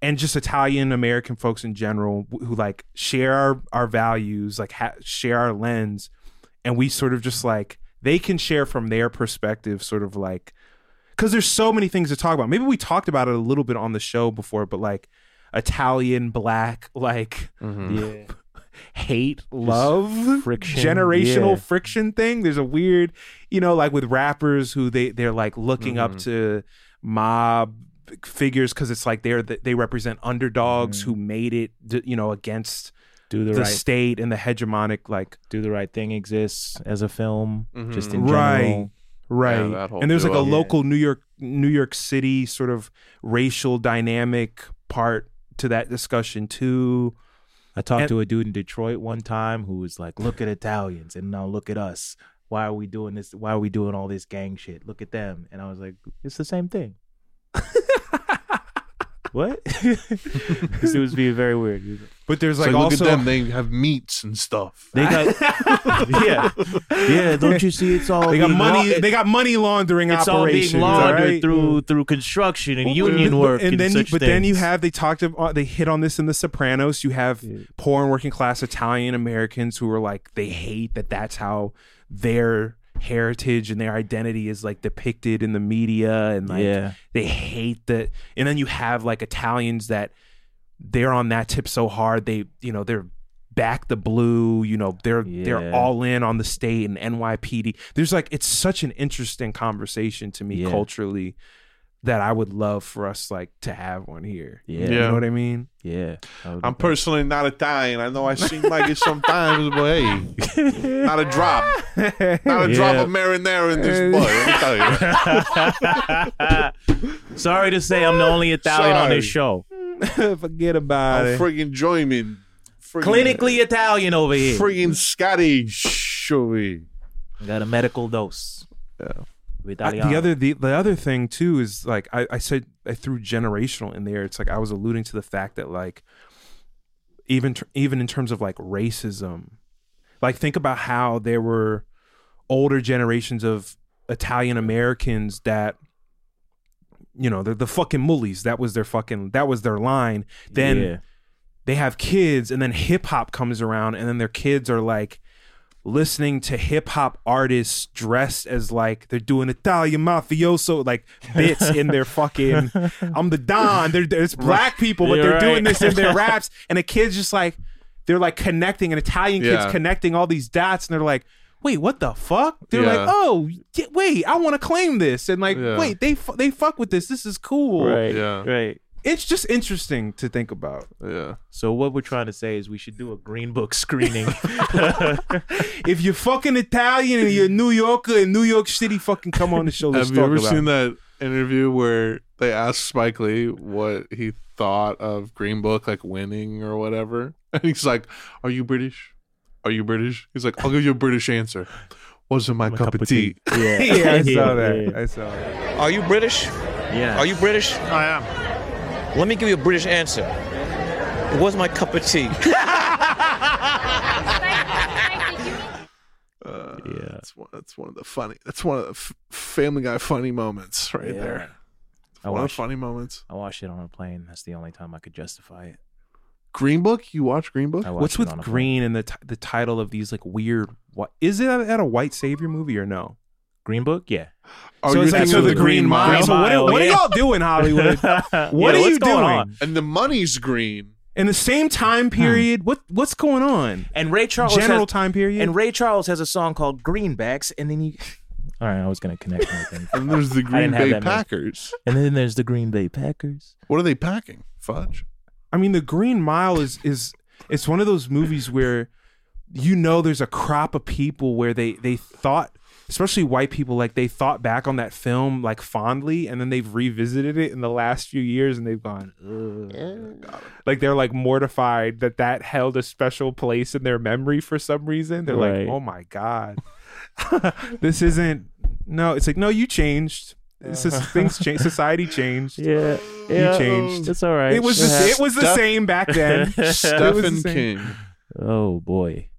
S2: and just Italian American folks in general who, who like share our, our values, like ha- share our lens, and we sort of just like they can share from their perspective, sort of like because there's so many things to talk about. Maybe we talked about it a little bit on the show before, but like Italian, black, like
S1: Mhm.
S2: [laughs] hate, love,
S1: friction,
S2: generational
S1: yeah.
S2: friction thing. There's a weird, you know, like with rappers who they they're like looking up
S1: Mm-hmm.
S2: to mob figures because it's like they're the, they represent underdogs who made it, d- you know, against
S1: Mm-hmm. Do the right-
S2: state and the hegemonic like
S1: do the right thing exists as a film, just in
S2: Mm-hmm. right
S1: general.
S2: right
S1: Mm-hmm. Yeah, that whole
S2: and there's like a
S1: duo.
S2: local new york new york city sort of racial dynamic part to that discussion too
S1: I talked
S2: And-
S1: to a dude in Detroit one time who was like, "Look at Italians, and now look at us. Why are we doing this? Why are we doing all this gang shit? Look at them." And I was like, "It's the same
S2: [laughs]
S1: thing." what? this dude was being very weird. He was like-
S2: But there's,
S3: It's
S2: like,
S3: look
S2: also-
S3: at them. They have meats and stuff.
S1: They
S3: [laughs]
S1: got [laughs] yeah, yeah. Don't you see? It's [laughs] all
S2: they got
S1: being
S2: money
S1: law-
S2: they got money laundering
S1: It's all
S2: operations
S1: being laundered
S2: all right? Mm.
S1: through through construction and
S2: Well,
S1: union
S2: but-
S1: work and,
S2: then
S1: such
S2: you, but then you
S1: things.
S2: have they talked about they hit on this in the Sopranos. You have poor and working class Italian Americans who are like they hate that that's how their heritage and their identity is like depicted in the media and like
S1: Yeah.
S2: they hate that. And then you have like Italians that they're on that tip so hard they you know they're back the blue you know they're
S1: Yeah.
S2: they're all in on the state and NYPD there's like it's such an interesting conversation to me
S1: Yeah.
S2: culturally that I would love for us like to have one here.
S3: Yeah.
S2: You
S3: Yeah.
S2: know what I mean?
S1: Yeah.
S3: I'm personally not Italian. I know I seem like it sometimes, but [laughs] hey, not a drop, not a drop
S1: Yeah.
S3: of marinara in this boy. Let me tell you.
S1: [laughs] Sorry to say, I'm the only Italian on this show.
S2: [laughs] Forget about
S3: I'm
S2: it.
S3: friggin' Joyman, friggin'
S1: Clinically Italian over here.
S3: friggin' Scottish over here.
S1: Got a medical dose.
S3: Yeah.
S2: I- the other the, the other thing too is like I, I said I threw generational in there. It's like I was alluding to the fact that like even tr- even in terms of like racism, like think about how there were older generations of Italian Americans that you know they're the fucking mullies. That was their fucking that was their line. Then
S1: Yeah.
S2: they have kids, and then hip hop comes around, and then their kids are like listening to hip hop artists dressed as like they're doing Italian mafioso like bits
S1: [laughs]
S2: in their fucking I'm the Don. They're, they're- it's black people, but
S1: You're
S2: they're
S1: right.
S2: doing
S3: [laughs]
S2: this in
S1: [laughs]
S2: their raps, and the kids just like they're like connecting, and Italian kids
S1: Yeah.
S2: connecting all these dots, and they're like. Wait, what the fuck? They're
S1: Yeah.
S2: like, oh, y- wait, I want to claim this, and like,
S1: Yeah.
S2: wait, they fu- they fuck with this. This is cool.
S1: Right. Yeah. Right.
S2: It's just interesting to think about.
S3: Yeah.
S1: So what we're trying to say is we should do a green book screening.
S2: [laughs] if you're fucking Italian and you're a New Yorker in New York City, fucking come on the show. Let's
S3: Have you
S2: talk
S3: ever
S2: about
S3: seen
S2: it.
S3: that interview where they asked Spike Lee what he thought of Green Book, like winning or whatever? [laughs] And he's like, Are you British? Are you British? He's like, I'll give you a British [laughs] answer. Wasn't my, cup, of tea. [laughs]
S2: Yeah. [laughs] Yeah, I saw that. I saw that.
S22: Are you British? Yeah. Are you British? I am. Let me give you a British answer. It was my cup of
S1: [laughs]
S22: tea.
S3: Uh, yeah. That's one, that's one of the funny, that's one of the f- Family Guy funny moments right
S1: Yeah.
S3: there.
S1: I
S3: one of the
S1: watched-
S3: funny moments.
S1: I watched it on a plane. That's the only time I could justify it.
S3: Green Book? You watch Green Book?
S1: I watched
S2: What's
S1: it
S2: with
S1: on a
S2: green and the t- the title of these like weird? What is it at a white savior movie or no?
S1: Green Book, yeah.
S2: Oh, so it's like so the Green Mile. So what, what are y'all
S1: [laughs]
S2: doing, Hollywood? what are you doing?
S3: And the money's green.
S2: In the same time period, what what's going on?
S1: And Ray Charles
S2: General
S1: has-
S2: time period.
S1: And Ray Charles has a song called Greenbacks, and then you. All right, I was gonna connect.
S2: [laughs]
S3: and there's the Green Bay
S1: Packers. And then there's the Green
S3: [laughs]
S1: Bay Packers.
S3: What are they packing? Fudge.
S2: I mean, the Green Mile is is it's one of those movies where you know there's a crop of people where they they thought especially white people like they thought back on that film like fondly and then they've revisited it in the last few years and they've gone Ugh. like they're like mortified that that held a special place in their memory for some reason they're
S1: Right.
S2: like oh my god [laughs] this isn't no it's like no you changed this is things change society changed yeah,
S1: yeah,
S2: you changed
S1: it's all right.
S2: it was
S1: It
S2: the, it was the
S1: happens.
S2: same back then It was the
S3: Stephen
S2: same.
S3: King. Oh,
S1: Oh boy.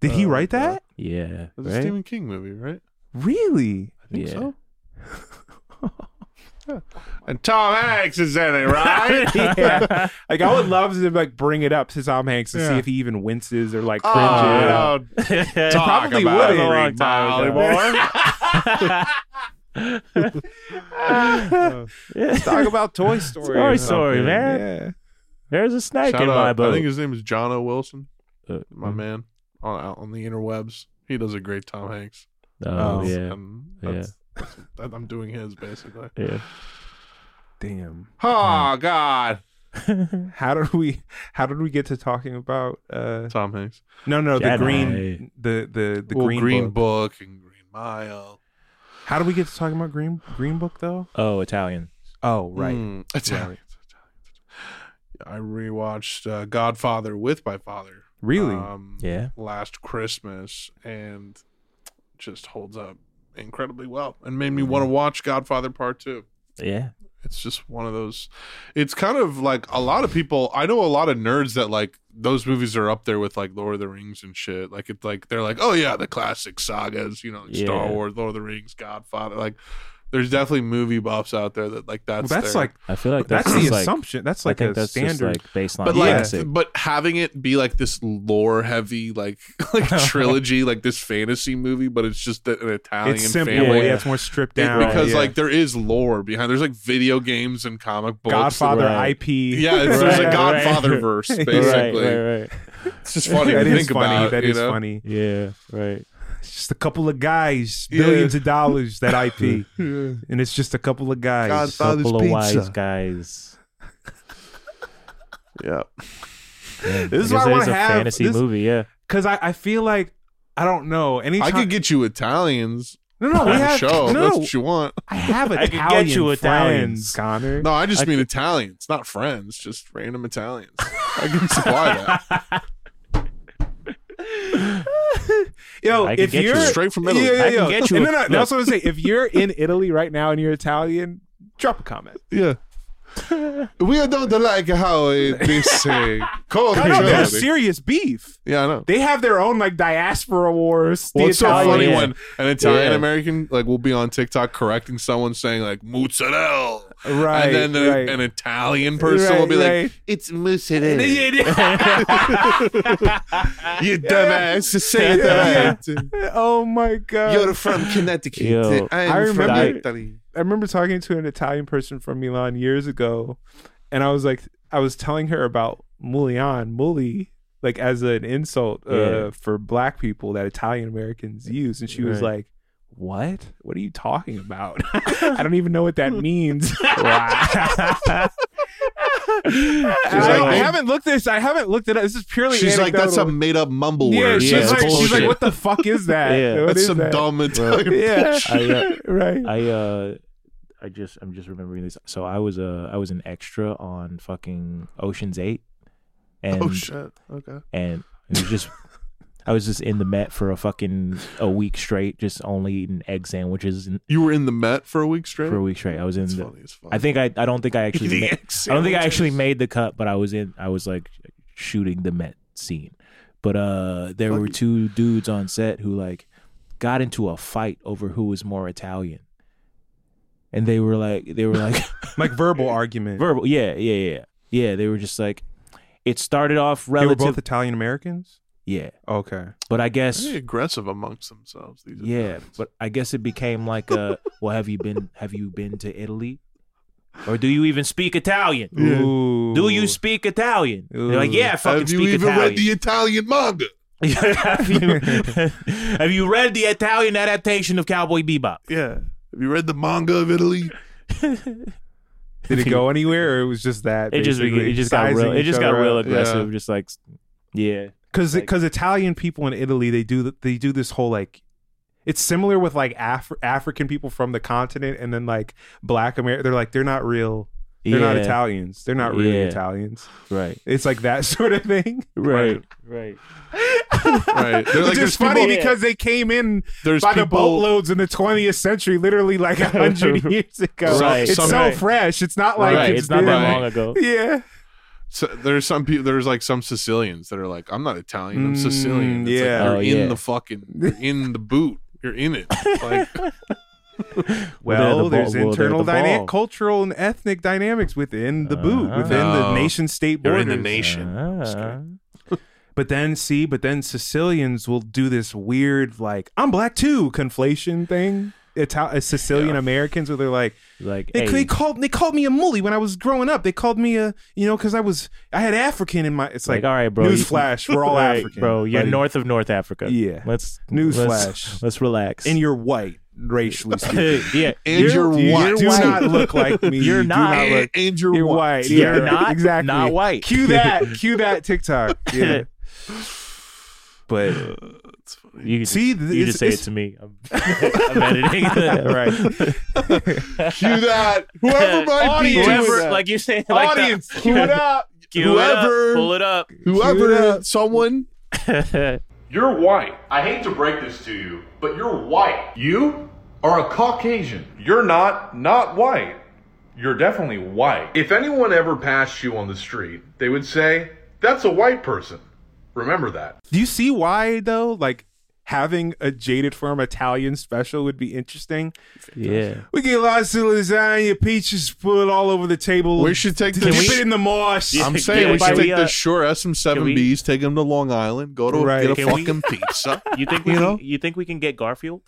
S2: Did he write that?
S1: Yeah.
S3: It's a Stephen King movie, right?
S2: Really?
S3: I think
S1: Yeah.
S3: so. [laughs]
S1: [laughs]
S3: And Tom Hanks is in it, right?
S2: [laughs] yeah. Like I would love to like bring it up to Tom Hanks and see if he even winces or like
S3: Oh, don't
S2: cringes. He
S3: talk
S1: [laughs]
S2: probably
S3: about
S2: would
S3: it a long
S2: [laughs] Let's talk about Toy [laughs] Story.
S1: Toy
S2: or
S1: Story,
S2: something.
S1: man.
S2: Yeah.
S1: There's a snake
S3: Shout
S1: in
S3: out-
S1: my boat.
S3: I think his name is John O. Wilson, my
S1: mm.
S3: man, on, out on the interwebs. He does a great Tom Hanks.
S1: Oh,
S3: That's-
S1: yeah.
S3: um,
S1: Yeah.
S3: that's- that's- that- I'm doing his basically.
S1: Yeah.
S2: Damn.
S3: Oh God.
S2: [laughs] How did we how did we get to talking about uh
S3: Tom Hanks?
S2: No, no, the
S3: Jedi.
S2: green the the the
S3: Well,
S2: green,
S3: Green
S2: book.
S3: Book and Green Mile.
S2: How do we get to talking about green green book though?
S1: Oh, Italian.
S2: Oh, right.
S3: Mm, Italian. I rewatched uh, Godfather with my father.
S2: Really?
S3: Um,
S1: Yeah.
S3: Last Christmas and just holds up incredibly well and made me want
S2: Hmm.
S3: to watch Godfather Part 2.
S1: Yeah.
S3: It's just one of those. It's kind of like a lot of people. I know a lot of nerds that like those movies are up there with like Lord of the Rings and shit. Like it's like they're like, oh yeah, the classic sagas, you know, like Star
S1: Yeah.
S3: Wars, Lord of the Rings, Godfather. Like there's definitely movie buffs out there that like that's
S2: Well, that's
S3: their-
S2: like
S1: I feel like
S2: That's
S1: that's,
S2: the
S1: just, like-
S2: assumption. That's
S1: I
S2: like
S1: think
S2: a
S1: that's just,
S2: standard.
S1: like, baseline
S3: but like,
S1: classic.
S3: but having it be like this lore heavy, like [laughs]
S2: [laughs]
S3: like trilogy, like this fantasy movie, but it's just an Italian
S2: It's simple.
S3: family.
S2: Yeah, it's more stripped
S3: It-
S2: down.
S3: because
S2: Yeah.
S3: like there is lore behind. There's like video games and comic books.
S2: Godfather
S3: Right.
S2: IP.
S3: Yeah, it's, there's a
S2: Right,
S3: Godfather
S2: right.
S3: verse
S2: [laughs] Right,
S3: basically.
S2: right, right.
S3: It's just funny
S2: That
S3: to
S2: [laughs] is
S3: think
S2: funny,
S3: about.
S2: that
S3: you
S2: is
S3: know?
S2: funny.
S1: Yeah, right.
S2: It's just a couple of guys, billions of dollars that IP,
S1: [laughs] Yeah.
S2: and it's just a couple of [laughs] guys,
S1: Godfather's Couple of pizza.
S3: [laughs]
S1: wise
S2: guys.
S3: yeah,
S2: this is why I want to have this-
S1: yeah.
S2: Because I, I feel like I don't know. Any
S3: I could get you Italians.
S2: No, no, we
S3: on the
S2: have-
S3: show. if
S2: no,
S3: That's what you want.
S2: I
S3: [laughs]
S2: have
S3: I could
S2: Italian
S3: get you
S2: friends,
S3: Italians.
S2: Connor.
S3: No, I just
S2: I
S3: mean
S2: could-
S3: Italians, not friends, just random Italians. I can supply that.
S2: [laughs] Yo,
S3: I can
S2: if
S3: get you
S2: you're
S3: it. Straight from Italy.
S2: Yeah, yeah,
S3: I can
S2: yeah.
S3: get you
S2: And
S3: it.
S2: No, no, that's what
S3: Look.
S2: I'm saying. If you're in Italy right now and you're Italian, drop a comment.
S3: Yeah. [laughs] we don't like how it,
S2: [laughs]
S3: they say culture.
S2: No, no, there's serious beef.
S3: Yeah, I know.
S2: They have their own like diaspora wars.
S3: Well,
S2: the
S3: it's so
S2: Italian-
S3: funny when an Italian
S2: Yeah.
S3: American like will be on TikTok correcting someone saying like mozzarella,
S2: Right,
S3: And then the-
S2: right.
S3: an Italian person will
S2: Right,
S3: be
S2: right.
S3: like, "It's mozzarella."
S2: [laughs] Yeah,
S3: you dumbass,
S2: [laughs]
S3: say it
S2: Yeah.
S3: that. [laughs]
S2: oh my god!
S3: You're from Connecticut.
S1: Yo,
S3: I am
S2: I
S3: from
S2: remember-
S3: Italy.
S2: I remember talking to an Italian person from Milan years ago, and I was like, I was telling her about Mulian, Muli, like as an insult uh,
S1: Yeah.
S2: for black people that Italian Americans use, and she was
S1: Right.
S2: like, "What? What are you talking about? [laughs] I don't even know what that means."
S1: [laughs]
S2: [laughs] I, I
S3: like-
S2: haven't looked this. I haven't looked it up. This is purely.
S3: She's like, "That's a
S2: anecdotal."
S3: made up mumble
S2: Yeah,
S3: word."
S2: she's like- she's like,
S1: [laughs]
S2: "What the fuck is that? Yeah. What
S3: That's
S2: is
S3: some
S2: that?"
S3: dumb Italian.
S2: Yeah.
S3: bullshit.
S1: I, uh,
S2: [laughs] Right.
S1: I uh, I just I'm just remembering this. So I was uh I was an extra on fucking Ocean's Eight, and
S3: Oh, shit. Okay.
S1: and it was just. I was just in the Met for a fucking a week straight, just only eating egg sandwiches. And
S3: you were in the Met for a week straight.
S1: For a week straight, I was in. the,
S3: funny.
S1: I think I. I don't think
S3: [laughs]
S1: I actually.
S3: Eating
S1: ma-
S3: egg
S1: I don't think I actually made the cut, but I was in. I was like shooting the Met scene, but uh, there were two dudes on set who like got into a fight over who was more Italian, and they were like,
S3: [laughs]
S1: they were like,
S2: like verbal argument,
S1: verbal, yeah, yeah, yeah, yeah. They were just like, it started off
S2: They were
S1: relative.
S2: both Italian Americans.
S1: yeah.
S2: Okay.
S1: But I guess
S3: Very aggressive amongst themselves. These
S1: yeah, but I guess it became like a [laughs] well, have you been have you been to Italy? Or do you even speak Italian?
S3: Yeah.
S1: Do you speak Italian? They're like, yeah, I fucking
S3: Have you
S1: speak
S3: even
S1: Italian.
S3: read the Italian manga?
S1: [laughs] have, you, [laughs] have you read the Italian adaptation of Cowboy Bebop?
S3: Yeah. Have you read the manga of
S1: [laughs]
S3: Italy?
S2: Did it [laughs] go anywhere, or it was just that?
S1: It just
S2: basically,
S1: it just got
S2: sizing
S1: real it
S2: each
S1: just got
S2: other
S1: real
S2: up?
S1: aggressive, just like yeah.
S2: because because Italian people in Italy they do th- they do this whole like it's similar with like Af- African people from the continent and then like Black America they're like they're not real they're not
S1: Yeah.
S2: Italians they're not really
S1: Yeah.
S2: Italians
S1: right
S2: it's like that [laughs] sort of thing
S1: Right. Right.
S3: right
S2: Which is funny because they came in
S3: There's
S2: by the
S3: people-
S2: boatloads in the 20th century, literally
S3: [laughs]
S2: like hundred years ago.
S3: Right.
S2: It's
S3: Some-
S2: so
S3: right.
S2: fresh. It's not like been- [laughs] Yeah,
S3: So there's some people. There's like some Sicilians that are like, I'm not Italian. I'm
S2: Mm,
S3: Sicilian. It's like,
S2: yeah.
S3: you're
S2: Oh,
S3: in
S2: yeah.
S3: the fucking. You're in the boot. You're in it. Like,
S2: [laughs] Well, there's internal
S3: dynamic.
S2: dynamic, cultural and ethnic dynamics within the boot,
S3: Uh-huh.
S2: within the
S3: No.
S2: nation state
S3: They're
S2: borders.
S3: in the nation.
S1: Uh-huh.
S2: [laughs] but then see, but then Sicilians will do this weird like I'm black too conflation thing. Ital- Sicilian Americans where they're like
S1: like
S2: they,
S1: hey.
S2: they called they called me a mully when I was growing up. They called me a you know because I was I had African in my. It's like,
S1: Like, all right, bro. you- [laughs]
S2: Newsflash, we're all
S1: Right,
S2: African,
S1: bro. You're
S2: buddy.
S1: north of North Africa.
S2: Yeah.
S1: Let's
S2: Newsflash.
S1: Let's, let's relax.
S2: and you're white racially speaking.
S1: [laughs]
S2: [laughs]
S1: yeah,
S2: you Do not look like me.
S1: You're
S2: You do
S1: not.
S2: look-
S3: And you're
S2: you're
S3: white.
S2: white.
S1: You're
S2: Yeah,
S1: not-
S2: exactly
S1: not white.
S2: [laughs] Cue that. Cue that TikTok. [laughs]
S1: [laughs]
S2: [laughs] Yeah.
S3: [sighs]
S2: But
S1: you can
S2: see,
S1: just, you
S2: it's-
S1: just say it
S2: it's-
S1: to
S2: [laughs]
S1: me. I'm, [laughs] I'm editing.
S2: right.
S1: [laughs]
S3: Cue that. Whoever might
S1: Audience.
S3: be
S1: Whoever-
S3: doing that.
S1: like you're saying, like the-
S3: audience. cue it up.
S1: [laughs] Cue it up. Pull it up.
S3: Whoever.
S1: [laughs]
S3: Someone.
S23: You're white. I hate to break this to you, but you're white. You are a Caucasian. You're not not white. You're definitely white. If anyone ever passed you on the street, they would say, "That's a white person." Remember that.
S2: Do you see why though? Like having a jaded firm Italian special would be interesting.
S1: Yeah.
S2: We get lots of lasagna, peaches put all over the table.
S3: We should take
S2: dip
S3: the
S2: it in the marsh.
S3: I'm saying we
S2: By
S3: should
S2: the-
S3: take the short SM7Bs, take them to Long Island, go to
S2: Right.
S3: get a
S2: Can we-
S3: fucking
S2: [laughs]
S3: pizza.
S1: You think we
S3: you
S1: can,
S3: know?
S1: you think we can get Garfield?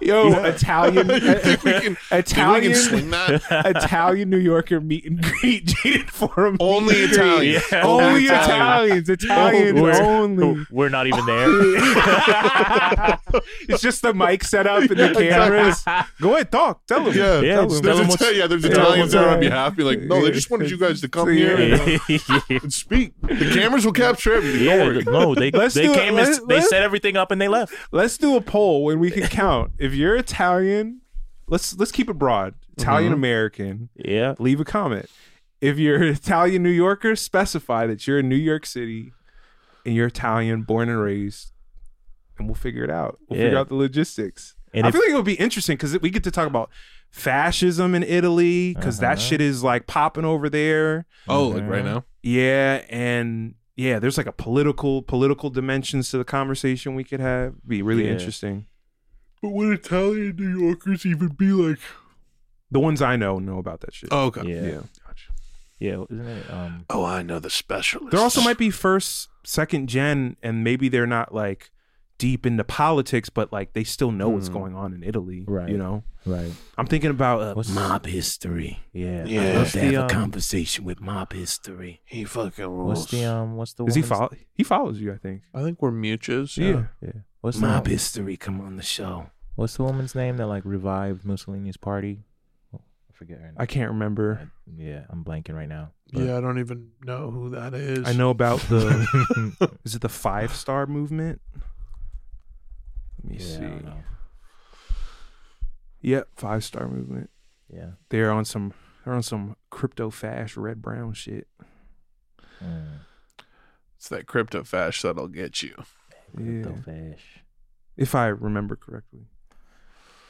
S2: Yo, Oh, Italian, eh,
S3: [laughs]
S1: [laughs]
S2: [laughs] Italian,
S3: swing that?
S2: [laughs] Italian New Yorker meet and greet [laughs] jaded forum.
S3: Only
S2: meet and
S3: Italians.
S4: [laughs]
S2: greet.
S3: Yeah.
S2: only
S3: Oh, Only Italians.
S2: Italians, Italians
S1: Oh, we're,
S2: only.
S1: We're not even there.
S2: it's just the mic set [laughs] up [laughs] and the cameras. Go ahead, talk. Tell them.
S4: Yeah, yeah,
S2: tell
S4: there's,
S2: them.
S4: Ita- yeah, there's Italians there on behalf. Be like, no, they just wanted you guys to come here
S3: [laughs]
S4: and, [laughs] uh, and speak. The cameras will capture everything. Don't
S1: Yeah,
S4: worry.
S1: no, they
S2: [laughs] Let's
S1: they
S2: do it.
S1: came and
S2: Let's-
S1: they
S2: let's-
S1: set everything up and they left.
S2: Let's do a poll when we can
S1: [laughs]
S2: count. If you're Italian, let's let's keep it broad. Italian American.
S1: Mm-hmm. Yeah.
S2: Leave a comment. If you're [laughs] an Italian New Yorker, specify that you're in New York City and you're Italian, born and raised, and we'll figure it out. We'll
S1: Yeah.
S2: figure out the logistics.
S1: And
S2: I
S1: if-
S2: feel like it would be interesting because we get to talk about fascism in Italy because
S1: Uh-huh.
S2: that shit is like popping over there.
S18: Oh, like right now?
S2: Yeah, and yeah, there's like a political political dimensions to the conversation we could have. Be really
S3: Yeah.
S2: interesting.
S3: But would Italian New Yorkers even be like?
S2: The ones I know know about that shit.
S3: Oh, okay.
S2: Yeah.
S1: Yeah, isn't it? Um,
S3: Oh, [laughs] I know the specialist.
S2: There also might be first, second gen, and maybe they're not like deep into politics, but like they still know what's
S1: Mhm.
S2: going on in Italy.
S1: Right.
S2: You know.
S1: Right.
S2: I'm thinking about uh,
S7: mob
S1: [laughs]
S7: history.
S1: Yeah.
S7: Yeah. I love
S1: What's
S7: to
S1: the,
S7: have
S1: um,
S7: a conversation with mob history.
S3: He fucking
S1: What's the um? What's the?
S2: Is he
S1: woman's-
S2: follow? [laughs] He follows you, I think.
S3: I think we're muches.
S2: Yeah.
S1: Yeah. What's
S7: Mob
S1: the,
S7: history. Come on the show.
S1: What's the woman's name that like revived Mussolini's party? Oh, I forget. Her name.
S2: I can't remember.
S1: Yeah, I'm blanking right now.
S3: Yeah, I don't even know who that is.
S2: I know about the. [laughs] is it the five star movement? Let me
S1: Yeah, I don't
S2: see.
S1: know.
S2: Yep, five star movement.
S1: Yeah.
S2: They're on some. They're on some crypto fash red brown shit.
S1: mm.
S3: It's that crypto fash that'll get you.
S2: Yeah.
S1: Fish.
S2: if I remember correctly.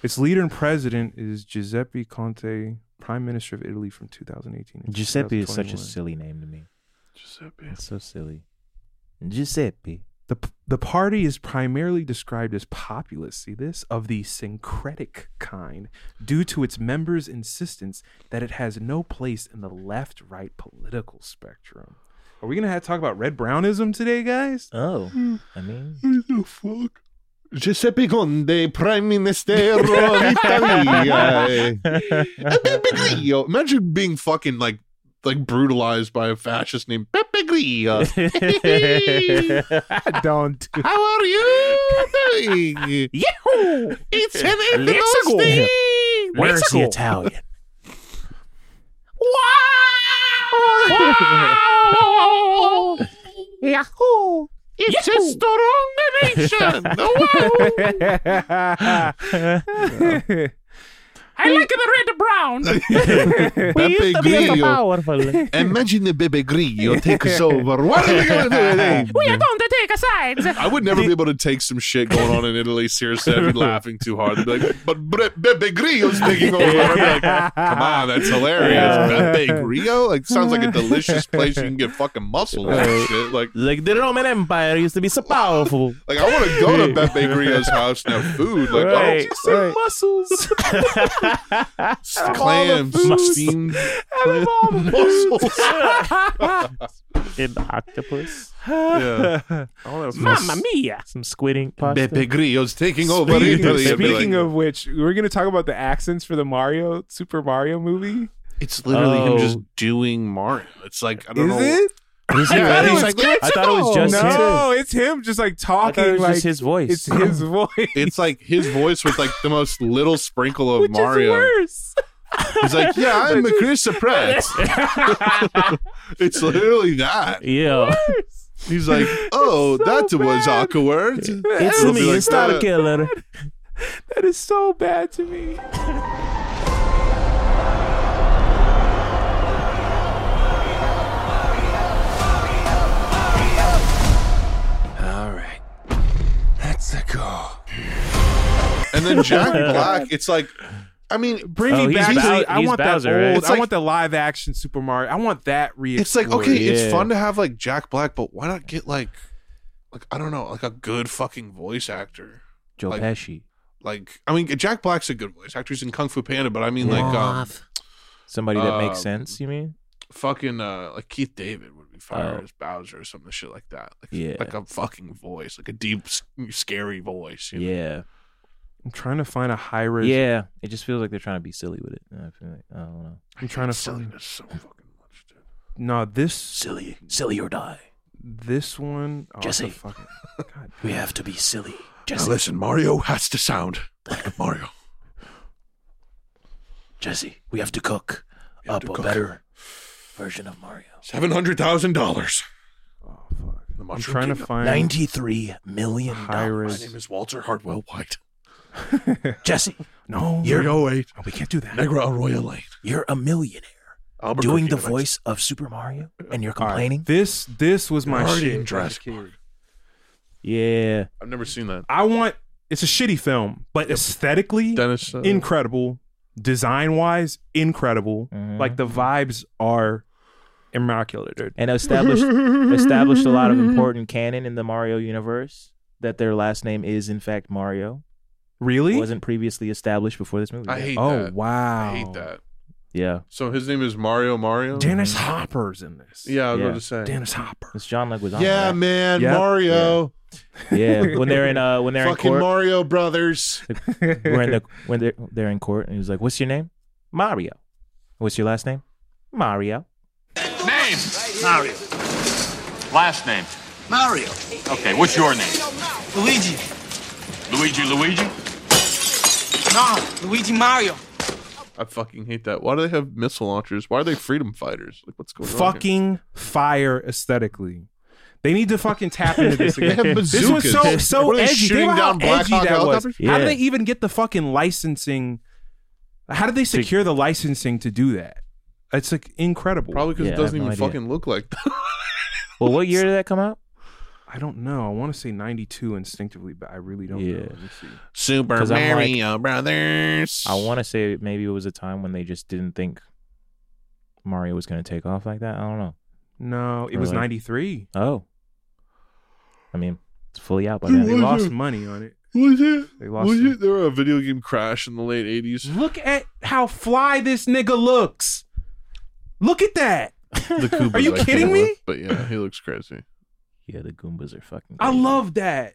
S2: Its leader and president is Giuseppe Conte, Prime Minister of Italy from 2018. and
S1: Giuseppe is such a
S2: 2021.
S1: silly name to me.
S3: Giuseppe.
S1: It's so silly. Giuseppe.
S2: The, p- the party is primarily described as populist, see this, of the syncretic kind, due to its members' insistence that it has no place in the left right political spectrum. Are we going to have to talk about red brownism today, guys?
S1: Oh, I mean.
S3: Who the fuck?
S4: Giuseppe Conte, Prime Minister of
S1: [laughs]
S4: Italy.
S3: Pepe eh. Grillo. Imagine being fucking like like brutalized by a fascist named Pepe
S1: [laughs]
S3: Grillo.
S2: Don't.
S4: How
S3: [laughs]
S4: are you doing?
S2: Yahoo!
S4: It's an
S1: Let's go.
S4: ethnos day.
S1: Where's the Italian? [laughs]
S4: Wow!
S20: [laughs] Yahoo!
S4: It's a strong
S3: [laughs]
S20: [laughs]
S4: nation. Wow!
S20: I like
S24: [laughs]
S20: the red brown.
S4: Pepe Grillo.
S3: [laughs]
S1: powerful.
S4: Imagine the Pepe Grillo
S1: [laughs]
S4: takes over. What are we going to do today?
S20: we are going to take a sides.
S3: I would never be able to take some shit going on in Italy seriously. I'd be laughing too hard. They'd be like, but Bre- Pepe Grillo's taking over. I'd be like, come on, that's hilarious.
S1: [laughs] Yeah.
S3: Pepe Grillo? Like, sounds like a delicious place you can get fucking muscles and
S1: Right.
S3: shit. Like,
S1: Like the Roman Empire used to be so powerful.
S3: like I want to go
S1: [laughs]
S3: to Pepe Grillo's house and have food. Like,
S1: Right.
S3: oh,
S1: Right. [laughs]
S4: [laughs]
S2: Muscles.
S3: clams, steamed
S4: [laughs]
S3: muscles.
S25: In the octopus.
S1: [laughs]
S3: Yeah.
S25: Mamma mia. Some squid ink pasta.
S3: Pepe Grillo's taking over
S2: Speaking,
S3: Italy. I'd be like,
S2: speaking of which, we're going to talk about the accents for the Mario Super Mario movie.
S3: It's literally him
S2: Oh.
S3: just doing Mario. It's like I don't
S2: Is
S3: know.
S2: it?
S3: Is
S2: I thought it
S3: He's
S2: was-
S3: like,
S1: I thought it was just him.
S4: Oh,
S2: no. It's him just like talking.
S1: it was
S2: like
S1: just his voice.
S2: It's his voice.
S3: it's like his voice with like the most little sprinkle of
S2: Which
S3: Mario.
S2: is worse.
S3: He's like, yeah,
S2: [laughs]
S3: I'm a Chris Pratt. it's literally that.
S1: Yeah.
S3: He's like, oh, that was awkward.
S1: It's
S3: It'll be
S1: me,
S3: like
S1: it's not a
S3: that.
S1: killer.
S2: That is so bad to me.
S7: All right. That's a go.
S3: And then
S1: [laughs]
S3: Jack Black. It's like, I mean,
S2: Bring me back. to the- I want that old.
S3: It's
S2: I
S3: like,
S2: want the live action Super Mario. I want that re.
S3: it's
S1: Oh,
S3: like okay, it's fun to have like Jack Black, but why not get like, like I don't know, like a good fucking voice actor.
S1: Joe
S3: Like-
S1: Pesci.
S3: Like I mean, Jack Black's a good voice actor. He's in Kung Fu Panda, but I mean like um,
S1: Somebody that makes
S3: um,
S1: sense, you mean?
S3: fucking uh, like Keith David would be fired
S1: Oh.
S3: as Bowser or some shit like that. Like,
S1: Yeah.
S3: like a fucking voice, like a deep, s- scary voice. You know?
S1: Yeah.
S2: I'm trying to find a high res.
S1: Yeah. It just feels like they're trying to be silly with it. I feel like, I don't know.
S2: I'm trying to find.
S3: Silliness so fucking.
S2: No, this
S7: Silly, silly or die.
S2: This one. Oh, it's a
S7: Jesse.
S2: fucking-
S7: We have to be silly
S4: Now listen, Mario has to sound like Mario.
S7: [laughs] Jesse, we have to cook
S4: have
S7: up
S4: to
S7: a
S4: cook.
S7: better version of Mario.
S4: Seven hundred thousand dollars. Oh fuck!
S2: I'm trying to find
S7: ninety-three million
S4: My
S7: dollars.
S4: name is Walter Hartwell
S1: [laughs]
S4: White.
S7: Jesse,
S2: no,
S7: you're
S4: 308.
S7: we can't do that.
S4: Negra Arroyo Lane.
S7: You're a millionaire
S4: Albuquerque,
S7: doing the
S4: New Mexico.
S7: voice of Super Mario, and you're
S2: All right,
S7: complaining.
S2: This this was my
S4: Already
S2: shit.
S4: in Jurassic Park.
S2: Yeah.
S4: I've never seen that.
S2: I want it's a shitty film, but aesthetically
S3: Dennis, uh,
S2: incredible. Design wise, incredible. Like the vibes are immaculate, dude.
S1: and established established a lot of important canon in the Mario universe that their last name is in fact Mario.
S2: Really?
S1: wasn't previously established before this movie.
S3: I hate
S1: oh,
S3: that.
S2: wow.
S3: I hate that.
S1: Yeah.
S3: So his name is Mario Mario?
S2: Dennis Hopper's in this.
S3: Yeah, I was
S1: Yeah.
S3: about to say.
S2: Dennis Hopper.
S1: It's John Leguizamo.
S3: Yeah,
S1: right?
S3: man, Mario.
S1: Yeah, when they're in uh when they're in
S3: Fucking
S1: court,
S3: Mario Brothers.
S1: we're in the [laughs] when they're they're in court and he's like, "What's your name?" Mario. What's your last name? Mario.
S24: Name? Mario. Last name? Mario. Okay, what's your name?
S26: Luigi.
S24: Luigi Luigi?
S26: No, Luigi Mario.
S3: I fucking hate that. Why do they have missile launchers? Why are they freedom fighters? Like, what's going on? here?
S2: fucking fire aesthetically. They need to fucking tap
S3: [laughs]
S2: into this
S3: They have
S2: again. this was so
S3: bazookas.
S2: so
S3: Were they
S2: edgy.
S3: shooting
S2: Think about
S3: down
S2: how
S3: Black
S2: edgy
S3: Hawk
S2: that was.
S3: helicopters?
S2: How did
S3: Yeah.
S2: they even get the fucking licensing? How did they secure the licensing to do that? It's like incredible.
S3: Probably because
S1: Yeah,
S3: it
S1: I
S3: doesn't
S1: have
S3: even
S1: no idea.
S3: fucking look like that.
S1: Well, what year did that come out?
S2: I don't know. I want to say ninety two instinctively, but I really don't know. Let me see.
S4: Super
S1: 'Cause I'm like-
S4: Mario Brothers.
S1: I want to say maybe it was a time when they just didn't think Mario was going to take off like that. I don't know.
S2: No, it
S1: Or
S2: was
S1: like-
S2: ninety three.
S1: Oh. I mean, it's fully out by
S3: Dude,
S1: now.
S2: They
S3: Was
S2: lost
S3: it-
S2: money on it.
S3: Was it?
S2: They lost
S3: was
S2: him.
S3: it? There were a video game crash in the late '80s.
S2: Look at how fly this nigga looks. Look at that.
S3: [laughs] The Koopas
S2: Are you
S3: I
S2: kidding
S3: came
S2: me?
S3: with, but yeah, he looks crazy.
S1: Yeah, the Goombas are fucking.
S2: I
S1: crazy.
S2: love that.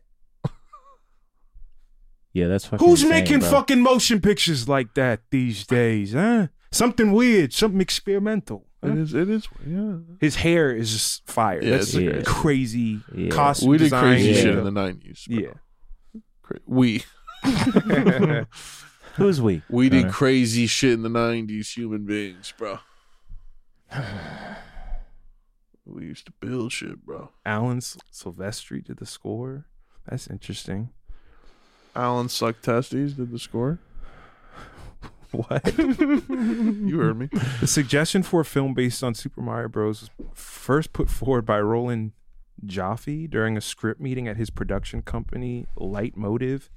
S1: Yeah, that's fucking.
S2: Who's
S1: insane,
S2: making
S1: bro.
S2: fucking motion pictures like that these days, huh? Something weird, something experimental. huh?
S3: It is. It is. Yeah.
S2: His hair is just fire.
S3: Yeah,
S2: That's
S3: it's
S2: a
S3: crazy.
S2: crazy
S1: Yeah.
S2: costume.
S3: we did
S2: design
S3: crazy
S2: and-
S3: shit in the '90s. bro.
S2: Yeah.
S3: Cra-
S2: [laughs]
S3: we
S1: Who's we?
S3: we
S1: Connor?
S3: did crazy shit in the '90s. Human beings,
S2: [sighs]
S3: bro. We used to build shit, bro.
S2: Alan S- Silvestri did the [laughs] score. That's interesting.
S3: Alan Sucktestes did the score.
S2: [laughs] What?
S3: [laughs] You heard
S2: [laughs]
S3: me.
S2: the suggestion for a film based on Super Mario Bros. was first put forward by Roland Jaffe during a script meeting at his production company, Light Motive.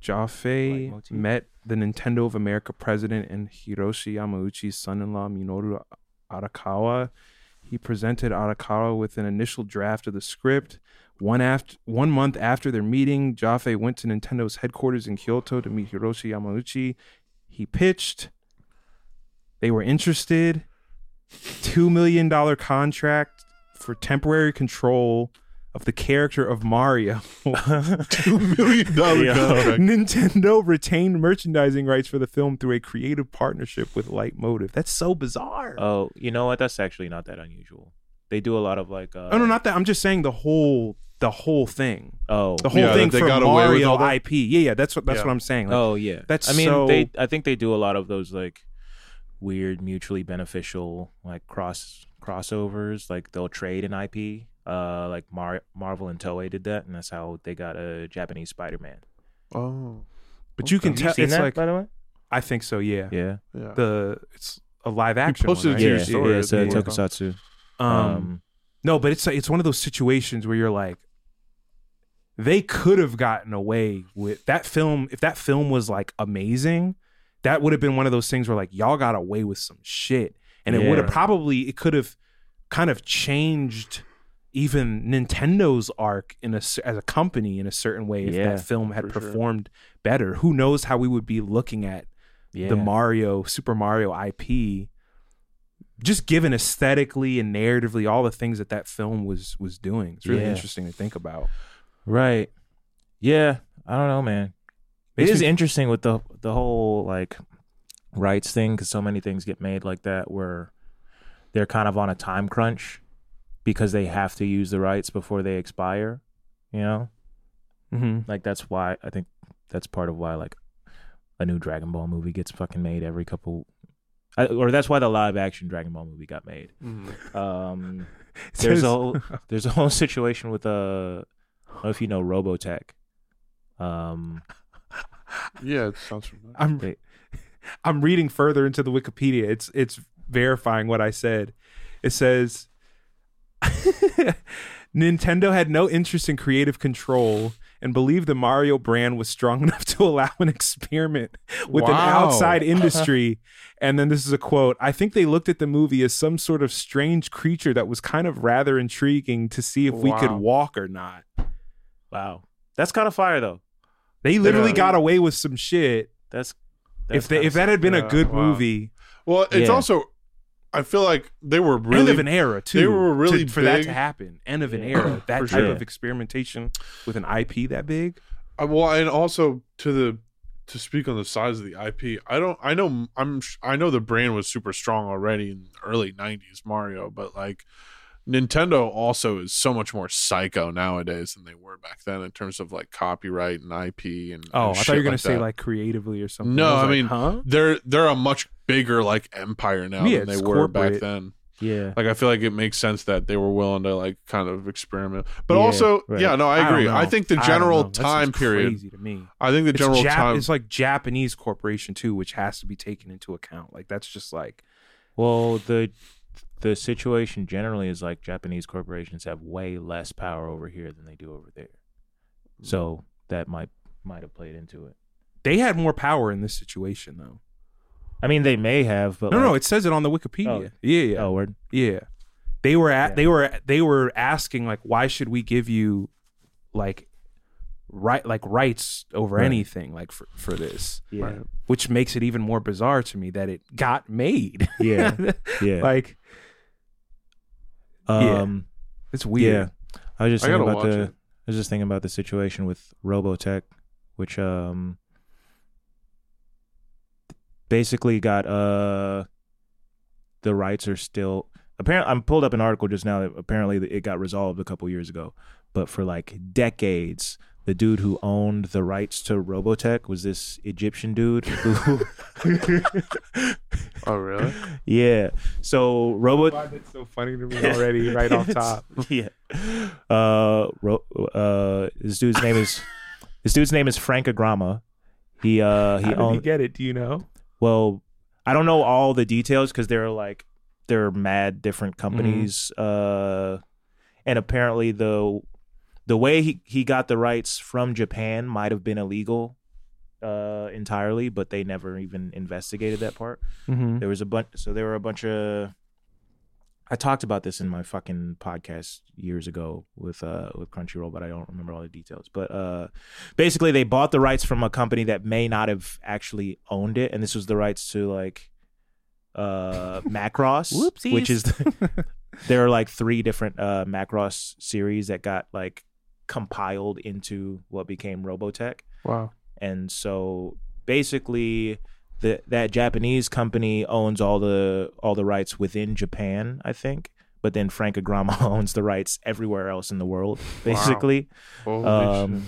S2: Jaffe met the Nintendo of America president and Hiroshi Yamauchi's son in law, Minoru Arakawa. He presented Arakawa with an initial draft of the script. One, after, one month after their meeting, Jaffe went to Nintendo's headquarters in Kyoto to meet Hiroshi Yamauchi. He pitched. They were interested. Two million dollar contract for temporary control of the character of Mario. [laughs]
S3: Two million dollar
S1: Yo.
S3: contract.
S2: Nintendo retained merchandising rights for the film through a creative partnership with Light Motive. That's so bizarre.
S1: Oh, you know what? That's actually not that unusual. They do a lot of like. Uh,
S2: oh no, not that. I'm just saying the whole the whole thing.
S1: Oh,
S2: The whole
S3: Yeah,
S2: thing
S3: that they
S2: for
S3: got away with all
S2: Mario
S3: that?
S2: IP. Yeah, yeah. That's what that's
S3: Yeah.
S2: what I'm saying. Like,
S1: oh yeah.
S2: That's
S1: I mean,
S2: so-
S1: they. I think they do a lot of those like weird, mutually beneficial like cross crossovers. Like they'll trade an IP. Uh, like Mar- Marvel and Toei did that, and that's how they got a Japanese Spider-Man.
S3: Oh,
S2: But you can
S1: Have you
S2: tell
S1: seen
S2: it's
S1: that,
S2: like
S1: by the way?
S2: I think so, yeah.
S1: Yeah.
S3: yeah.
S2: The it's a live action.
S3: posted
S2: one,
S3: it to
S2: right?
S3: your
S1: yeah,
S3: story,
S1: yeah,
S3: I
S1: it's a
S3: think.
S1: tokusatsu.
S2: Um, no, but it's it's one of those situations where you're like, they could have gotten away with that film if that film was like amazing. That would have been one of those things where like y'all got away with some shit, and it would have
S1: Yeah.
S2: probably it could have kind of changed even Nintendo's arc in a cer- as a company in a certain way if
S1: Yeah,
S2: that film had
S3: for sure.
S2: performed better. Who knows how we would be looking at
S1: yeah.
S2: the Mario Super Mario IP just given aesthetically and narratively all the things that that film was was doing it's really
S1: Yeah.
S2: interesting to think about
S1: Right. Yeah. I don't know, man.
S2: Makes
S1: it is
S2: me-
S1: interesting with the the whole like rights thing because so many things get made like that where they're kind of on a time crunch because they have to use the rights before they expire. You know,
S2: Mm.
S1: Like that's why I think that's part of why like a new Dragon Ball movie gets fucking made every couple. I, or that's why the live action Dragon Ball movie got made.
S2: Mm-hmm. [laughs]
S1: Um, there's a whole, there's a whole situation with uh, I don't know if you know Robotech. Um,
S3: yeah, it sounds familiar.
S2: I'm
S1: They-
S2: [laughs] I'm reading further into the Wikipedia. It's it's verifying what I said. It says [laughs] Nintendo had no interest in creative control and believed the Mario brand was strong [laughs] enough to allow an experiment with an
S19: Wow.
S2: [laughs] outside industry. and then this is a quote. I think they looked at the movie as some sort of strange creature that was kind of rather intriguing to see if we could
S1: Wow.
S2: walk or not.
S1: wow, that's kind of fire though.
S2: They literally
S1: Yeah.
S2: got away with some shit.
S1: That's,
S2: if they, if that had been
S3: Yeah,
S2: a good
S3: wow.
S2: movie,
S3: Well, it's
S2: Yeah.
S3: also, I feel like they were really
S2: end of an era too.
S3: They were
S2: to-
S3: really
S2: for that to
S3: big-
S2: happen. End of
S3: [laughs]
S2: an era. That
S3: For
S2: type
S3: sure.
S2: of experimentation with an IP that big.
S3: I, well, and also to the to speak on the size of the IP, I don't. I know. I'm. sh- I know the brand was super strong already in the early '90s Mario, but like Nintendo also is so much more psycho nowadays than they were back then in terms of like copyright and IP and.
S2: Oh, I
S3: and
S2: thought
S3: shit
S2: you were gonna say
S3: that.
S2: like creatively or something.
S3: No,
S2: was
S3: I,
S2: like,
S3: mean
S2: huh?
S3: they're they're a much bigger like empire now
S2: Yeah,
S3: than they
S2: it's
S3: were back
S2: corporate.
S3: then.
S1: Yeah.
S3: Like I feel like it makes sense that they were willing to like kind of experiment. But
S2: Yeah,
S3: also,
S2: right.
S3: yeah, no, I
S2: I don't
S3: agree.
S2: know.
S3: I, think the
S2: I don't
S3: general
S2: know. That sounds
S3: time period
S2: crazy to me.
S3: I think the
S2: It's
S3: general
S2: Jap-
S3: time
S2: It's like Japanese corporation too, which has to be taken into account. Like that's just like
S1: Well, the the situation generally is like Japanese corporations have way less power over here than they do over there. So that might might have played into it.
S2: they had more power in this situation though.
S1: I mean, they may have, but
S2: no,
S1: like,
S2: no, it says it on the Wikipedia.
S1: Oh.
S2: Yeah, yeah.
S1: Oh, word.
S2: Yeah, they were at they were they were asking like, why should we give you like right like rights over
S1: Right.
S2: anything like for for this?
S1: Yeah. Right.
S2: which makes it even more bizarre to me that it got made. [laughs]
S1: Yeah. Yeah.
S2: like yeah.
S1: Um,
S2: It's weird.
S1: Yeah. I was just
S2: I
S1: thinking
S2: gotta
S1: about
S2: watch
S1: the.
S2: it.
S1: I was just thinking about the situation with Robotech, which um basically got uh the rights are still apparently I'm pulled up an article just now that apparently it got resolved a couple years ago, but for like decades the dude who owned the rights to Robotech was this Egyptian dude
S2: [laughs]
S1: who
S3: Oh really?
S1: [laughs] yeah. So Robo
S2: it's so funny to me already right [laughs] off top.
S1: [laughs] yeah.
S3: Er,
S1: Uh, ro- uh, this dude's name
S2: [laughs]
S1: is this dude's name is Frank Agrama. He uh
S2: How
S1: he
S2: did he
S1: owned
S2: get it? Do you know?
S1: well, I don't know all the details because they're like they're mad different companies.
S2: Mm-hmm.
S1: Uh, and apparently the the way he, he got the rights from Japan might have been illegal uh entirely, but they never even investigated that part.
S2: Mhm.
S1: There was a bunch, so there were a bunch of. I talked about this in my fucking podcast years ago with uh with Crunchyroll, but I don't remember all the details. But uh basically they bought the rights from a company that may not have actually owned it and this was the rights to like uh Macross,
S25: Whoopsies.
S1: which is the, there are like three different uh Macross series that got like compiled into what became Robotech.
S3: Wow.
S1: And so basically the that Japanese company owns all the all the rights within Japan, I think. But then Frank Agrama owns the rights everywhere else in the world, basically.
S3: Holy
S1: Um,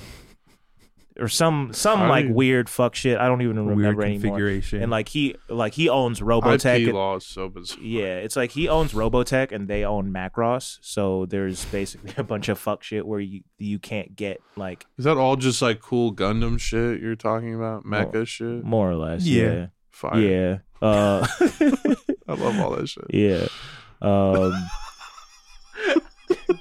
S1: or some some
S3: I
S1: like
S3: don't-
S1: weird fuck shit. [laughs] I don't even remember anymore.
S2: configuration.
S1: And like he like he owns Robotech.
S3: IP law is so bizarre.
S1: Yeah, it's like he owns Robotech and they own Macross, so there's basically [laughs] a bunch of fuck shit where you you can't get like
S3: Is that all just like cool Gundam shit you're talking about? Mecha shit?
S1: more or less.
S3: Yeah.
S1: Yeah,
S3: Fire.
S1: Yeah,
S4: [laughs]
S1: uh,
S3: I love all that shit.
S1: yeah.
S4: [laughs]
S1: Um,
S2: [laughs]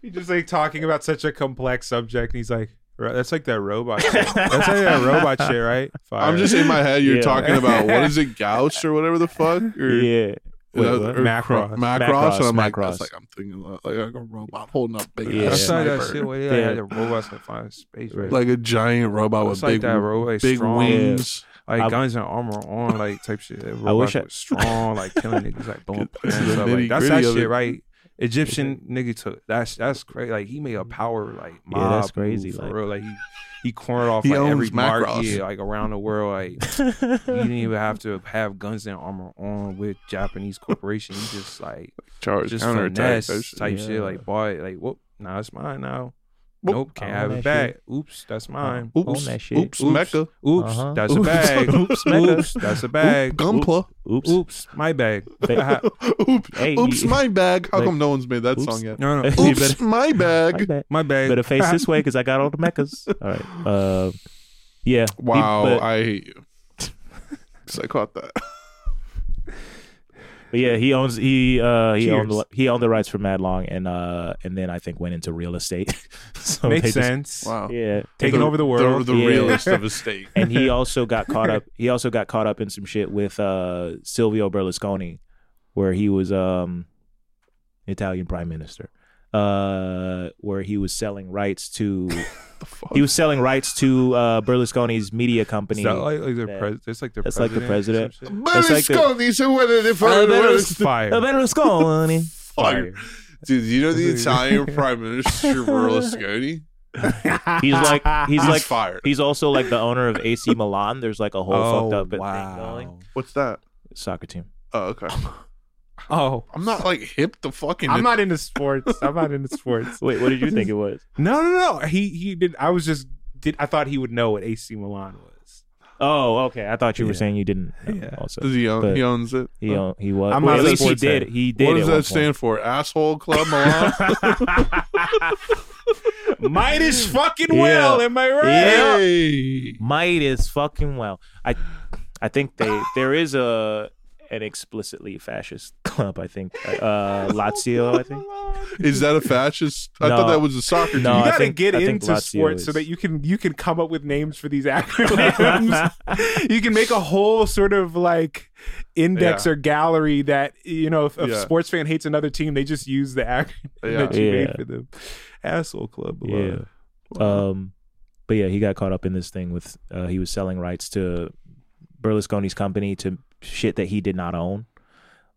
S2: He's just like talking about such a complex subject. And he's like, "Ro- that's like that robot. [laughs] Shit. That's like that robot [laughs] shit, right?
S3: I'm just in my head. You're talking about what
S2: [laughs]
S3: is it, Gauch or whatever the fuck? Or,
S1: yeah.
S3: Wait,
S2: Wait, what? Macross.
S3: er, Macross.
S2: Macross,
S3: And I'm like,
S2: Macross.
S3: that's like I'm thinking like, like a robot holding up big
S2: Yeah.
S3: ass
S2: That's like that
S3: sniper.
S2: shit where they like had the robots that fly in space, right?
S3: Like a giant robot
S2: It's
S3: with
S2: like
S3: big,
S2: that robot, like
S3: big
S2: strong,
S3: wings.
S2: like
S3: I-
S2: guns and armor on, like type shit. That robot
S1: wish I-
S2: was strong, like killing niggas, like boom.
S3: This is
S2: so
S3: the
S2: like, that's that
S3: nitty-gritty of
S2: shit,
S3: it.
S2: right? Egyptian nigga took that's that's crazy. Like he made a power like mob
S1: Yeah, that's
S2: move
S1: crazy,
S2: for
S1: like-
S2: real. Like he he cornered off
S1: He
S2: like every
S1: owns
S2: market
S1: Macross.
S2: yeah, like around the
S4: [laughs]
S2: world. Like you didn't even have to have guns and armor on with Japanese corporation. You just like
S4: Charge
S2: just
S4: counterattack,
S2: finesse
S4: that
S2: type
S4: shit.
S2: shit.
S4: Yeah.
S2: Like boy, like whoop, nah, it's mine now.
S4: Whoop.
S2: Nope, can't
S4: I own
S2: have
S4: that
S2: it back.
S4: shit. Uh,
S2: Oops, that's mine.
S4: Own that shit. Oops, Mecca.
S2: Oops,
S4: Uh-huh.
S2: that's a
S4: Oops. [laughs] Oops,
S2: bag. Oops,
S4: Mecca.
S2: Oops, that's a
S4: Oop,
S2: bag.
S4: Gunpla.
S2: Oops, oops,
S1: [laughs]
S2: my bag.
S4: Oops,
S2: Uh, Hey,
S4: oops,
S2: you-
S4: my bag. How
S2: like-
S4: come no one's made that
S2: Oops.
S4: song yet?
S1: [laughs]
S2: No, no.
S4: Oops,
S2: You better-
S4: my bag.
S2: [laughs] My bag. My bag.
S1: Better face
S2: [laughs]
S1: this way because I got all the mechas. All right. Uh, yeah. Be-
S4: Wow,
S1: but-
S4: I hate you. 'Cause I caught that.
S1: But yeah, he owns he uh he owned
S4: Cheers.
S1: the, he owned the rights for Mad Long and uh and then I think went into real estate. [laughs] so
S2: Makes
S1: they just-
S2: sense. Wow.
S1: Yeah,
S2: Taking The- over the world. the- the realest of estate.
S1: And
S2: [laughs]
S1: he also got caught up. He also got caught up in some shit with uh Silvio Berlusconi, where he was um Italian prime minister, uh where he was selling rights
S2: [laughs]
S1: to. He was selling rights to uh, Berlusconi's media company.
S2: Is that like- like their pres- it's like their
S1: that's like the
S2: president
S1: president.
S2: or
S1: That's like the-
S4: so whether they
S1: Uh,
S4: find
S1: Berlus- uh,
S2: [laughs]
S1: Berlusconi.
S4: Fire. Dude, you know the Italian Prime Minister Berlusconi?
S1: [laughs] He's
S4: [laughs]
S1: like he's,
S4: He's
S1: like
S4: fired.
S1: He's also like the owner of AC Milan. There's like a whole
S4: Oh,
S1: fucked up
S4: wow.
S1: thing going.
S4: What's that?
S1: Soccer team.
S4: Oh, okay.
S2: Oh,
S4: I'm not like hip to fucking.
S2: I'm not into sports. I'm not into sports.
S1: Wait, what did you think it was?
S2: [laughs] No, no, no. He he did. I was just did. I thought he would know what AC Milan was.
S1: [laughs] Oh, okay. I thought you were
S2: Yeah.
S1: saying you didn't. know Also,
S4: Does he own-
S1: But
S4: he owns it?
S1: He own, he was.
S2: I'm
S1: well,
S2: not
S1: at
S2: a
S1: least he
S2: sports
S1: did. [laughs]
S2: fan.
S1: He did.
S4: What does
S1: at
S4: that
S1: one
S4: stand for? Asshole Club Milan?
S2: Midas fucking
S1: Yeah.
S2: well, am I right?
S3: [laughs]
S1: Yeah.
S4: Hey.
S1: Midas fucking well. I I think they there is a an explicitly fascist club. I think uh, Lazio.
S4: [laughs]
S1: I think.
S4: Is that a fascist? I
S1: No.
S4: thought that was a soccer team.
S1: No,
S2: you
S1: I
S2: gotta
S1: think-
S2: get
S1: I think
S2: into
S1: Lazio
S2: sports so
S1: is-
S2: that you can you can come up with names for these [laughs] acronyms. [laughs] you can make a whole sort of like index
S4: Yeah.
S2: or gallery that you know if a
S4: Yeah.
S2: sports fan hates another team, they just use the acronym
S4: Yeah.
S2: [laughs] that you
S1: Yeah.
S2: made for them. Asshole club.
S1: Yeah.
S2: Milan.
S1: Um, but yeah, he got caught up in this thing with uh, he was selling rights to Berlusconi's company to shit that he did not own.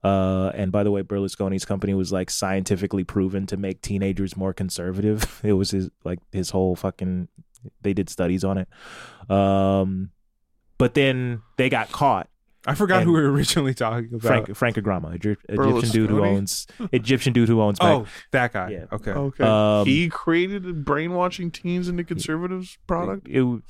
S1: Uh, and by the way, Berlusconi's company was like scientifically proven to make teenagers more conservative. [laughs] It was his like his whole fucking. They did studies on it. Um, but then they got caught.
S2: I forgot
S1: And-
S2: who we were originally talking about.
S1: Frank Frank Agrama, Egy- Egyptian dude who
S4: Berlusconi?
S1: owns Egyptian dude who owns.
S2: Oh,
S1: Mac-
S2: that guy. Okay.
S4: Okay.
S1: Um,
S4: he created brainwashing teens into conservatives product.
S1: it was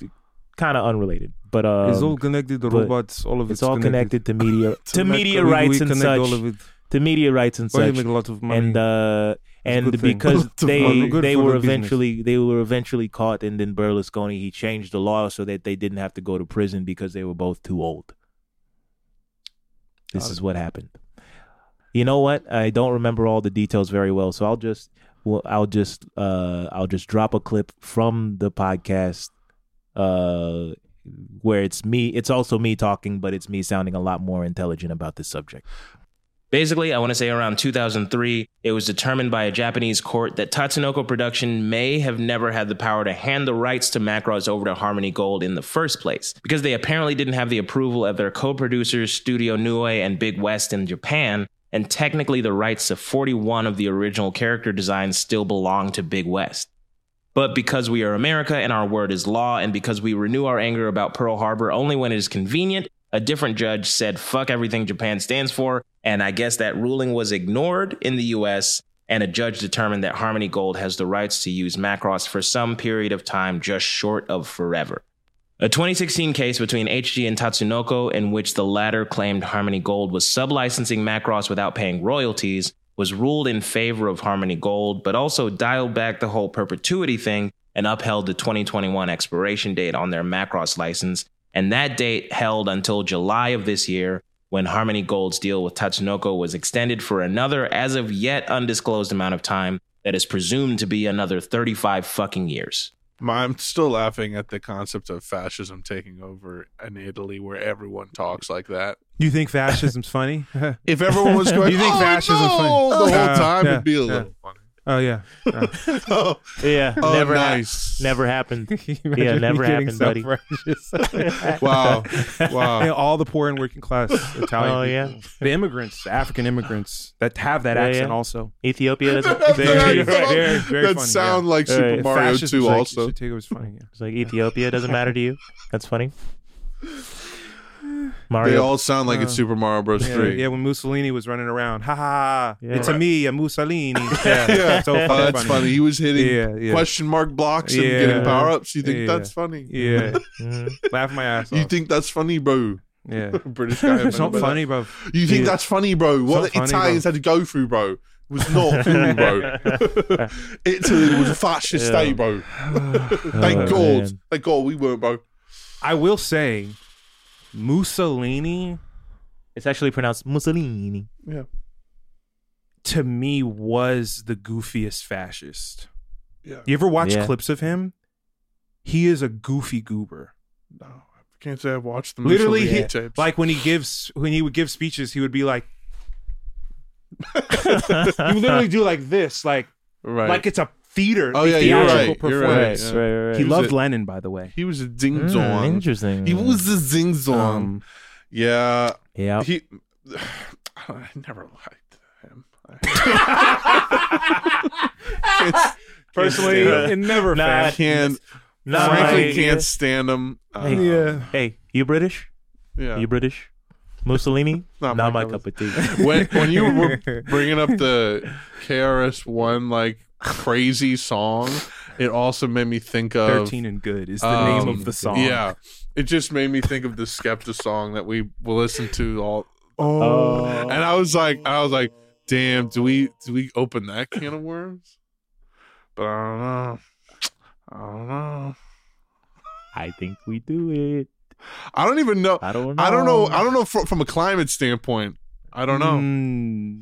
S1: kind of unrelated, but uh,
S2: It's all connected, the robots, all of
S1: it's
S2: it's
S1: all
S2: connected.
S1: connected to
S2: [laughs]
S1: media,
S2: To
S1: to
S2: make-
S1: media
S2: we- we
S1: rights and
S2: connect
S1: such,
S2: all of it.
S1: to media rights and
S2: Why you
S1: such,
S2: make a lot of money?
S1: and uh,
S2: a good
S1: and
S2: thing. [laughs]
S1: because
S2: Lot of
S1: they
S2: money. Good
S1: they
S2: for
S1: were
S2: the business.
S1: eventually they were eventually caught, and then Berlusconi he changed the law so that they didn't have to go to prison because they were both too old.
S2: Uh,
S1: This is what happened. You know what? I don't remember all the details very well, so I'll just well, I'll just uh I'll just drop a clip from the podcast uh where it's me it's also me talking, but it's me sounding a lot more intelligent about this subject.
S16: Basically, I want to say around 2003, it was determined by a Japanese court that Tatsunoko Production may have never had the power to hand the rights to Macross over to Harmony Gold in the first place, because they apparently didn't have the approval of their co producers Studio Nue and Big West in Japan, and technically the rights to 41 of the original character designs still belong to Big West. But because we are America and our word is law, and because we renew our anger about Pearl Harbor only when it is convenient, a different judge said, fuck everything Japan stands for. And I guess that ruling was ignored in the US, and a judge determined that Harmony Gold has the rights to use Macross for some period of time, just short of forever. A 2016 case between HG and Tatsunoko, in which the latter claimed Harmony Gold was sublicensing Macross without paying royalties, was ruled in favor of Harmony Gold, but also dialed back the whole perpetuity thing and upheld the 2021 expiration date on their Macross license. And that date held until July of this year, when Harmony Gold's deal with Tatsunoko was extended for another, as of yet undisclosed amount of time, that is presumed to be another 35 fucking years.
S4: My- I'm still laughing at the concept of fascism taking over in Italy, where everyone talks like that.
S2: You
S1: [laughs]
S2: think fascism's funny?
S4: If everyone was going,
S2: [laughs] you think
S4: "Oh,
S2: fascism's
S4: no,"
S2: funny
S4: the whole
S2: Uh,
S4: time,
S2: yeah,
S4: it'd be a
S2: yeah.
S4: little funny.
S2: Oh yeah.
S4: [laughs]
S27: oh.
S1: Yeah.
S27: Oh,
S1: never hap-
S27: nice.
S1: never
S2: [laughs]
S1: happened.
S2: Imagine
S1: yeah,
S2: me
S1: never
S2: getting
S1: happened, buddy. [laughs]
S2: self-righteous.
S27: Wow. Wow.
S2: And [laughs] all the poor and working class Italian.
S1: Oh, yeah.
S2: people. The immigrants, the African immigrants that have that
S1: Yeah, yeah.
S2: accent also.
S3: [laughs]
S4: [laughs]
S1: Ethiopia doesn't
S2: Very, very, very
S3: that
S2: funny,
S3: sound
S2: yeah.
S3: like
S1: All
S3: Super
S1: right.
S3: Mario
S2: Fascist
S3: 2
S2: was like-
S3: also.
S2: Shitego was funny. Yeah.
S1: It's like Ethiopia doesn't matter to you.
S3: [sighs]
S1: That's funny.
S3: They
S1: Mario.
S3: all sound like it's
S2: Uh,
S3: Super Mario Bros.
S2: Yeah,
S3: 3.
S2: yeah, when Mussolini was running around, ha ha, ha
S1: Yeah.
S2: it's a me, a Mussolini.
S3: [laughs]
S2: [laughs]
S3: Yeah.
S2: so
S3: Oh,
S2: fucking
S3: that's funny. He was hitting
S2: Yeah, yeah.
S3: question mark blocks and
S2: Yeah.
S3: getting power ups. You think
S2: Yeah.
S3: that's funny? [laughs]
S2: Yeah, Mm-hmm. laugh my ass off.
S3: You think that's funny, bro?
S2: yeah,
S3: [laughs] British guy.
S2: it's not
S3: but-
S2: funny, bro.
S3: You think
S2: Yeah.
S3: that's funny, bro? What the
S2: It's not funny,
S3: Italians had to go through, bro, It was not cool, bro. [laughs]
S2: [laughs]
S3: [laughs] Italy was a fascist
S2: Yeah.
S3: state,
S2: [sighs]
S3: bro. Thank
S2: Oh,
S3: God.
S2: man.
S3: Thank God we weren't, bro.
S2: I will say, Mussolini
S1: It's actually pronounced Mussolini.
S3: Yeah.
S2: to me was the goofiest fascist.
S3: Yeah.
S2: You ever watch
S1: Yeah.
S2: clips of him? He is a goofy goober.
S27: Can't say I've watched the
S2: Literally,
S27: Mussolini
S2: he,
S27: tapes.
S2: like when he gives when he would give speeches, he would be like, [laughs] "You literally do like this, like
S27: Right.
S2: like it's a theater."
S3: Oh,
S2: a
S3: yeah, you're
S2: theatrical
S3: right, you're right,
S2: performance.
S3: yeah. Right, right, right. He
S2: He
S3: was
S2: loved
S3: a-
S2: Lennon, by the way.
S27: He was a ding
S2: Mm,
S27: dong.
S1: interesting.
S27: He was a zing zong.
S2: Um,
S3: Yeah.
S1: Yeah.
S3: Uh, He. [laughs] I never liked him.
S2: Personally,
S3: stand
S2: it never
S1: Nah,
S2: nah,
S3: uh, Can't.
S1: Not
S3: frankly,
S1: my-
S3: can't stand him. Uh,
S1: Hey,
S2: Yeah.
S1: hey, you British?
S3: Yeah.
S1: You British? Mussolini?
S3: Not
S1: Not,
S3: my
S1: my
S3: cup
S1: cup of tea.
S3: when when you
S2: [laughs]
S3: were bringing up the KRS One like crazy song, it also made me think of
S2: Thirteen and Good is the name
S3: um,
S2: of the song.
S3: Yeah, it just made me think of the Skepta song that we listened to all.
S2: Oh.
S3: and I was like, I was like, damn, do we do we open that can of worms? But I don't know. I don't know.
S1: I think we do it.
S3: I don't even know.
S1: I don't know.
S3: I don't know. I don't know fro- from a climate standpoint. I don't know.
S2: Mm.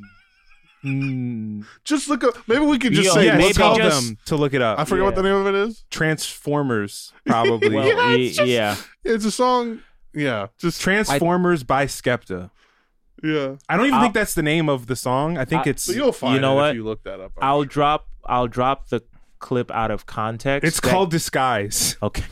S2: Mm.
S3: Just look up. Maybe we could just
S2: Yo,
S3: say
S2: yes,
S3: what's
S2: tell
S3: up.
S2: Oh, them to look it up.
S3: I forget what the name of it is.
S2: Transformers, probably.
S1: Well,
S3: [laughs] Yeah,
S1: y-
S3: it's just-
S1: yeah.
S3: It's a song. Yeah, just
S2: Transformers by Skepta.
S3: yeah.
S2: I don't even
S1: I'll-
S2: think that's the name of the song. I think
S1: I-
S2: it's
S3: But you'll find
S1: You know
S3: it
S1: what?
S3: if you look that up.
S1: I'll drop I'll drop the clip out of context.
S2: it's
S1: That-
S2: called Disguise.
S1: Okay.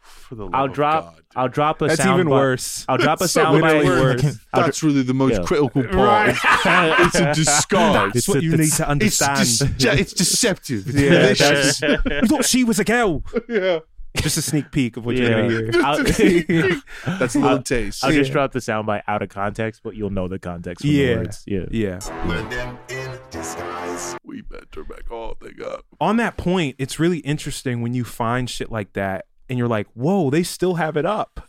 S3: for the love
S1: I'll
S3: of
S1: drop
S3: God.
S1: I'll drop a
S2: That's
S1: sound
S2: even
S1: bite-
S2: worse.
S1: I'll drop a
S3: So
S1: sound
S2: literally
S1: bite.
S2: worse.
S1: I'll
S3: That's really the most
S1: Yeah.
S3: critical part. [laughs] It's a disguise.
S2: That's what you need to
S3: It's,
S2: understand. [laughs]
S3: dis- yeah, it's deceptive. It's
S2: Yeah,
S3: malicious.
S1: [laughs]
S2: that's- [laughs] you thought she was a girl.
S3: [laughs] yeah.
S2: Just a sneak peek of what you're
S1: Yeah.
S2: gonna hear.
S1: [laughs]
S2: [laughs]
S1: I'll, [laughs]
S3: That's a little taste.
S1: I'll just drop the soundbite out of context, but you'll know the context. From
S2: Yeah.
S1: The words. Yeah.
S2: Yeah.
S3: we better back all they got.
S2: On that point, it's really interesting when you find shit like that and you're like, whoa, they still have it up.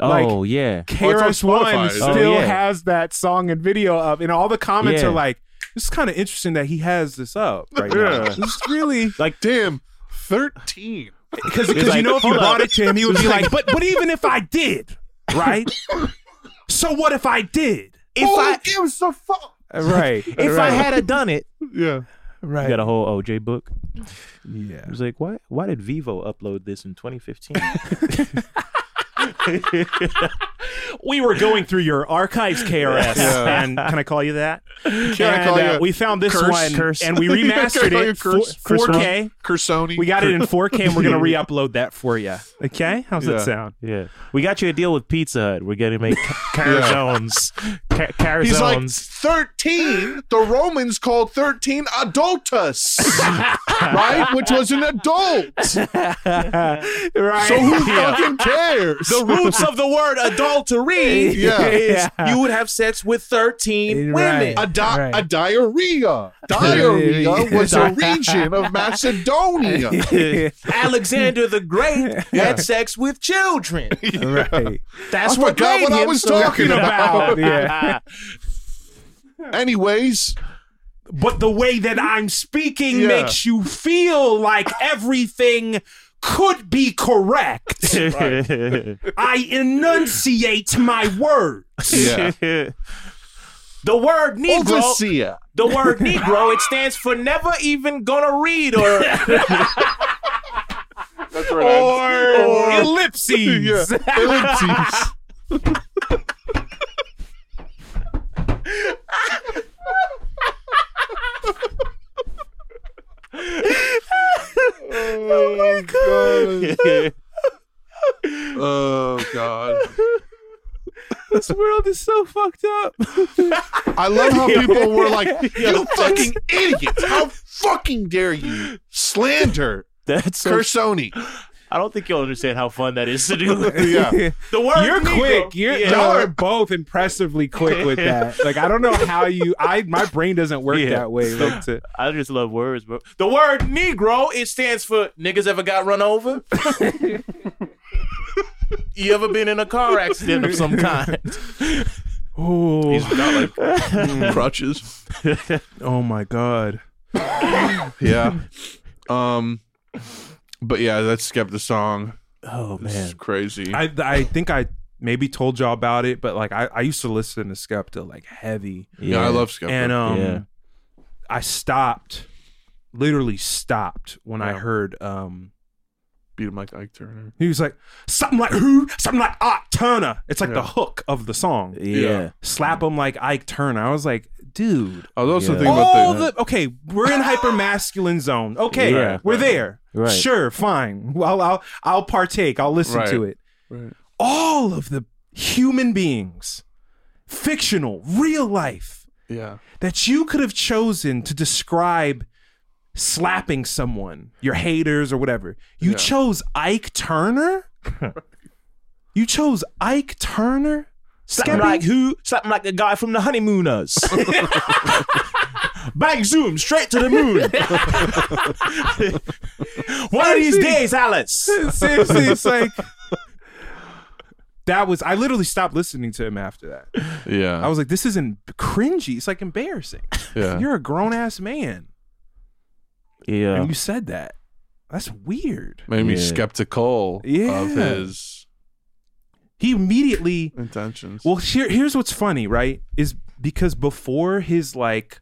S2: Like,
S1: Oh yeah.
S2: KRS
S3: Well,
S2: One
S3: it's on Spotify, isn't
S2: still
S1: it? Oh, yeah.
S2: has that song and video up, and all the comments
S1: Yeah.
S2: are like, "This is kind of interesting that he has this up right now."
S3: Yeah.
S2: It's really
S3: Like damn, thirteen.
S2: because you know if you brought it to him, he would be like, "But but even if I did,
S3: [laughs]
S2: right? so what if I did?
S1: If
S3: Who
S1: I
S3: gives a fuck?
S2: [laughs] Right?
S1: if I had a done it,
S3: Yeah.
S1: you got
S2: right?
S1: a whole OJ book.
S2: Yeah.
S1: I was like, why? Why did Vivo upload this in 2015? [laughs]
S11: We were going through your archives, KRS,
S3: Yeah.
S11: and can I call you that?
S3: I
S11: And,
S3: call
S11: uh,
S3: you
S11: we found this
S3: Curse?
S11: one,
S1: Curse.
S11: and we
S3: [laughs]
S11: remastered
S3: Can I call you
S11: it
S3: Curse?
S11: four- 4K.
S3: Cursoni.
S11: We got it in 4K, and
S3: [laughs]
S11: we're gonna re-upload that for you. Okay, how's
S3: Yeah.
S11: that sound?
S1: yeah, we got you a deal with Pizza Hut. We're gonna make Carazones. Ca-
S3: He's like
S1: Carazones.
S3: thirteen. The Romans called thirteen
S1: [laughs]
S3: adultus, right? Which was an adult.
S2: Right?
S3: So who fucking cares?
S4: The roots of the word adultery.
S3: yeah.
S4: is You would have sex with 13 women.
S3: A, di- a diarrhea.
S1: [laughs]
S3: Diarrhea was a region
S2: [laughs]
S3: of Macedonia.
S4: Alexander the
S2: [laughs]
S4: Great had sex
S3: [laughs]
S4: with children.
S2: Right.
S4: That's
S3: I
S4: what
S3: forgot
S4: made
S3: what I
S4: him
S3: was
S4: so-
S3: talking about.
S2: [laughs] yeah.
S3: [laughs] Anyways,
S11: But the way that I'm speaking
S3: Yeah.
S11: makes you feel like everything
S3: [laughs]
S11: could be correct.
S2: [laughs]
S11: I enunciate my words.
S3: yeah.
S4: The word Negro.
S3: Overseer.
S4: The word Negro, it stands for never even gonna read or
S3: That's right. Or,
S11: Ellipses.
S3: Yeah. Ellipses.
S4: Oh my god. [laughs] oh god.
S2: This world is so fucked up.
S4: I love
S1: [laughs]
S4: how people were like, "You fucking idiots! How fucking dare you slander
S1: That's so- [laughs]
S4: Cursoni?"
S1: I don't think you'll understand how [laughs] [laughs] fun that is to do.
S11: [laughs]
S4: yeah,
S1: The word
S2: You're
S1: Negro-
S2: quick. You're,
S1: Yeah.
S2: Y'all are both impressively quick
S3: [laughs]
S2: with that. Like I don't know how you. I my brain doesn't work
S1: Yeah.
S2: that
S3: [laughs]
S2: way.
S11: [laughs]
S2: Like, to,
S1: I just love words, bro. The word Negro it stands for niggas ever got run over. you ever been in a car accident of some [laughs] kind?
S2: oh,
S4: he's got
S1: [laughs]
S4: like crutches.
S2: oh my god.
S4: [laughs] Yeah. Um. But yeah, that's Skepta song.
S1: Oh
S4: This is
S1: man,
S4: crazy.
S2: I I think I maybe told y'all about it, but like I I used to listen to Skepta like heavy.
S4: yeah, I love Skepta.
S2: And um,
S1: Yeah.
S2: I stopped, literally stopped when I heard um.
S4: Beat him like Ike Turner.
S2: He was like something like who, something like Ike Turner. It's like
S4: Yeah.
S2: the hook of the song.
S1: yeah.
S2: Slap him like Ike Turner. I was like, dude.
S4: I was also
S1: Yeah.
S4: thinking
S2: All
S4: about
S2: the, okay, we're in hyper masculine zone. Okay,
S1: Yeah.
S2: we're there.
S1: Right.
S2: Sure, fine. Well, I'll I'll partake. I'll listen to
S4: Right.
S2: it. All of the human beings, fictional, real life,
S4: the yeah.
S2: that you could have chosen to describe slapping someone, your haters or whatever. You
S4: Yeah.
S2: chose Ike Turner? you chose Ike Turner?
S1: [laughs] Something
S2: Skeppy?
S1: like who? Something like the guy from the honeymooners.
S4: [laughs]
S1: Bang zoom straight to the moon. One of these days, Alice.
S2: [laughs] Seriously, it's like that was. I literally stopped listening to him after that.
S4: Yeah.
S2: I was like, this isn't cringy. It's like embarrassing.
S4: Yeah.
S2: You're a grown ass man,
S1: Yeah.
S2: and you said that. That's weird.
S4: made me
S1: Yeah.
S4: skeptical
S2: Yeah.
S4: of his
S2: He immediately.
S4: intentions.
S2: Well, here, here's what's funny, right? Is because before his like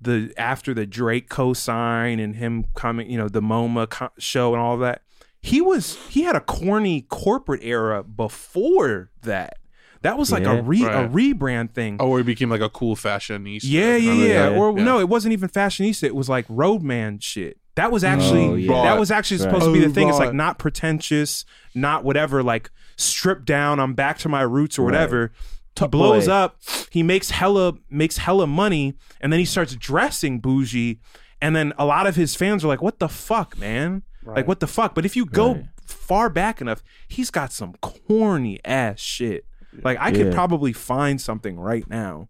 S2: the after the Drake co-sign and him coming, you know, the MoMA co- show and all that, he was he had a corny corporate era before that. That was like
S1: Yeah.
S2: a re a
S4: Right.
S2: rebrand thing.
S4: oh, where he became like a cool fashionista.
S2: yeah, yeah,
S4: Remember
S2: yeah.
S4: that?
S2: Or no, it wasn't even fashionista. It was like roadman shit. That was actually
S1: Oh, yeah.
S2: that was actually
S1: Right. Oh,
S2: supposed to be the thing. It's like
S4: Right.
S2: not pretentious, not whatever. Like stripped down. I'm back to my roots or whatever. He blows
S1: boy.
S2: up. He makes hella makes hella money, and then he starts dressing bougie. And then a lot of his fans are like, "What the fuck, man? Like what the fuck?" But if you go far back enough, he's got some corny ass shit. Like I could
S1: Yeah.
S2: probably find something right now.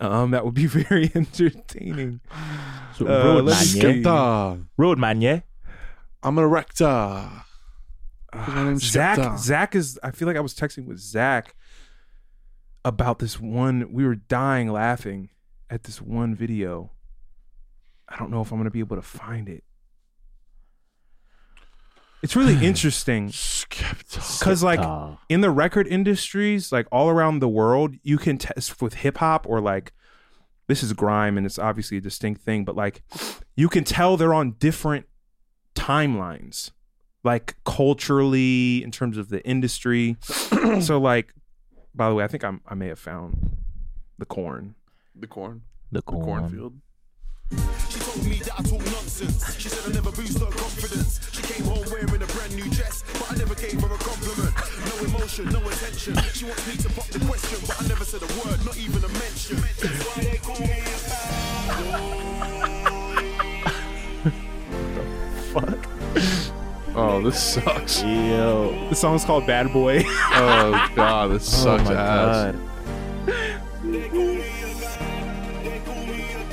S2: Um, that would be [laughs] very entertaining.
S1: So,
S2: Uh,
S1: road
S2: let's
S1: man, yeah?
S2: skip that.
S4: Skepta.
S1: Road man, yeah.
S4: I'm an erector. 'Cause my name's
S2: Ah, Zach,
S4: Skepta.
S2: Zach is. I feel like I was texting with Zach about this one. We were dying laughing at this one video. I don't know if I'm gonna be able to find it. It's really interesting
S4: Skepta.
S2: because, like,
S1: Uh,
S2: in the record industries, like all around the world, you can test with hip hop or like this is grime and it's obviously a distinct thing, but like you can tell they're on different timelines, like culturally in terms of the industry. so like, by the way, I think I'm, I may have found the corn.
S4: The corn.
S1: the
S4: The
S1: corn.
S4: cornfield.
S24: She told me that I talk nonsense. She said I never boost her confidence. She came home wearing a brand new dress, but I never gave her a compliment. No emotion, no attention. She wants me to pop the question, but I never said a word, not even a mention. That's why they call me a
S4: Oh, this sucks.
S1: Yo.
S2: The song's called Bad Boy.
S4: Oh god, this sucks
S1: my
S4: ass.
S1: God.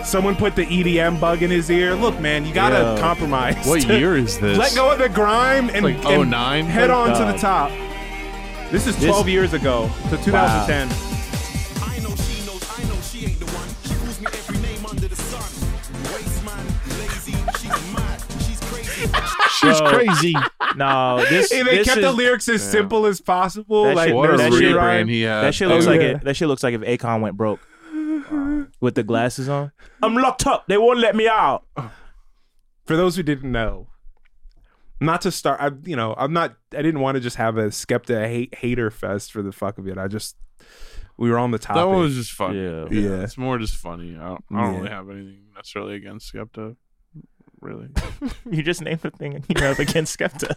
S2: Someone put the EDM bug in his ear. Look, man, you gotta
S1: Yo.
S2: compromise. [laughs]
S4: What year is this?
S2: Let go of the grime and,
S4: Like
S2: and
S4: 09?
S2: head on to
S1: God.
S2: the top. This is 12 years ago, so 2010.
S24: I know she knows, I know she ain't the one. She calls me every name under the sun. Waste man, lazy, she's mad, she's crazy.
S4: She's crazy.
S1: [laughs] [laughs] No, this.
S2: Hey, they
S1: this
S2: kept
S1: is,
S2: the lyrics as simple as possible.
S1: That
S2: like
S1: shit-
S4: What a
S1: That
S2: nursery
S1: shit
S4: rebrand
S2: rhyme.
S4: he
S3: uh,
S4: had.
S1: That shit looks
S2: Oh,
S1: like
S2: yeah.
S1: it. That shit looks like if Akon went broke with the glasses on. [laughs] I'm locked up. They won't let me out.
S2: For those who didn't know, not to start, I you know, I'm not. I didn't want to just have a Skepta hate, hater fest for the fuck of it. I just we were on the topic.
S4: That one was just funny.
S1: Yeah.
S2: Yeah.
S4: It's more just funny. I don't, I don't
S2: Yeah.
S4: really have anything necessarily against Skepta
S2: [laughs]
S3: really.
S9: you just named the thing you have against Skepta.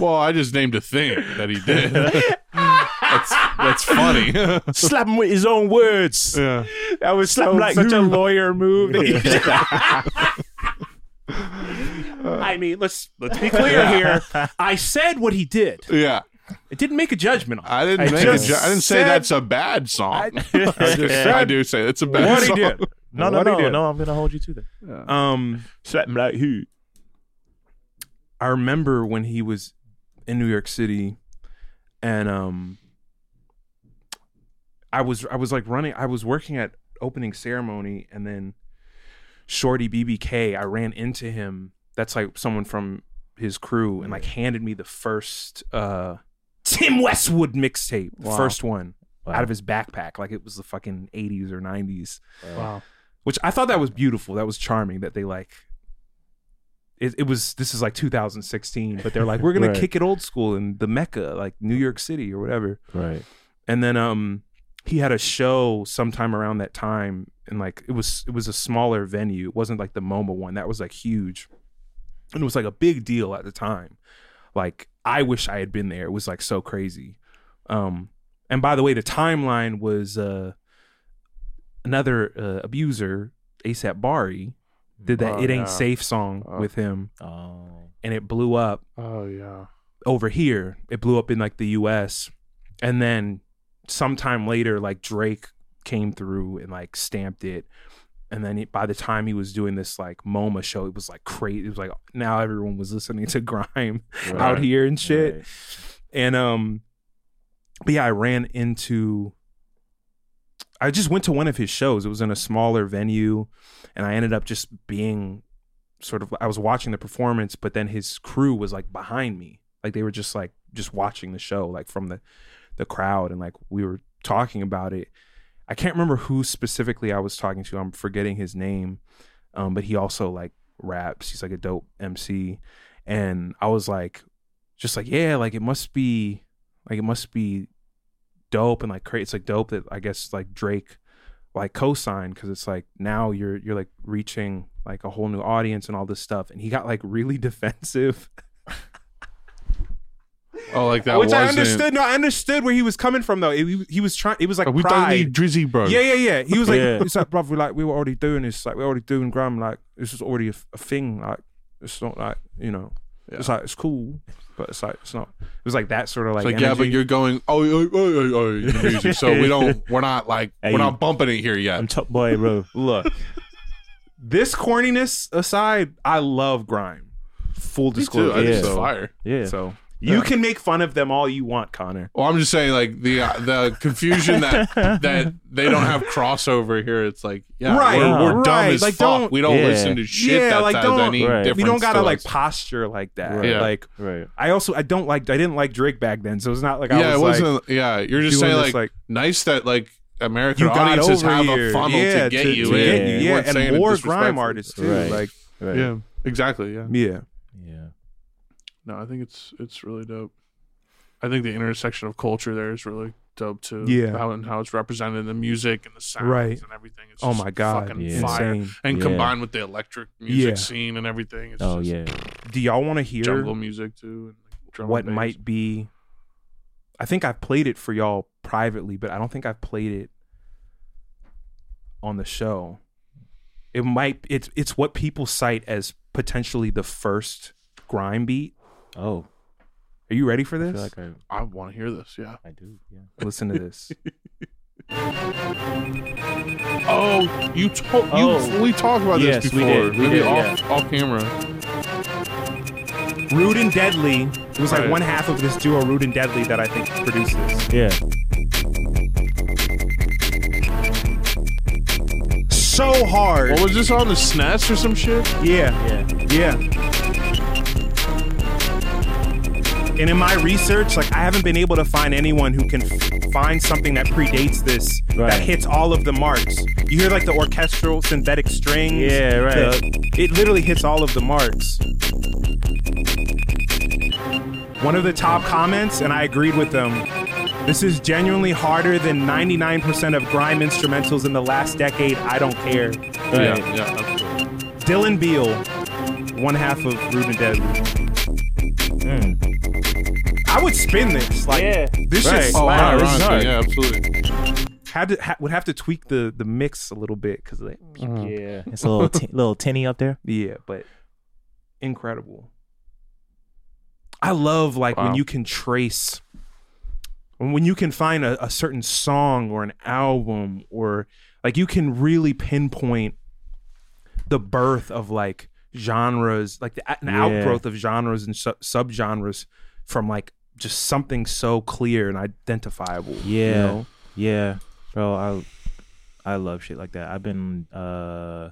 S3: well, I just named a thing that he
S2: [laughs]
S3: did. that's, [laughs] that's
S4: [laughs]
S3: funny. [laughs]
S9: slap him with his own words.
S3: Yeah.
S9: That was so, like, such a lawyer
S3: [laughs]
S9: move. that he
S4: [laughs]
S9: did. I mean, let's let's
S4: [laughs]
S9: be clear here. I said what he did.
S2: [laughs]
S3: Yeah.
S9: It didn't make a judgment on. it.
S3: I didn't
S9: I
S3: make
S9: just
S3: a ju- I didn't say
S9: said-
S3: that's a bad song. [laughs] I, just, I do say it's a bad
S9: What he
S3: song.
S9: did.
S1: No, no,
S9: What he
S1: no,
S9: did.
S1: no. I'm gonna hold you to that.
S2: Um,
S9: Slap him like who?
S2: I remember when he was in New York City, and um, I was I was like running. I was working at opening ceremony, and then Shorty BBK. I ran into him. That's like someone from his crew, and like handed me the first uh Tim Westwood mixtape, the
S19: Wow.
S2: first one
S19: Wow.
S2: out of his backpack, like it was the fucking eighties or nineties.
S19: Wow.
S2: Uh, Which I thought that was beautiful. That was charming. That they like it, it was this is like 2016 but they're like we're
S19: [laughs]
S2: gonna
S19: Right.
S2: kick it old school in the mecca like new york city or whatever
S1: right
S2: and then um he had a show sometime around that time and like it was it was a smaller venue it wasn't like the moma one that was like huge and it was like a big deal at the time like i wish i had been there it was like so crazy um and by the way the timeline was uh another uh, abuser asap bari did that
S3: Oh,
S2: it ain't
S3: yeah.
S2: safe song
S3: Oh.
S2: with him
S1: Oh.
S2: and it blew up
S3: Oh yeah.
S2: over here. It blew up in like the US. And then sometime later, like Drake came through and like stamped it. And then it, by the time he was doing this like MoMA show, it was like crazy. It was like now everyone was listening to [laughs] grime out
S19: Right.
S2: here and shit. And um, but yeah, I ran into. I just went to one of his shows. It was in a smaller venue, and I ended up just being sort of. I was watching the performance, but then his crew was like behind me, like they were just like just watching the show, like from the the crowd, and like we were talking about it. I can't remember who specifically I was talking to. I'm forgetting his name, um, but he also like raps. He's like a dope MC, and I was like, just like yeah, like it must be, like it must be dope and like crazy. It's like dope that I guess like Drake like co-signed because it's like now you're you're like reaching like a whole new audience and all this stuff. And he got like really [laughs] defensive.
S3: Oh, like that
S2: Which
S3: wasn't.
S2: I understood. No, I understood where he was coming from though. It- he, he was trying. It was like
S3: Are Oh, we
S2: pride.
S3: talking Drizzy, bro?
S2: Yeah, yeah, yeah. He was like,
S3: Yeah.
S2: it's like, bruv, we like we were already doing this. Like we're already doing gram. Like this is already a, a thing. Like it's not like you know. It's like it's cool, but it's like it's not. It was like that sort of like.
S3: It's like, yeah, but
S2: energy.
S3: you're going oh oh oh oh, oh music, so
S2: [laughs]
S3: we [laughs] don't we're not like we're not bumping it here yet. I'm
S1: top boy, bro.
S2: Look, this corniness aside, I love grime. Full
S3: too.
S2: disclosure,
S3: I think it's fire.
S1: Yeah.
S2: So you can make fun of them all you want, Connor.
S3: Well, I'm just saying like the uh, the confusion
S2: [laughs]
S3: that that they don't have crossover here. It's like yeah,
S2: Right,
S3: we're, we're dumb
S2: right.
S3: as
S2: Like,
S3: fuck.
S2: don't-
S3: we don't
S2: Yeah.
S3: listen to shit
S2: Yeah,
S3: that
S2: like,
S3: has
S2: don't-
S3: any
S2: Right. We
S3: difference.
S2: don't gotta,
S3: to
S2: like,
S3: us.
S2: posture like that.
S3: Yeah.
S2: Like
S1: right.
S2: I also I don't like I didn't like Drake back then, so it's not like I
S3: yeah,
S2: was
S3: it
S2: like,
S3: wasn't. yeah, you're just
S2: doing
S3: saying
S2: this,
S3: like, nice that like American
S2: You got
S3: audiences
S2: over
S3: have
S2: here.
S3: a funnel
S2: Yeah,
S3: to get
S2: to-
S3: you
S2: to
S3: in.
S2: get you,
S3: You
S2: yeah,
S3: weren't
S2: and
S3: saying it
S2: more grime
S3: disrespectful.
S2: artists, too, Right. like- Right.
S3: yeah, exactly. Yeah,
S2: yeah.
S1: Yeah.
S3: No, I think it's it's really dope. I think the intersection of culture there is really dope too.
S2: Yeah.
S3: how and how it's represented in the music and the sounds
S2: Right.
S3: and everything. It's
S2: Oh
S3: just
S2: my God,
S3: fucking
S2: yeah.
S3: fire.
S2: Insane.
S3: And
S2: Yeah.
S3: combined with the electric music
S2: Yeah.
S3: scene and everything. It's
S1: Oh,
S3: just
S1: yeah.
S2: Do y'all want to hear
S3: jungle music too. And like drum
S2: what
S3: and bass.
S2: might be? I think I've played it for y'all privately, but I don't think I've played it on the show. It might it's it's what people cite as potentially the first grime beat.
S1: Oh,
S2: are you ready for this?
S3: I want to hear this. Yeah,
S1: I do. Yeah.
S2: [laughs] Listen to this.
S3: Oh, you told you
S1: Oh.
S3: we talked about
S1: Yes, we
S3: this before.
S1: did, we
S3: Maybe
S1: did,
S3: off off camera.
S2: Rude and Deadly. It was like
S3: Right.
S2: one half of this duo, Rude and Deadly, that I think produced this.
S1: Yeah.
S2: So hard.
S3: What was this on the SNES or some shit?
S2: Yeah. Yeah. And in my research, like I haven't been able to find anyone who can f- find something that predates this
S1: Right.
S2: that hits all of the marks. You hear like the orchestral synthetic strings.
S1: Yeah, right.
S2: the- it literally hits all of the marks. One of the top comments, and I agreed with them. This is genuinely harder than 99% of grime instrumentals in the last decade. I don't care.
S1: Right.
S3: Yeah, yeah.
S2: Dylan Beal. one half of Ruben Dead. Mm. I would spin this. Like
S1: Yeah.
S2: this
S1: Right.
S2: shit's
S1: Oh,
S2: wow, this is
S1: ironically,
S2: hard.
S1: yeah,
S3: absolutely.
S2: Had to ha- would have to tweak the the mix a little bit because like Mm-hmm. yeah,
S1: Mm. It's a little t- little tinny up there.
S2: Yeah, but incredible. I love like
S1: Wow.
S2: when you can trace when you can find a, a certain song or an album or like you can really pinpoint the birth of like genres, like the, an
S1: Yeah.
S2: outgrowth of genres and sub- subgenres from like just something so clear and identifiable. you
S1: Yeah.
S2: know?
S1: Yeah. Bro, I I love shit like that. I've been uh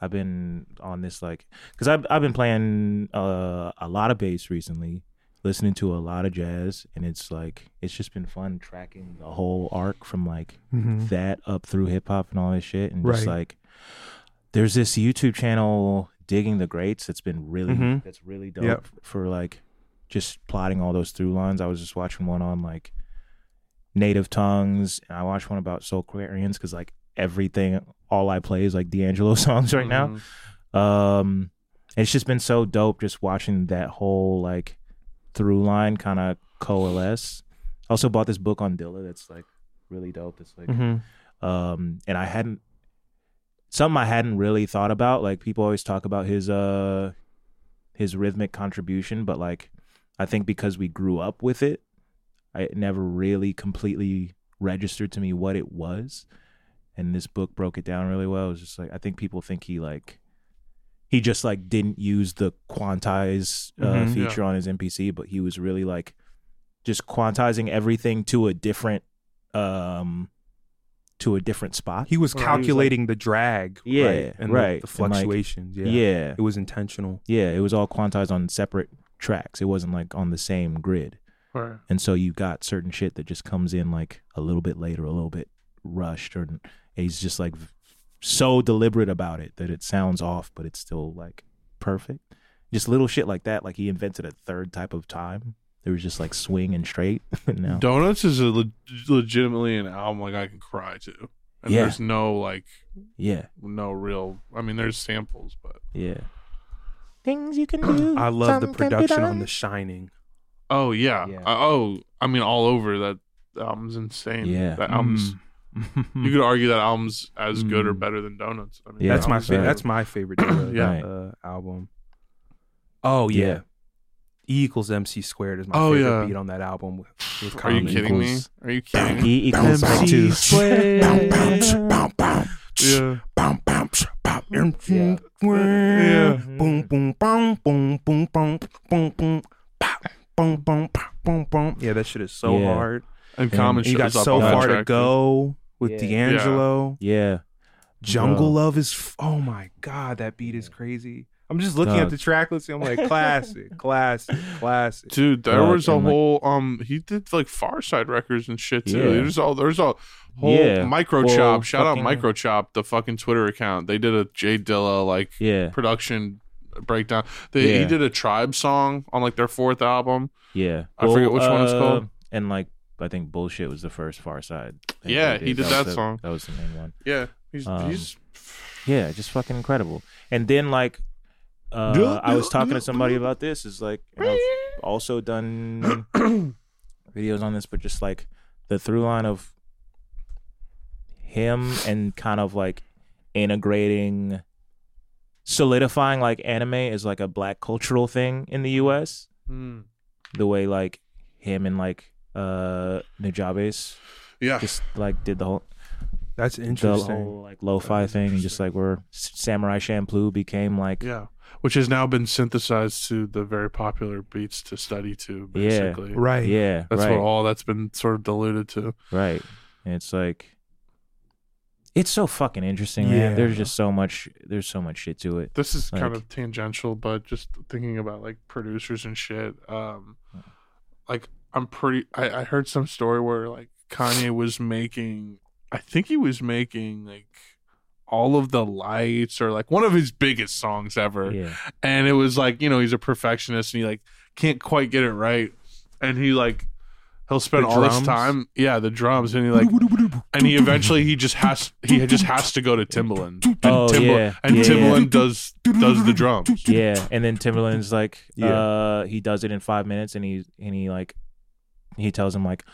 S1: I've been on this like cuz I've I've been playing uh a lot of bass recently, listening to a lot of jazz and it's like it's just been fun tracking the whole arc from like
S9: Mhm.
S1: that up through hip hop and all this shit and just
S9: Right.
S1: like there's this YouTube channel digging the greats that's been really
S9: Mhm.
S1: that's really dope
S9: Yep.
S1: for like just plotting all those through lines. I was just watching one on like native tongues, and I watched one about Soul Quarians because like everything, all I play is like D'Angelo [laughs] songs right now. Um, it's just been so dope just watching that whole like through line kind of coalesce. Also bought this book on Dilla that's like really dope. It's like,
S9: Mhm.
S1: um, and I hadn't something I hadn't really thought about. Like people always talk about his uh his rhythmic contribution, but like I think because we grew up with it, I it never really completely registered to me what it was. And this book broke it down really well. It was just like I think people think he like he just like didn't use the quantize uh,
S9: Mhm. Yeah.
S1: feature on his NPC, but he was really like just quantizing everything to a different um to a different spot.
S2: He was
S1: Right.
S2: calculating the drag,
S1: Yeah,
S2: right, and the-
S1: right.
S2: the
S1: And, like,
S2: fluctuations. yeah,
S1: yeah,
S2: it was intentional.
S1: yeah, it was all quantized on separate tracks. It wasn't like on the same grid.
S3: Right.
S1: And so you got certain shit that just comes in like a little bit later, a little bit rushed, or and he's just like v- so deliberate about it that it sounds off, but it's still like perfect. Just little shit like that. Like he invented a third type of time. There was just like swing and straight. [laughs] now.
S3: Donuts is a le- legitimately an album like I can cry to, and
S1: Yeah.
S3: there's no like
S1: Yeah.
S3: no real. I mean, there's samples, but
S1: Yeah.
S20: Things you can do.
S2: I love the
S20: something can be
S2: production
S20: done.
S2: on The Shining.
S3: oh yeah, I- oh I mean, all over that album's insane.
S1: Yeah.
S3: that album's. [laughs] you could argue that album's as good or better than Donuts. I mean, that
S2: that's my
S3: album's
S2: favorite.
S3: better.
S2: That's my
S3: [clears throat]
S2: favorite Dilla,
S3: yeah.
S2: uh, album. Oh yeah.
S3: Yeah.
S2: E equals MC squared is my
S3: Oh,
S2: favorite
S3: yeah.
S2: beat on that album. With, with
S3: Are you
S2: Common.
S3: kidding me? Are you kidding me?
S1: E equals MC two. squared.
S3: Yeah.
S2: Yeah.
S3: Yeah.
S2: Boom boom boom boom boom boom boom boom pop, boom boom pop, boom boom. Yeah, that shit is so
S1: Yeah.
S2: hard.
S3: And Common
S2: you
S3: shit
S2: got
S3: was up
S2: so
S3: on that
S2: far to
S3: track,
S2: go with
S1: Yeah.
S2: D'Angelo.
S1: Yeah.
S2: Jungle
S1: Bro.
S2: Love is f- oh my god, that beat is crazy. I'm just looking at
S1: Dog.
S2: the track list. and I'm [laughs] like classic, classic,
S3: [laughs]
S2: classic.
S3: Dude, there
S2: Dog,
S3: was a
S2: and, like-
S3: whole um he did like Far Side records and shit too.
S2: Yeah.
S3: There's all there's a whole
S1: Yeah.
S3: Microchop.
S1: Well,
S3: shout out
S1: fucking-
S3: Microchop, the fucking Twitter account. They did a Jay Dilla like
S1: Yeah.
S3: production breakdown. They he
S1: Yeah.
S3: did a tribe song on like their fourth album.
S1: Yeah.
S3: I forget which one it's
S1: uh,
S3: called.
S1: And like I think bullshit was the first Far Side. thing
S3: Yeah,
S1: they
S3: he did
S1: was
S3: that
S1: the-
S3: song.
S1: That was the main one.
S3: Yeah. He's
S1: Um,
S3: he's
S1: yeah, just fucking incredible. And then like uh, I was talking to somebody about this. Is like and I've
S3: [clears throat]
S1: also done videos on this, but just like the through line of him and kind of like integrating solidifying like anime is like a black cultural thing in the US
S3: Hmm.
S1: the way like him and like uh Nujabes
S3: yeah
S1: just like did the whole
S2: That's
S1: the
S2: interesting.
S1: whole like lo-fi thing and just like where S- Samurai Champloo became like
S3: yeah. Which has now been synthesized to the very popular beats to study to,
S1: Yeah.
S3: basically.
S1: Right. Yeah,
S3: That's
S1: right.
S3: what all that's been sort of diluted to.
S1: right and it's like it's so fucking interesting man
S3: Yeah.
S1: there's just so much there's so much shit to it
S3: This is
S1: Like,
S3: kind of tangential, but just thinking about like producers and shit. Um, like I'm pretty. I, I heard some story where like Kanye was making. I think he was making like all of the lights or like one of his biggest songs ever.
S1: Yeah.
S3: And it was like you know he's a perfectionist and he like can't quite get it right, and he like he'll spend
S4: The
S3: all this
S4: drums?
S3: time. Yeah, the drums, and he like, and he eventually he just has he just has to go to Timbaland. And
S1: Oh, yeah.
S3: and
S1: Yeah.
S3: Timbaland does does the drums.
S1: Yeah, and then Timberland's like,
S3: [laughs] Yeah.
S1: uh, he does it in five minutes, and he and he like, he tells him like,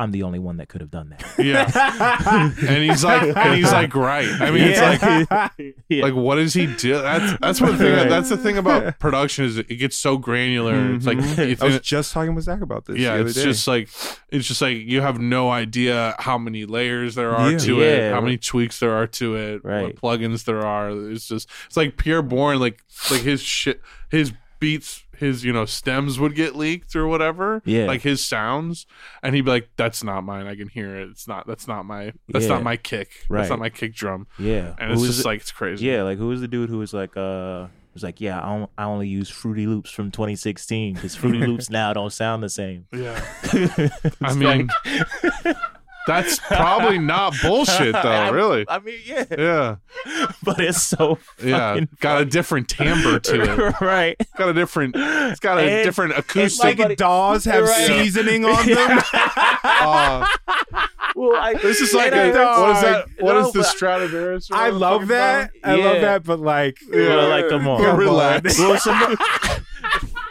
S1: I'm the only one that could have done that.
S2: [laughs]
S3: Yeah, and he's like, and he's like, right. I mean, it's like,
S2: [laughs]
S3: like, what does he do? That's that's one thing.
S2: Right.
S3: That's the thing
S2: [laughs]
S3: about production is it gets so granular. It's like it's
S2: Mm-hmm. I was just talking with Zach about this.
S3: yeah,
S2: the other
S3: it's
S2: day.
S3: just like it's just like you have no idea how many layers there are
S2: Yeah.
S3: to it,
S2: Yeah.
S3: how many tweaks there are to it,
S1: Right.
S3: what plugins there are. It's just it's like pure born like like his shit, his beats, his you know stems would get leaked or whatever.
S1: Yeah.
S3: like his sounds, and he'd be like, "That's not mine. I can hear it. It's not. That's not my. That's
S1: Yeah.
S3: not my kick. That's
S1: Right.
S3: not my kick drum.
S1: Yeah,
S3: and it's
S1: Who is
S3: just
S1: it-
S3: like it's crazy.
S1: Yeah, like who was the dude who was like, uh, was like, yeah, I, on- I only use Fruity Loops from 2016 because
S2: [laughs]
S1: Fruity Loops now don't sound the same. [laughs]
S3: Yeah.
S1: It's
S3: I
S1: [laughs]
S3: mean, that's probably [laughs] not bullshit though.
S1: [laughs] I-
S3: really.
S1: I mean, yeah.
S3: Yeah.
S1: [laughs] but it's so
S3: Yeah,
S1: fucking
S3: got a different timbre to it.
S1: [laughs] right.
S3: Got a different. It's got a
S1: And-
S3: different
S1: and
S3: acoustic.
S1: somebody-
S2: Dolls have
S1: Right.
S2: seasoning on them.
S3: Uh,
S1: Well, I,
S3: this is like a, [laughs]
S1: and I-
S3: what is that? What is
S1: No,
S3: the
S1: but-
S3: Stradivarius? or
S2: I
S3: whatever
S2: love
S3: the fuck
S2: that.
S3: it's
S2: I love
S1: Yeah.
S2: that, but like,
S1: Well, like, come on.
S3: Relax.
S1: Well,
S2: [laughs]
S1: some,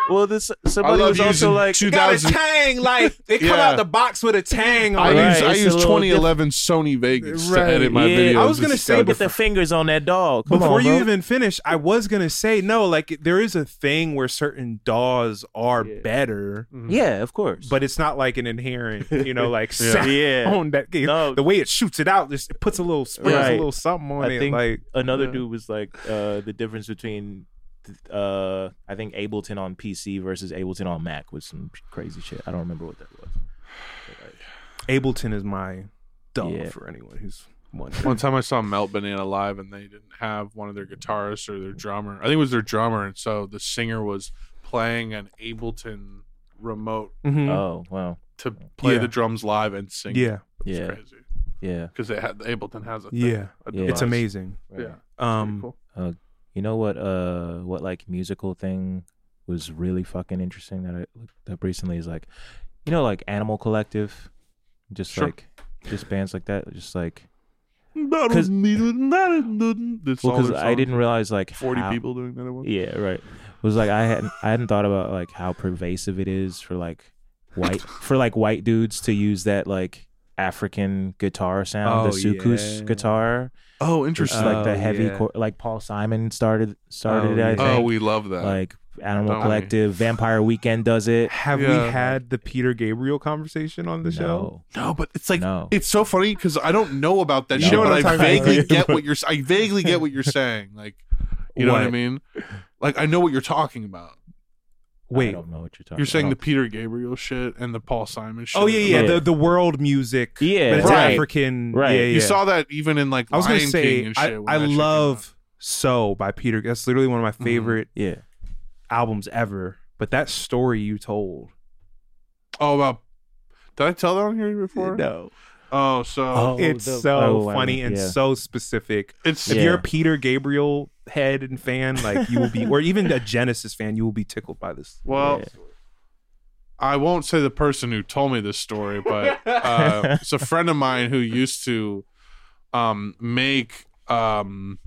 S1: well this
S3: called? I
S1: somebody
S3: love
S1: was also
S3: using
S1: like,
S3: 2000.
S2: tang. Like they
S3: come Yeah. out the
S2: box with a tang
S3: I
S1: Right,
S3: use I
S1: it's a
S3: use
S1: little
S3: 2011 Sony Vegas to edit my
S1: yeah.
S3: videos.
S2: I was gonna
S3: It's
S2: say
S3: got a
S1: Look at the
S3: different-
S1: fingers on that dog. Come
S2: Before
S1: on,
S2: you
S1: bro.
S2: even finish, I was gonna say no. Like there is a thing where certain DAWs are better,
S3: Mm-hmm.
S1: yeah, of course.
S2: but it's not like an inherent, you
S3: [laughs]
S2: know, like
S1: Yeah.
S2: sound
S1: Yeah.
S2: that
S1: No.
S2: the way it shoots it out just it puts a little sprinkles a
S1: Right.
S2: little something on
S1: I
S2: it.
S1: think
S2: Like
S1: another
S2: Yeah.
S1: dude was like uh, the difference between th- uh, I think Ableton on PC versus Ableton on Mac was some crazy shit. I don't remember what that was.
S2: Ableton is my DAW
S1: Yeah.
S2: for anyone who's
S3: One
S2: wondering.
S3: time I saw Melt Banana live and they didn't have one of their guitarists or their drummer. I think it was their drummer, and so the singer was playing an Ableton remote
S2: Mhm.
S1: Oh wow,
S3: to play
S2: Yeah.
S3: the drums live and sing.
S2: Yeah.
S3: it was
S1: Yeah.
S3: crazy
S1: yeah.
S3: because they had Ableton has a thing,
S2: Yeah,
S3: a
S1: Yeah.
S3: device.
S2: it's amazing.
S3: Yeah, It's
S2: Um,
S3: pretty
S1: Uh, you know what? Uh, what like musical thing was really fucking interesting that I looked up recently is like, you know, like Animal Collective, just
S3: Sure.
S1: like just bands like that, just like
S3: cool.
S1: 'Cause-
S3: That's all
S1: because
S3: their
S1: I
S3: songs.
S1: didn't realize like
S3: forty
S1: how-
S3: people doing that at once.
S1: Yeah, right. It was like I hadn't I hadn't thought about like how pervasive it is for like white for like white dudes to use that like African guitar sound, the
S2: Oh,
S1: sukus
S2: yeah.
S1: guitar.
S3: Oh,
S1: It's
S3: interesting.
S1: like
S2: Oh,
S1: the heavy
S2: yeah.
S1: chor- like Paul Simon started started
S2: Oh,
S1: it, I
S2: yeah.
S1: think.
S3: oh, we love that.
S1: like Animal
S3: Don't we?
S1: Collective, Vampire Weekend does it.
S2: Have
S3: Yeah.
S2: we had the Peter Gabriel conversation on the show?
S1: No.
S3: no, but it's like
S1: No.
S3: it's so funny because I don't know about that
S2: You
S3: shit,
S2: know what
S3: but
S2: I'm
S3: I
S2: talking about, [laughs]
S3: vaguely
S2: right?
S3: get what you're. s- I vaguely get what you're saying. Like, you know what, I
S2: What?
S3: mean? Like, I know what you're talking about.
S1: I
S2: Wait.
S1: don't know what you're talking
S3: You're saying the
S1: about.
S3: Peter Gabriel shit and the Paul Simon shit.
S2: Oh yeah, yeah,
S1: Yeah.
S2: The the world music.
S1: Yeah,
S2: but it's
S3: Right.
S2: African.
S1: Right.
S2: Yeah,
S1: You
S2: yeah.
S3: You saw that even in like
S2: I was gonna
S3: Lion King
S2: say
S3: and
S2: I,
S3: shit when
S2: I
S3: that shit came out. Mm-hmm.
S2: love "So" by Peter. That's literally one of my favorite
S1: Yeah.
S2: albums ever. But that story you told,
S3: Oh, about did I tell that on here before?
S2: no,
S3: Oh, so
S1: Oh,
S2: it's
S1: the-
S2: so
S1: oh, I
S2: funny
S1: know.
S2: and
S1: Yeah.
S2: so specific.
S3: it's
S2: If
S1: Yeah.
S2: you're a Peter Gabriel head and fan, like you will be,
S3: [laughs]
S2: or even a Genesis fan, you will be tickled by this.
S3: well. I won't say the person who told me this story,
S2: [laughs]
S3: but uh, it's a friend of mine who used to um, make um,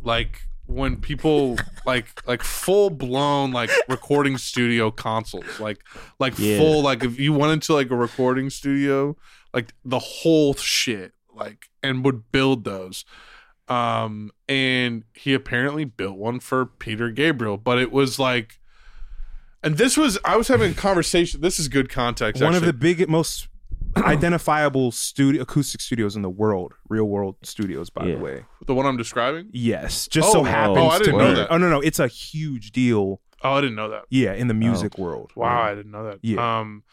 S3: like when people like like full blown like recording studio consoles, like like
S1: Yeah.
S3: full like if you went into like a recording studio, like the whole shit, like and would build those. Um, and he apparently built one for Peter Gabriel, but it was like and this was I was having a conversation. This is good context.
S2: one of
S3: actually.
S2: the big, most [clears throat] identifiable studio acoustic studios in the world, real world studios, by
S1: Yeah.
S2: the way.
S3: the one I'm describing.
S2: Yes, just
S3: Oh,
S2: so
S3: oh,
S2: happens
S3: I
S2: to
S3: didn't
S2: be.
S3: know that.
S2: Oh no, no, it's a huge deal.
S3: Oh, I didn't know that.
S2: Yeah, in the Oh. music world.
S3: Wow, I didn't know that.
S2: Yeah.
S3: Um,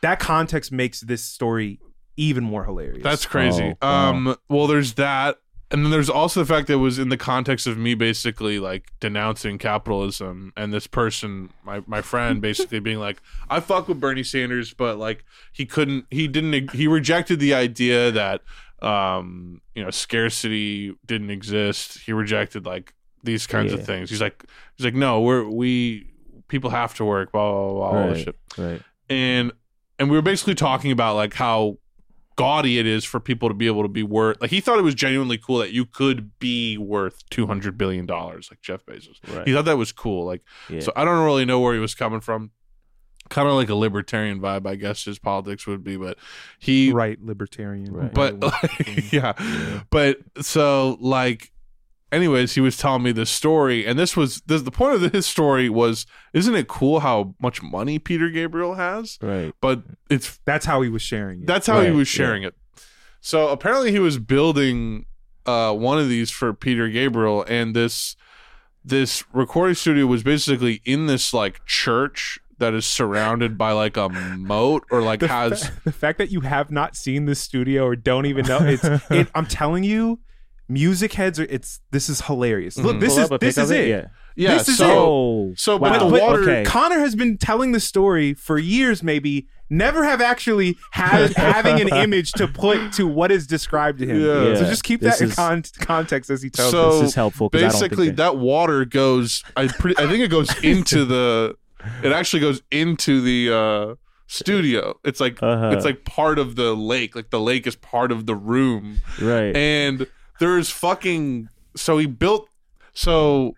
S2: That context makes this story even more hilarious.
S3: that's crazy.
S1: Oh, wow.
S3: Um, well, there's that, and then there's also the fact that it was in the context of me basically like denouncing capitalism, and this person, my my friend, basically being like, I fuck with Bernie Sanders, but like he couldn't, he didn't, e-, he rejected the idea that um, you know, scarcity didn't exist. He rejected like these kinds
S1: Yeah.
S3: of things. He's like, he's like, no, we're we people have to work, blah blah blah, blah all this
S1: Right,
S3: shit.
S1: right.
S3: And and we were basically talking about like how gaudy it is for people to be able to be worth like he thought it was genuinely cool that you could be worth 200 billion dollars like jeff bezos
S1: Right.
S3: he thought that was cool like
S1: Yeah.
S3: so i don't really know where he was coming from kind of like a libertarian vibe i guess his politics would be but he
S2: right libertarian.
S3: but [laughs] like, yeah. but so like anyways he was telling me this story and this was this, the point of his story was isn't it cool how much money peter gabriel has
S1: right
S3: but it's
S2: that's how he was sharing it
S3: that's how he
S2: Right,
S3: was
S2: yeah.
S3: sharing it so apparently he was building uh one of these for peter gabriel and this this recording studio was basically in this like church that is surrounded by like a moat or like
S2: the,
S3: has
S2: fa- [laughs] the fact that you have not seen this studio or don't even know
S3: [laughs]
S2: it's it, i'm telling you music heads are it's this is hilarious look
S3: Mhm.
S2: this
S3: Pull
S2: is
S3: up a
S2: this
S3: pic
S2: is
S3: of
S2: it,
S3: it? Yeah. Yeah,
S2: this is
S3: so-
S1: Oh,
S2: it
S3: so, but the water- Okay.
S2: connor has been telling the story for years maybe never have actually
S3: [laughs]
S2: had having an image to put to what is described to him
S3: Yeah.
S2: so
S3: Yeah.
S2: just keep
S3: This
S2: that in
S3: is-
S2: con- context as he tells
S3: so
S2: us
S3: Basically, that water goes. I pretty. I think it goes into the. It actually goes into the uh studio. It's like
S1: Uh-huh.
S3: it's like part of the lake. Like the lake is part of the room.
S1: Right.
S3: And there's fucking. So he built. So.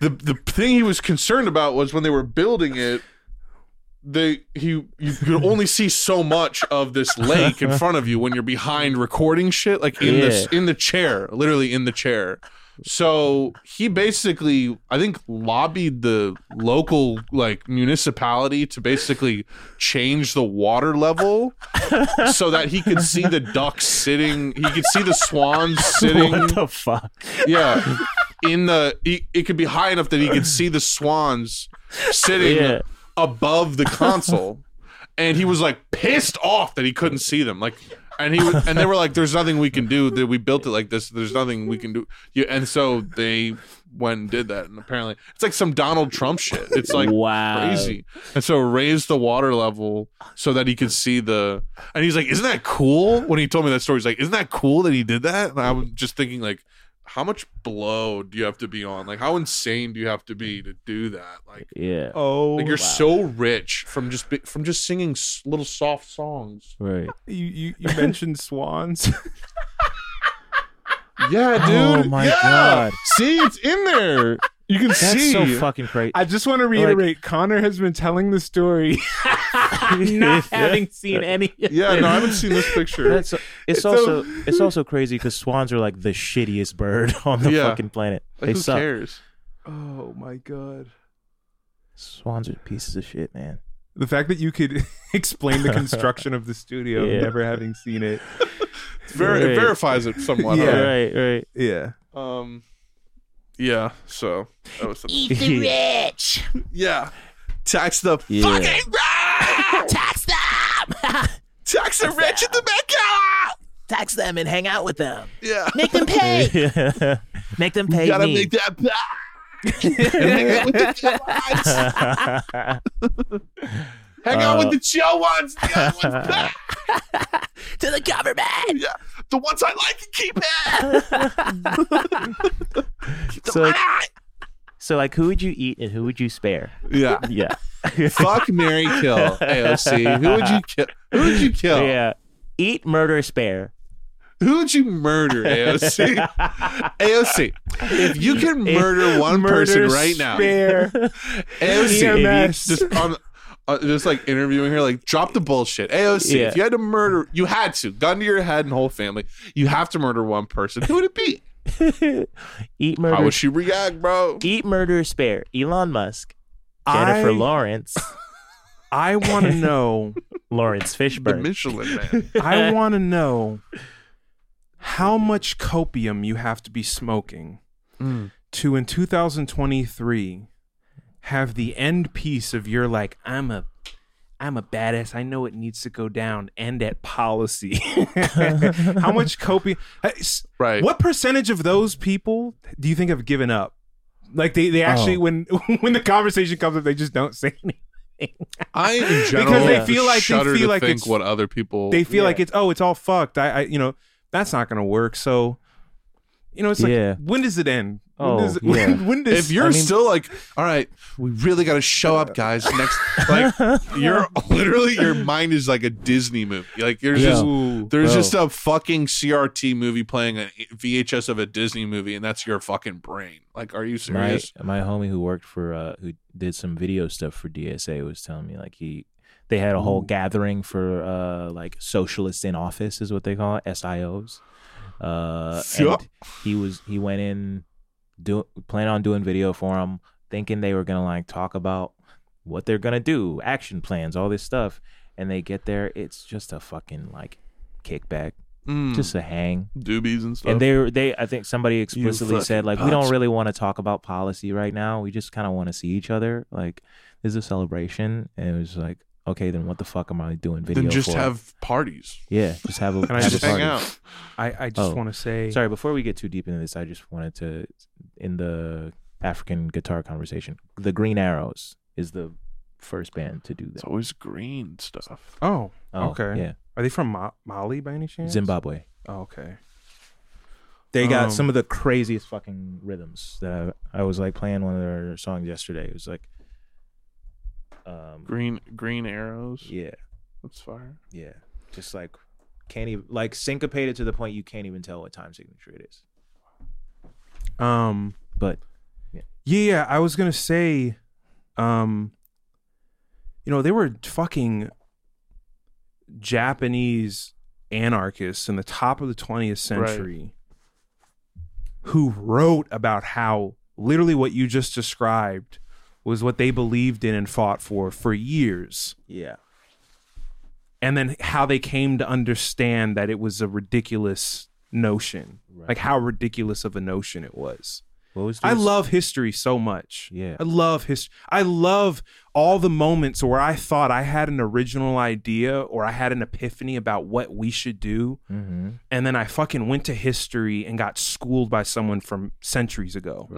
S3: The, the thing he was concerned about was when they were building it, they he you could only see so much of this lake in front of you when you're behind recording shit like in this
S1: Yeah.
S3: in the chair literally in the chair so he basically i think lobbied the local like municipality to basically change the water level so that he could see the ducks sitting he could see the swans sitting
S1: [laughs] What the fuck?
S3: yeah in the he, it could be high enough that he could see the swans sitting
S1: Yeah.
S3: above the console and he was like pissed off that he couldn't see them like and he was- and they were like there's nothing we can do that we built it like this there's nothing we can do you and so they went and did that and apparently it's like some donald trump shit it's like
S1: Wow.
S3: crazy Uh, and so raised the water level so that he could see the and he's like isn't that cool when he told me that story he's like isn't that cool that he did that and i was just thinking like how much blow do you have to be on like how insane do you have to be to do that like
S1: Yeah.
S2: Oh,
S3: like you're so rich from just bi- from just singing s- little soft songs.
S1: Right.
S2: you you, you mentioned [laughs] swans
S3: Yeah,
S1: Oh
S3: dude.
S1: my
S3: Yeah.
S1: God.
S3: See, it's in there. [laughs] You can
S1: That's
S3: see.
S1: so fucking crazy.
S2: I just want to reiterate, Connor has been telling the story, [laughs]
S1: [laughs]
S2: not having seen any.
S3: Yeah, no, I haven't seen this picture.
S1: That's, it's,
S3: It's
S1: also
S3: so-
S1: it's also crazy because swans are like the shittiest bird [laughs] on the
S3: Yeah.
S1: fucking planet.
S3: Like,
S1: they
S3: who
S1: suck.
S3: cares?
S2: Oh my god!
S1: Swans are pieces of shit, man.
S2: The fact that you could [laughs] explain the construction of the studio,
S1: [laughs] Yeah.
S2: never having seen it.
S3: Ver- it verifies it somewhat.
S2: Yeah.
S3: huh?
S1: Right, right.
S2: Yeah.
S3: Um. Yeah. So that was
S4: [laughs]
S3: something.
S10: Eat
S1: [laughs]
S10: the rich.
S3: Yeah. Tax the fucking
S1: [laughs]
S10: Tax them.
S3: Tax the rich at the
S10: Mecca. Tax them and hang out with
S1: [laughs]
S10: them.
S3: Yeah.
S10: Make them pay.
S1: Make them pay
S10: gotta
S1: me.
S10: make
S3: that
S1: [laughs]
S3: back.
S10: with
S3: [laughs]
S10: the
S3: Hang out
S1: Uh,
S3: with the chill ones. The other
S1: [laughs]
S3: ones back.
S10: to the government.
S3: Yeah. The ones I like and keep
S10: [laughs] it.
S1: so, so like, who would you eat and who would you spare?
S3: Yeah.
S1: Yeah.
S3: [laughs] Fuck, Mary, kill AOC. Who would you kill? Who would you kill?
S1: Yeah. Eat, murder, spare.
S3: Who would you murder,
S1: [laughs]
S3: AOC? AOC, if you can murder one person right now, AOC,
S2: EMS.
S3: just on, uh, just like interviewing her, like drop the bullshit. AOC,
S1: Yeah.
S3: if you had to murder, you had to gun to your head and whole family. You have to murder one person. Who would it be?
S1: Eat, murder.
S3: How would she react, bro?
S1: Eat, murder, spare. Elon Musk, Jennifer
S2: I-
S1: Lawrence,
S2: [laughs] I want to know.
S1: [laughs] Lawrence
S3: The
S1: Fishburne.
S3: Michelin man.
S2: [laughs] I want to know how much copium you have to be smoking
S3: Mm.
S2: to in 2023 have the end piece of your like I'm a I'm a badass. I know it needs to go down. End at policy. [laughs] how much copium? uh,
S3: Right.
S2: What percentage of those people do you think have given up? Like they, they actually
S3: Oh.
S2: when [laughs] when the conversation comes up, they just don't say anything.
S3: I in general,
S2: because they feel like they
S3: shudder
S2: feel
S3: to
S2: like
S3: think
S2: it's
S3: what other people
S2: they feel
S3: Yeah.
S2: like it's oh it's all fucked I, I you know that's not gonna work so you know it's like
S1: Yeah.
S2: when does it [laughs] end
S1: Oh,
S2: when does,
S4: [laughs]
S1: yeah.
S2: when, when does
S4: if you're
S2: I mean-
S4: still like, all right, we really got to show up, guys. Next, like,
S1: [laughs]
S4: you're literally your mind is like a Disney movie. Like, you're just
S2: Ooh,
S4: there's
S2: bro.
S4: just a fucking CRT movie playing a VHS of a Disney movie, and that's your fucking brain. Like, are you
S1: my
S4: serious?
S1: my homie who worked for uh who did some video stuff for DSA was telling me like he they had a whole gathering for uh like socialists in office is what they call it, SIOs. Uh
S4: Yeah.
S1: and he was he went in do plan on doing video for them thinking they were going to like talk about what they're going to do, action plans, all this stuff and they get there it's just a fucking like kickback,
S4: Mm.
S1: just a hang.
S4: Doobies and stuff.
S1: Hmm. And they were- they I think somebody explicitly
S4: fucking
S1: said like we don't
S4: punks.
S1: really want to talk about policy right now. We just kind of want to see each other. Like this is a celebration, and it was like okay, then what the fuck am I doing video?
S4: then just
S1: for?
S4: have parties.
S1: yeah, just have a
S2: Can I
S1: have a
S2: just-
S4: Hang
S1: party.
S4: out.
S2: I, I just
S1: Oh.
S2: want to say
S1: Sorry, before we get too deep into this, I just wanted to in the African guitar conversation, the Green Arrows is the first band to do
S4: It's
S1: that.
S4: always green stuff.
S2: Oh,
S1: Oh,
S2: okay.
S1: yeah.
S2: Are they from Mo- Mali by any chance?
S1: Zimbabwe.
S2: Oh, okay.
S1: They got
S2: Um,
S1: some of the craziest fucking rhythms that I, I was like playing one of their songs yesterday. It was like, um,
S4: Green green arrows.
S1: yeah,
S4: That's fire.
S1: yeah, just like can't even like syncopated to the point you can't even tell what time signature it is.
S2: Um,
S1: But
S2: yeah, I was gonna say, um, you know, they were fucking Japanese anarchists in the top of the 20th century who wrote about how literally what you just described was what they believed in and fought for for years.
S1: yeah,
S2: and then how they came to understand that it was a ridiculous notion like how ridiculous of a notion it was
S1: what was
S2: i
S1: this?
S2: love history so much
S1: Yeah.
S2: i love history i love all the moments where i thought i had an original idea or i had an epiphany about what we should do
S1: Mhm.
S2: and then i fucking went to history and got schooled by someone from centuries ago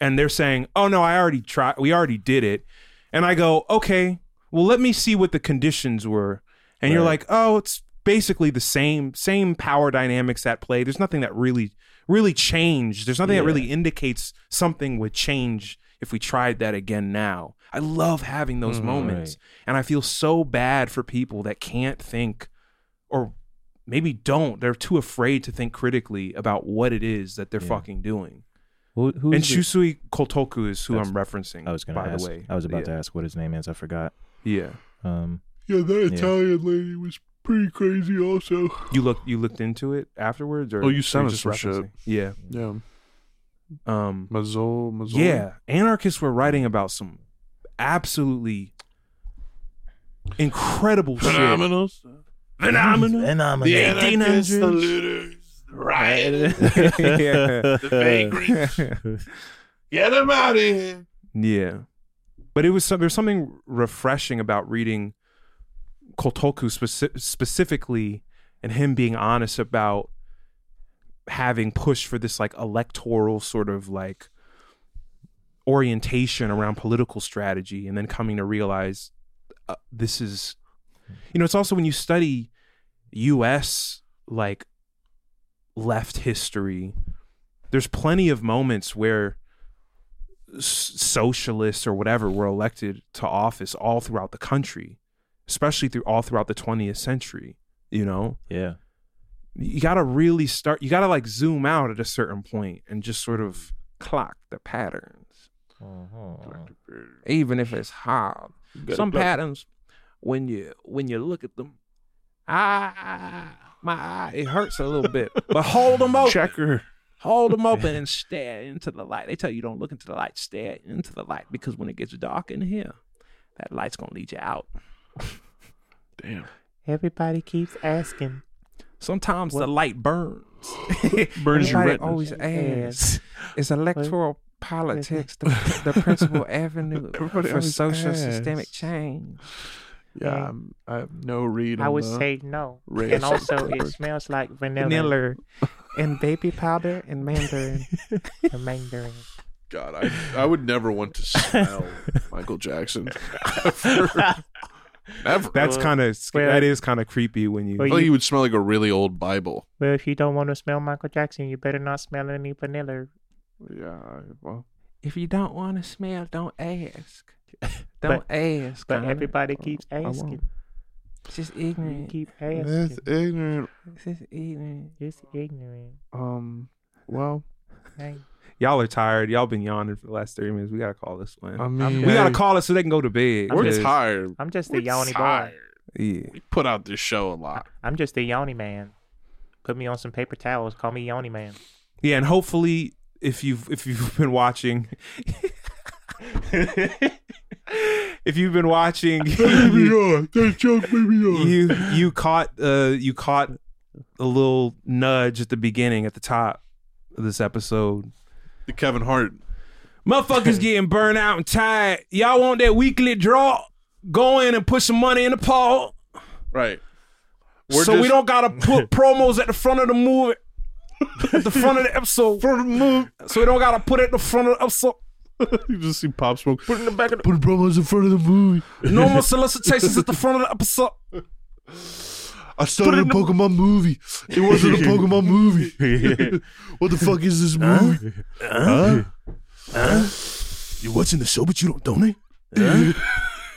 S2: and they're saying, "Oh no, I already tried. We already did it." And I go, "Okay, well, let me see what the conditions were." And you're like, "Oh, it's basically the same same power dynamics at play. There's nothing that really really changed. There's nothing that really indicates something would change if we tried that again now." I love
S1: Mm-hmm,
S2: having those moments, and I feel so bad for people that can't think or maybe don't they're too afraid to think critically about what it is that they're fucking doing
S1: Who, who's
S2: and
S1: the-
S2: Shusui Kotoku is who I'm referencing.
S1: I was gonna
S2: by
S1: ask.
S2: the way,
S1: I was about to
S2: yeah.
S1: ask what his name is. I forgot.
S2: Yeah,
S1: Um,
S3: Yeah, that
S1: Yeah.
S3: Italian lady was pretty crazy, also.
S2: you look you looked into it afterwards, or
S4: Oh, you
S2: sound
S4: sounded some shit.
S2: Yeah,
S4: Yeah.
S2: um,
S4: Mazol, Mazol.
S2: yeah. Anarchists were writing about some absolutely incredible Oh, shit.
S4: Phenomenal.
S2: Phenomenal.
S1: Phenomenal.
S2: The 1800s. [laughs]
S3: [laughs]
S2: yeah.
S4: [laughs]
S2: [laughs]
S4: Get him out of here.
S2: Yeah. But it was some, there's something refreshing about reading Kotoku speci- specifically and him being honest about having pushed for this like electoral sort of like orientation around political strategy and then coming to realize uh, this is you know it's also when you study US like left history there's plenty of moments where s- socialists or whatever were elected to office all throughout the country, especially through all throughout the 20th century. You know,
S1: yeah.
S2: you got to really start, you got to like zoom out at a certain point and just sort of clock the patterns, even if it's hard. Some patterns, when you when you look at them, ah, my eye, it hurts a little bit, but hold them open.
S4: Checker.
S2: Hold them open and stare into the light. They tell you don't look into the light, stare into the light because when it gets dark in here, that light's gonna lead you out.
S4: Damn.
S21: Everybody keeps asking.
S2: Sometimes the light burns.
S4: [laughs] Burns your
S2: Everybody
S4: retinas.
S2: always asks. It's electoral politics, the, the principal
S4: [laughs]
S2: avenue
S3: Everybody
S2: for
S3: always
S2: social
S3: asks.
S2: systemic change.
S4: Yeah, I'm, I have no read.
S21: I
S4: on
S21: would
S4: the-
S21: say no.
S4: race
S21: And also, it
S4: course.
S21: smells like vanilla,
S3: Vanilla.
S21: and baby powder and mandarin. and mandarin.
S4: God, I I would never want
S21: [laughs]
S4: to smell Michael Jackson. Ever. Never.
S2: That's kind of
S21: well- that
S2: is kind of creepy when
S21: Well,
S4: I feel like you would smell like a really old Bible.
S21: Well, if you don't want to smell Michael Jackson, you better not smell any vanilla
S4: Yeah. Well,
S12: If you don't want to smell, don't
S1: [laughs]
S12: ask. Don't ask.
S1: But
S12: Connor.
S1: everybody keeps asking.
S12: It's just ignorant.
S1: keep
S4: it's
S1: asking.
S4: ignorant.
S12: It's just ignorant.
S1: It's ignorant.
S4: Um. Well,
S1: Hey.
S2: Y'all are tired. Y'all been yawning for the last thirty minutes. We gotta call this one.
S4: I mean,
S2: we gotta call it so they can go to bed.
S4: we're
S2: 'cause-
S4: tired.
S1: I'm just
S4: We're
S1: a yawny boy.
S4: tired.
S2: [laughs] Yeah.
S4: We put out this show a lot.
S1: I'm just a yawny man. Put me on some paper towels. Call me yawny man.
S2: Yeah, and hopefully, if you've if you've been watching, [laughs] if you've
S4: [laughs]
S2: been watching, you,
S4: That joke made me laugh.
S2: you you caught uh you caught a little nudge at the beginning at the top of this episode.
S4: The Kevin Hart.
S2: [laughs] Motherfuckers getting burnt out and tired. Y'all want that weekly draw? Go in and put some money in the pot.
S4: Right.
S2: so we don't gotta [laughs] put promos at the front of the movie, at the front of [laughs] the episode. So we don't gotta put it at the front of the episode.
S4: you just see pop smoke.
S2: Put it in the back of the.
S4: Put promos in front of the movie.
S2: No more solicitations at the front of the episode.
S4: I started a Pokemon movie. It wasn't [laughs] a Pokemon movie. what the fuck is this movie? Huh?
S24: You're watching the show, but you don't donate?
S4: [laughs]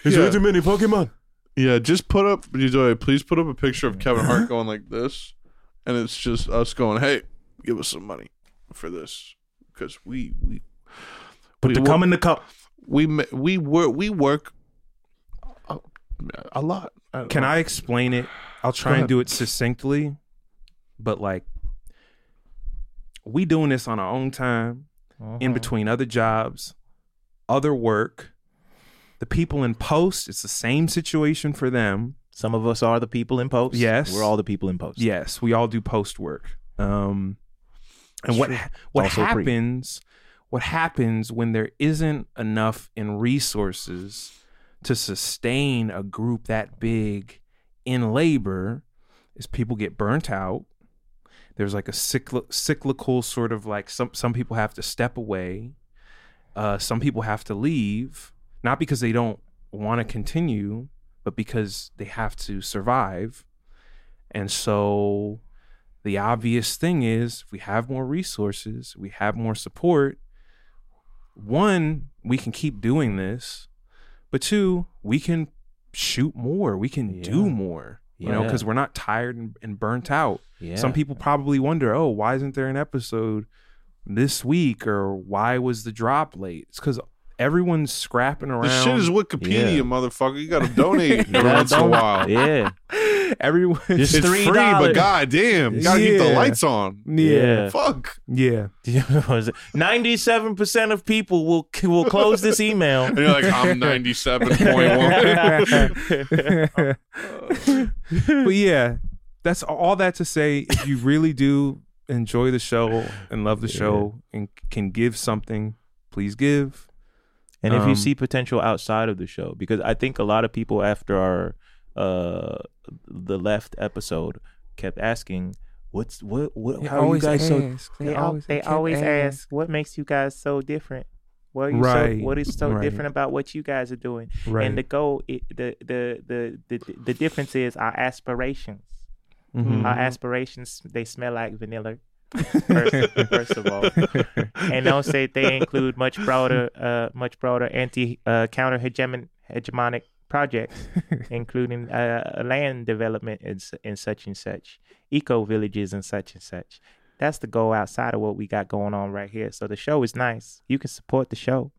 S4: There's way too
S24: many Pokemon.
S4: Yeah, just put up. Joy, Please put up a picture of Kevin
S1: [laughs]
S4: Hart going like this, and it's just us going, "Hey, give us some money for this because we we
S1: Put
S4: we
S1: the
S4: wo-
S1: cum in the cup.
S4: we ma- we work we work a, a lot." don't
S2: Can
S4: know. [laughs]
S2: I explain it? I'll try
S4: Go
S2: and
S4: ahead.
S2: do it succinctly, but like we doing this on our own time,
S4: Uh-huh.
S2: in between other jobs, other work. The people in post, it's the same situation for them.
S1: Some of us are the people in post.
S2: Yes.
S1: We're all the people in post.
S2: Yes, we all do post work. Um, and what what
S1: Also free.
S2: happens? What happens when there isn't enough in resources to sustain a group that big in labor? Is people get burnt out. There's like a cycl- cyclical sort of like some some people have to step away. Uh, some people have to leave, not because they don't want to continue, but because they have to survive. And so the obvious thing is if we have more resources, we have more support, one, we can keep doing this, but two, we can shoot more, we can do more. You know,
S1: Yeah.
S2: because we're not tired and, and burnt out.
S1: Yeah.
S2: Some people probably wonder, oh, why isn't there an episode this week or why was the drop late? It's because everyone's scrapping around.
S4: This shit is Wikipedia,
S1: Yeah.
S4: motherfucker. You
S2: [laughs]
S4: gotta donate every once in a while.
S1: Yeah.
S2: Everyone,
S1: Just
S4: It's
S1: three
S4: free, but
S1: dollars.
S4: goddamn, you gotta keep the
S2: Yeah.
S4: lights on.
S1: Yeah.
S4: Fuck.
S1: [laughs]
S2: yeah.
S1: Ninety-seven percent of people will will close this email.
S4: [laughs] And you're like,
S1: [laughs]
S4: I'm 97.1. [laughs]
S2: [laughs] but yeah, that's all that to say. If you really do enjoy the show and love the show and can give something, please give.
S1: And if
S2: Um,
S1: you see potential outside of the show, because I think a lot of people after our uh the left episode kept asking, "What's what? What?
S12: They
S1: How are you
S12: always
S1: guys so?"
S12: ask. They always- they kept ask.
S1: "What makes you guys so different? What are
S2: Right, right.
S1: about what you guys are doing?"
S2: Right.
S1: goal, it, the, the the the the difference is our aspirations.
S2: Mhm.
S1: Our aspirations they smell
S12: [laughs]
S1: like vanilla. First, first of all, and also they include much broader, uh, much broader anti uh, counter hegemon hegemonic projects, including uh, land development and, s- and such and such, eco villages and such and such. That's the goal outside of what we got going on right here. So the show is nice. You can support the show,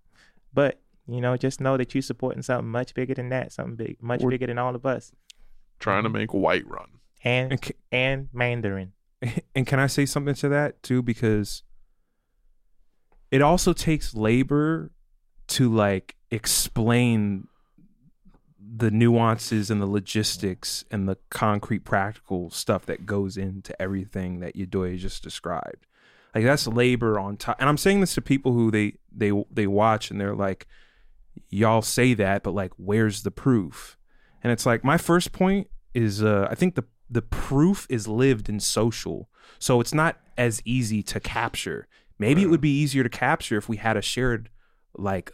S1: but you know, just know that you're supporting something much bigger than that, something big, much bigger than all of us,
S4: Trying to make white run.
S1: and
S2: And ca-
S1: and Mandarin.
S2: [laughs] and can I say something to that too? Because it also takes labor to like explain the nuances and the logistics and the concrete practical stuff that goes into everything that Yadoya just described. Like that's labor on top. And I'm saying this to people who they they they watch and they're like, y'all say that, but like, where's the proof? And it's like my first point is uh, I think the the proof is lived in social, so it's not as easy to capture. Maybe it would be easier to capture if we had a shared like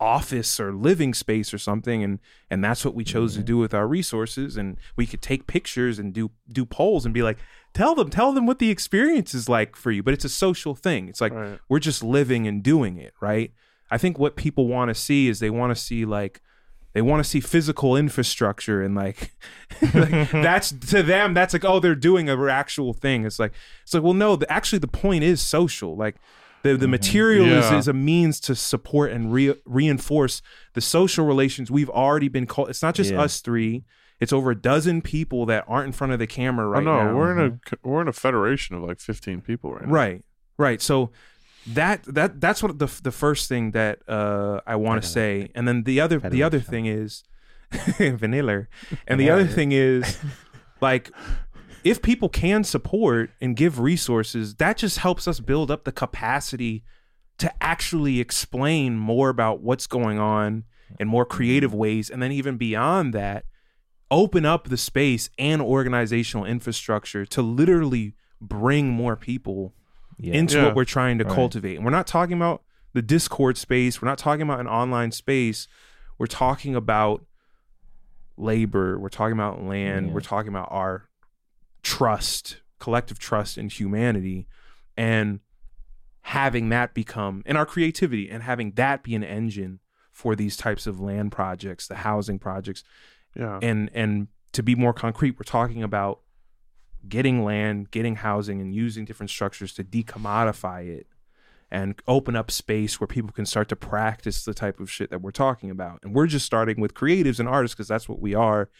S2: office or living space or something and and that's what we chose to do with our resources and we could take pictures and do do polls and be like tell them tell them what the experience is like for you but it's a social thing it's like we're just living and doing it right i think what people want to see is they want to see like they want to see physical infrastructure and like, [laughs] like, that's to them that's like oh they're doing a actual thing it's like it's like well no the, actually the point is social like the, the material is,
S3: Yeah.
S2: is a means to support and re- reinforce the social relations we've already been called it's not just
S3: Yeah.
S2: us three it's over a dozen people that aren't in front of the camera
S3: I
S4: Oh,
S2: right
S3: know
S2: now
S3: we're in a co- we're in a federation of like 15 people right now.
S2: Right. Right. So that that that's what the the first thing that uh I want to say. And then the other the other thing is [laughs] vanilla. And the other
S3: Vanilla.
S2: thing is like if people can support and give resources, that just helps us build up the capacity to actually explain more about what's going on in more creative
S3: Mm-hmm.
S2: ways and then even beyond that open up the space and organizational infrastructure to literally bring more people into
S3: Yeah.
S2: what we're trying to
S3: Right.
S2: cultivate. And we're not talking about the Discord space, we're not talking about an online space. We're talking about labor, we're talking about land, we're talking about our trust, collective trust in humanity and having that become and our creativity and having that be an engine for these types of land projects, the housing projects.
S3: Yeah.
S2: And and to be more concrete, we're talking about getting land, getting housing, and using different structures to decommodify it and open up space where people can start to practice the type of shit that we're talking about. And we're just starting with creatives and artists because that's what we are.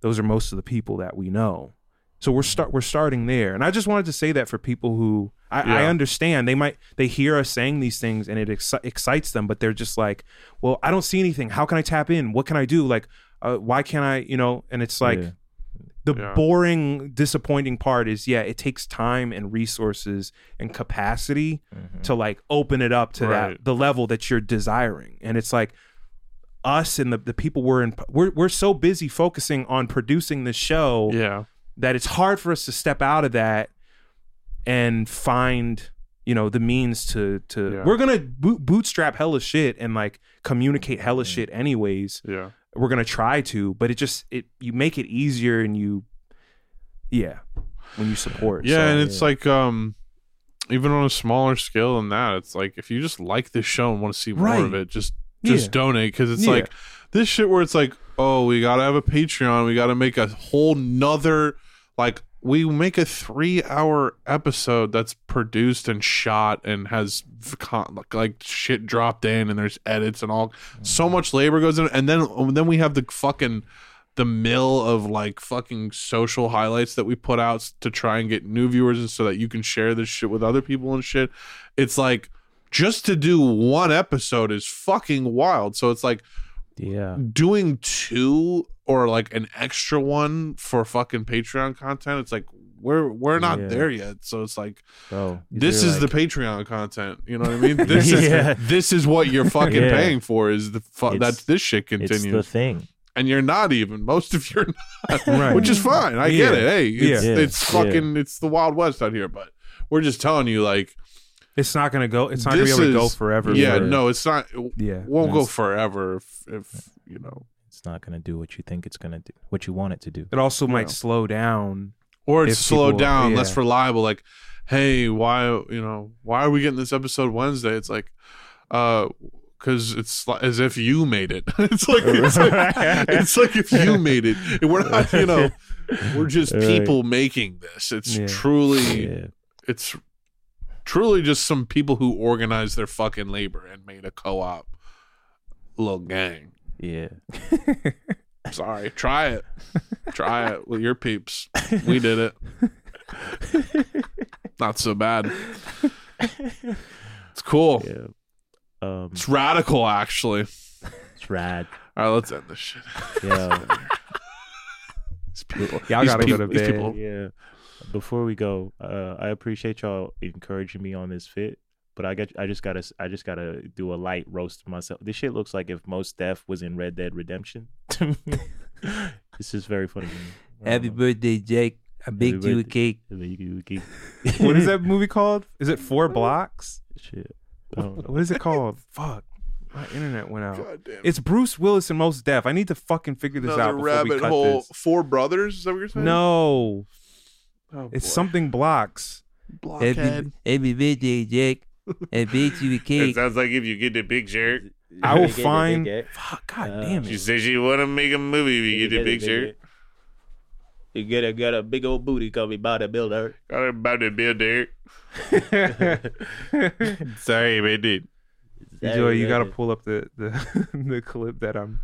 S2: Those are most of the people that we know. So we're start we're starting there. And I just wanted to say that for people who I, I
S3: Yeah.
S2: understand they might they hear us saying these things and it exci- excites them, but they're just like, well, I don't see anything. How can I tap in? What can I do? Like, uh, why can't I? You know? And it's like
S3: Yeah.
S2: the
S3: Yeah.
S2: boring, disappointing part is yeah, it takes time and resources and capacity to like open it up to that
S3: Mm-hmm. Right.
S2: the level that you're desiring. And it's like us and the, the people we're in we're we're so busy focusing on producing the show
S3: yeah.
S2: that it's hard for us to step out of that and find you know the means to to
S3: Yeah.
S2: we're gonna boot, bootstrap hella shit and like communicate hella shit anyways
S3: Mm-hmm. yeah
S2: we're gonna try to but it just it you make it easier and you yeah when you support
S3: Yeah,
S2: So-
S3: and it's like um even on a smaller scale than that, it's like if you just like this show and want to see more of
S2: Right.
S3: it, just just
S2: Yeah.
S3: donate because it's
S2: Yeah.
S3: like this shit where it's like, oh, we gotta have a Patreon, we gotta make a whole nother like we make a three-hour episode that's produced and shot and has v- con- like- like shit dropped in and there's edits and all. So much labor goes in, and then then we have the fucking the mill of like fucking social highlights that we put out to try and get new viewers and so that you can share this shit with other people and shit. It's like just to do one episode is fucking wild. So it's like
S1: yeah.
S3: doing two or like an extra one for fucking Patreon content. It's like we're we're not
S1: Yeah. Oh,
S3: there yet. So it's like
S4: Oh.
S1: Bro,
S3: this
S1: these are
S3: is the Patreon content. You know what I
S1: [laughs]
S3: mean? This
S1: Yeah.
S3: is this is what
S1: [laughs]
S3: you're fucking
S1: Yeah.
S3: paying for is the fu-
S1: It's-
S3: that this shit continues.
S1: the thing.
S3: And you're not even most of you're not,
S1: [laughs] Right.
S3: which is fine. I get
S1: Yeah.
S3: it. Hey, it's,
S1: Yeah. Yeah.
S3: it's fucking it's the wild west out here. But we're just telling you, like,
S2: it's not gonna go it's not gonna be
S3: this
S2: able to go
S3: is-
S2: forever
S3: Yeah,
S2: for-
S3: no, it's not. It
S2: Yeah.
S3: yeah, won't go
S2: It's-
S3: forever if, if you know.
S1: It's not gonna do what you think it's gonna do, what you want it to do.
S2: it also might
S1: Yeah.
S2: slow down
S3: or
S2: if
S3: it's slowed
S2: people-
S3: down,
S2: yeah.
S3: less reliable. Like, hey, why you know why are we getting this episode Wednesday? It's like, uh, because it's li- as if you made it. [laughs] it's like it's like,
S1: [laughs]
S3: it's like if you made it, and we're not you know we're just
S1: Right.
S3: people making this. It's
S1: Yeah.
S3: truly
S1: Yeah.
S3: it's truly just some people who organized their fucking labor and made a co-op little gang.
S1: Yeah.
S3: Sorry, try it. Try it with your peeps. We did it.
S2: [laughs]
S3: Not so bad. It's cool.
S1: Um,
S3: it's radical, actually.
S1: It's rad.
S3: All right, let's end this shit.
S1: Yeah.
S3: These people.
S2: Y'all
S3: these
S2: gotta go
S3: people-
S2: to
S3: these
S2: bed.
S3: people.
S1: Yeah. Before we go, uh, I appreciate y'all encouraging me on this fit, but I got I just gotta I just gotta do a light roast myself. This shit looks like if Most Def was in Red Dead Redemption. [laughs] this is very funny. to me. Um,
S12: Happy birthday, Jake. I baked you a cake.
S4: [laughs]
S2: what Mm-hmm. is that movie called is it four blocks
S1: shit
S3: Oh.
S2: what is it called [laughs] fuck My internet went out. It's Bruce Willis and Most Def. I need to fucking figure this
S3: Another
S2: out before we
S3: rabbit
S2: cut
S3: hole.
S2: this.
S3: Four brothers? Is that what you're saying?
S2: No.
S3: Oh,
S2: it's something blocks.
S3: Blockhead.
S4: Every birthday,
S2: [laughs]
S4: Jack. I baked you a cake.
S28: sounds like if you get the picture. [laughs]
S2: I will find. Fuck, god damn
S28: She
S2: it.
S28: says she want to make a movie if you get the
S2: get the
S28: picture.
S29: You got a got a big old booty coming by the builder.
S28: Got her about to build dirt.
S2: [laughs]
S28: Sorry, man, dude.
S2: Joy, you got to pull up the, the [laughs] the clip that I'm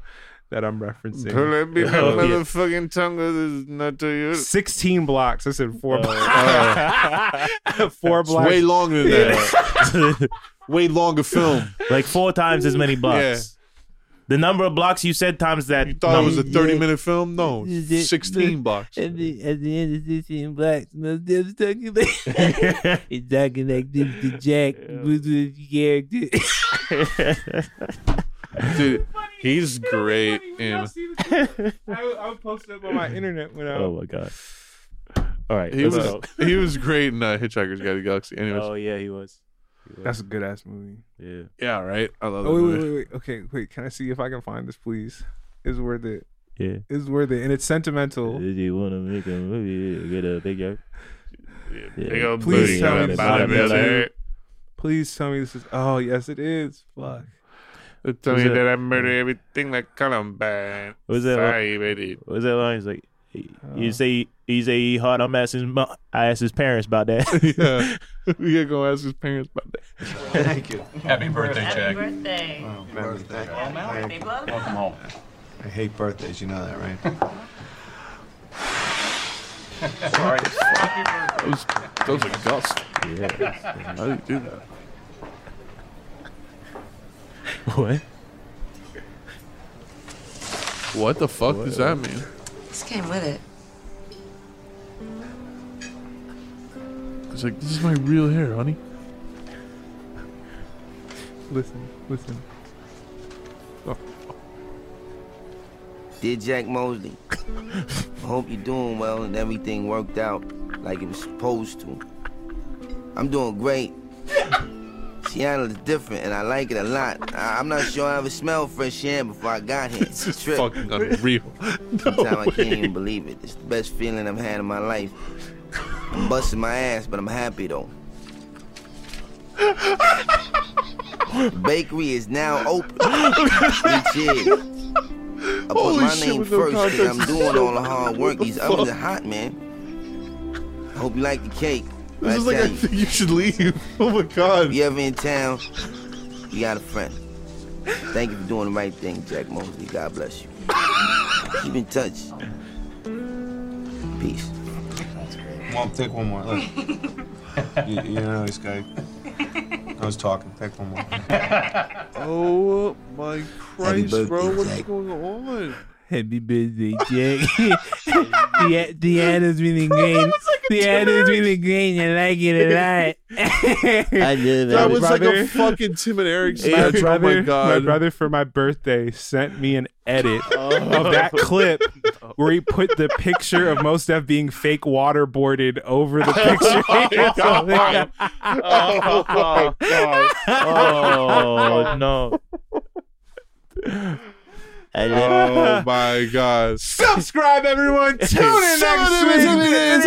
S2: that I'm referencing.
S28: Pull up your
S3: [laughs]
S2: [laughs] Oh, yeah.
S28: motherfucking tongue with this nut to you.
S2: Sixteen blocks. I said
S3: [laughs]
S28: Oh,
S2: four [laughs] blocks. four
S3: It's
S2: blocks.
S3: way longer than that. [laughs] way longer film.
S1: like four times as many blocks.
S3: Yeah.
S1: The number of blocks you said times that. You
S3: thought it was a 30 minute film? No, 16 blocks.
S4: At the, at the end of 16 blocks, most Def's talking
S3: [laughs]
S4: like he's talking like this to Jack,
S3: [laughs]
S4: Bruce Willis' character.
S3: Dude, he's great. in-
S2: [laughs]
S4: [sighs]
S2: I, I would post it on my internet when I.
S1: Oh my god. All right,
S3: he
S1: let's
S3: was
S1: go.
S3: [laughs] he was great in uh, Hitchhiker's Guide to the Galaxy. Anyways,
S1: Oh yeah, he was.
S2: That's a good ass movie.
S1: Yeah.
S3: yeah, right. I love that
S2: Oh, wait,
S3: movie.
S2: wait, wait, wait. Okay, wait. Can I see if I can find this, please? It's worth it.
S1: Yeah.
S2: It's worth it, and it's sentimental.
S1: Did you want to make a movie? Get a big yard.
S28: Big old booty
S2: Please tell
S28: coming
S2: me
S28: by the
S2: this is.
S28: builder.
S2: Please tell me this is. Oh yes, it is. Fuck.
S28: They Tell
S1: Was
S28: me
S1: it-
S28: that I murder everything like Columbine.
S1: Was that
S28: Sorry, baby.
S1: What was that line? He's like, you say he say he hard. I'm asking. his mo- I asked his parents about that.
S3: [laughs] yeah. [laughs] We gotta go ask his parents about that.
S11: Thank you.
S28: Happy birthday,
S11: Happy birthday. Happy birthday. Happy birthday. Welcome home. I hate birthdays, you know that, right?
S3: Sorry. that, was, that was a gust. Yeah. How did you do that?
S1: What?
S3: What the fuck does that mean?
S30: This came with it.
S3: It's like this is my real hair, honey.
S2: Listen, listen.
S13: Dear Jack Mosley, I hope you're doing well and everything worked out like it was supposed to. I'm doing great. Seattle is different and I like it a lot. I- I'm not sure I ever smelled fresh air before I got here. It's a trip.
S3: Fucking unreal.
S13: Sometimes I can't even believe it. It's the best feeling I've had in my life. I'm busting my ass, but I'm happy
S3: [laughs]
S13: though. The bakery is now
S11: [laughs]
S13: open. Each year. I put
S11: Holy
S13: my
S11: shit,
S13: name
S11: with no
S13: first because I'm
S11: context.
S13: doing all the
S11: [laughs]
S13: hard work. These
S11: What the
S13: ovens are
S11: fuck?
S13: hot, man. I hope you like the cake.
S11: This is like, I
S13: think you should
S11: [laughs]
S13: leave. Oh my god. If you ever in town, you got a friend. Thank you for doing the right thing, Jack Mosley. God bless you. Keep in touch. Peace.
S11: Mom, take one more. Look. you, you know this guy. I was talking. Take one [laughs] more.
S3: Oh my Christ,
S13: birthday,
S3: bro! What's
S13: Jack.
S3: going on?
S28: [laughs]
S13: Happy birthday, Jack. the the Adam's really green.
S30: The Adam's
S13: really green. I like
S30: it a
S28: [laughs]
S13: lot. I love
S3: [laughs] That was like a
S2: brother.
S3: fucking Tim and
S2: [laughs]
S3: Eric
S2: my
S3: smash. Oh
S2: brother,
S3: my god!
S2: brother for my birthday sent me an edit of that clip where he put the picture of Most Def being fake waterboarded over
S4: [laughs]
S1: [laughs]
S2: the picture. [laughs]
S1: oh,
S2: my
S1: God. oh
S2: [laughs]
S1: no.
S3: Oh my god!
S2: Subscribe, [laughs] everyone. Tune in next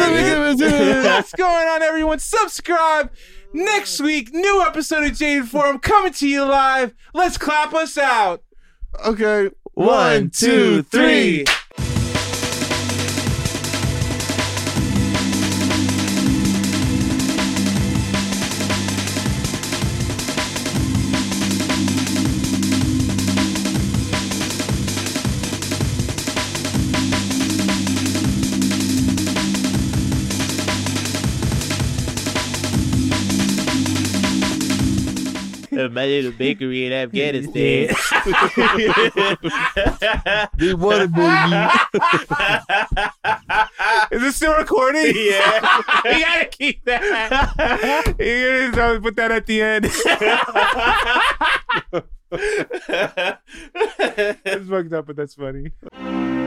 S2: week. [laughs] What's going on, everyone? Subscribe next week. New episode of Jade Forum coming to you live. Let's clap us out.
S3: Okay.
S2: One, two, [laughs] three.
S29: [laughs] My little bakery in Afghanistan.
S3: they wanted more
S2: [laughs] Is this still recording?
S4: [laughs]
S2: [laughs]
S29: Yeah.
S2: you gotta keep [laughs] that. You gotta put that at the end. [laughs] it's fucked up, but that's funny.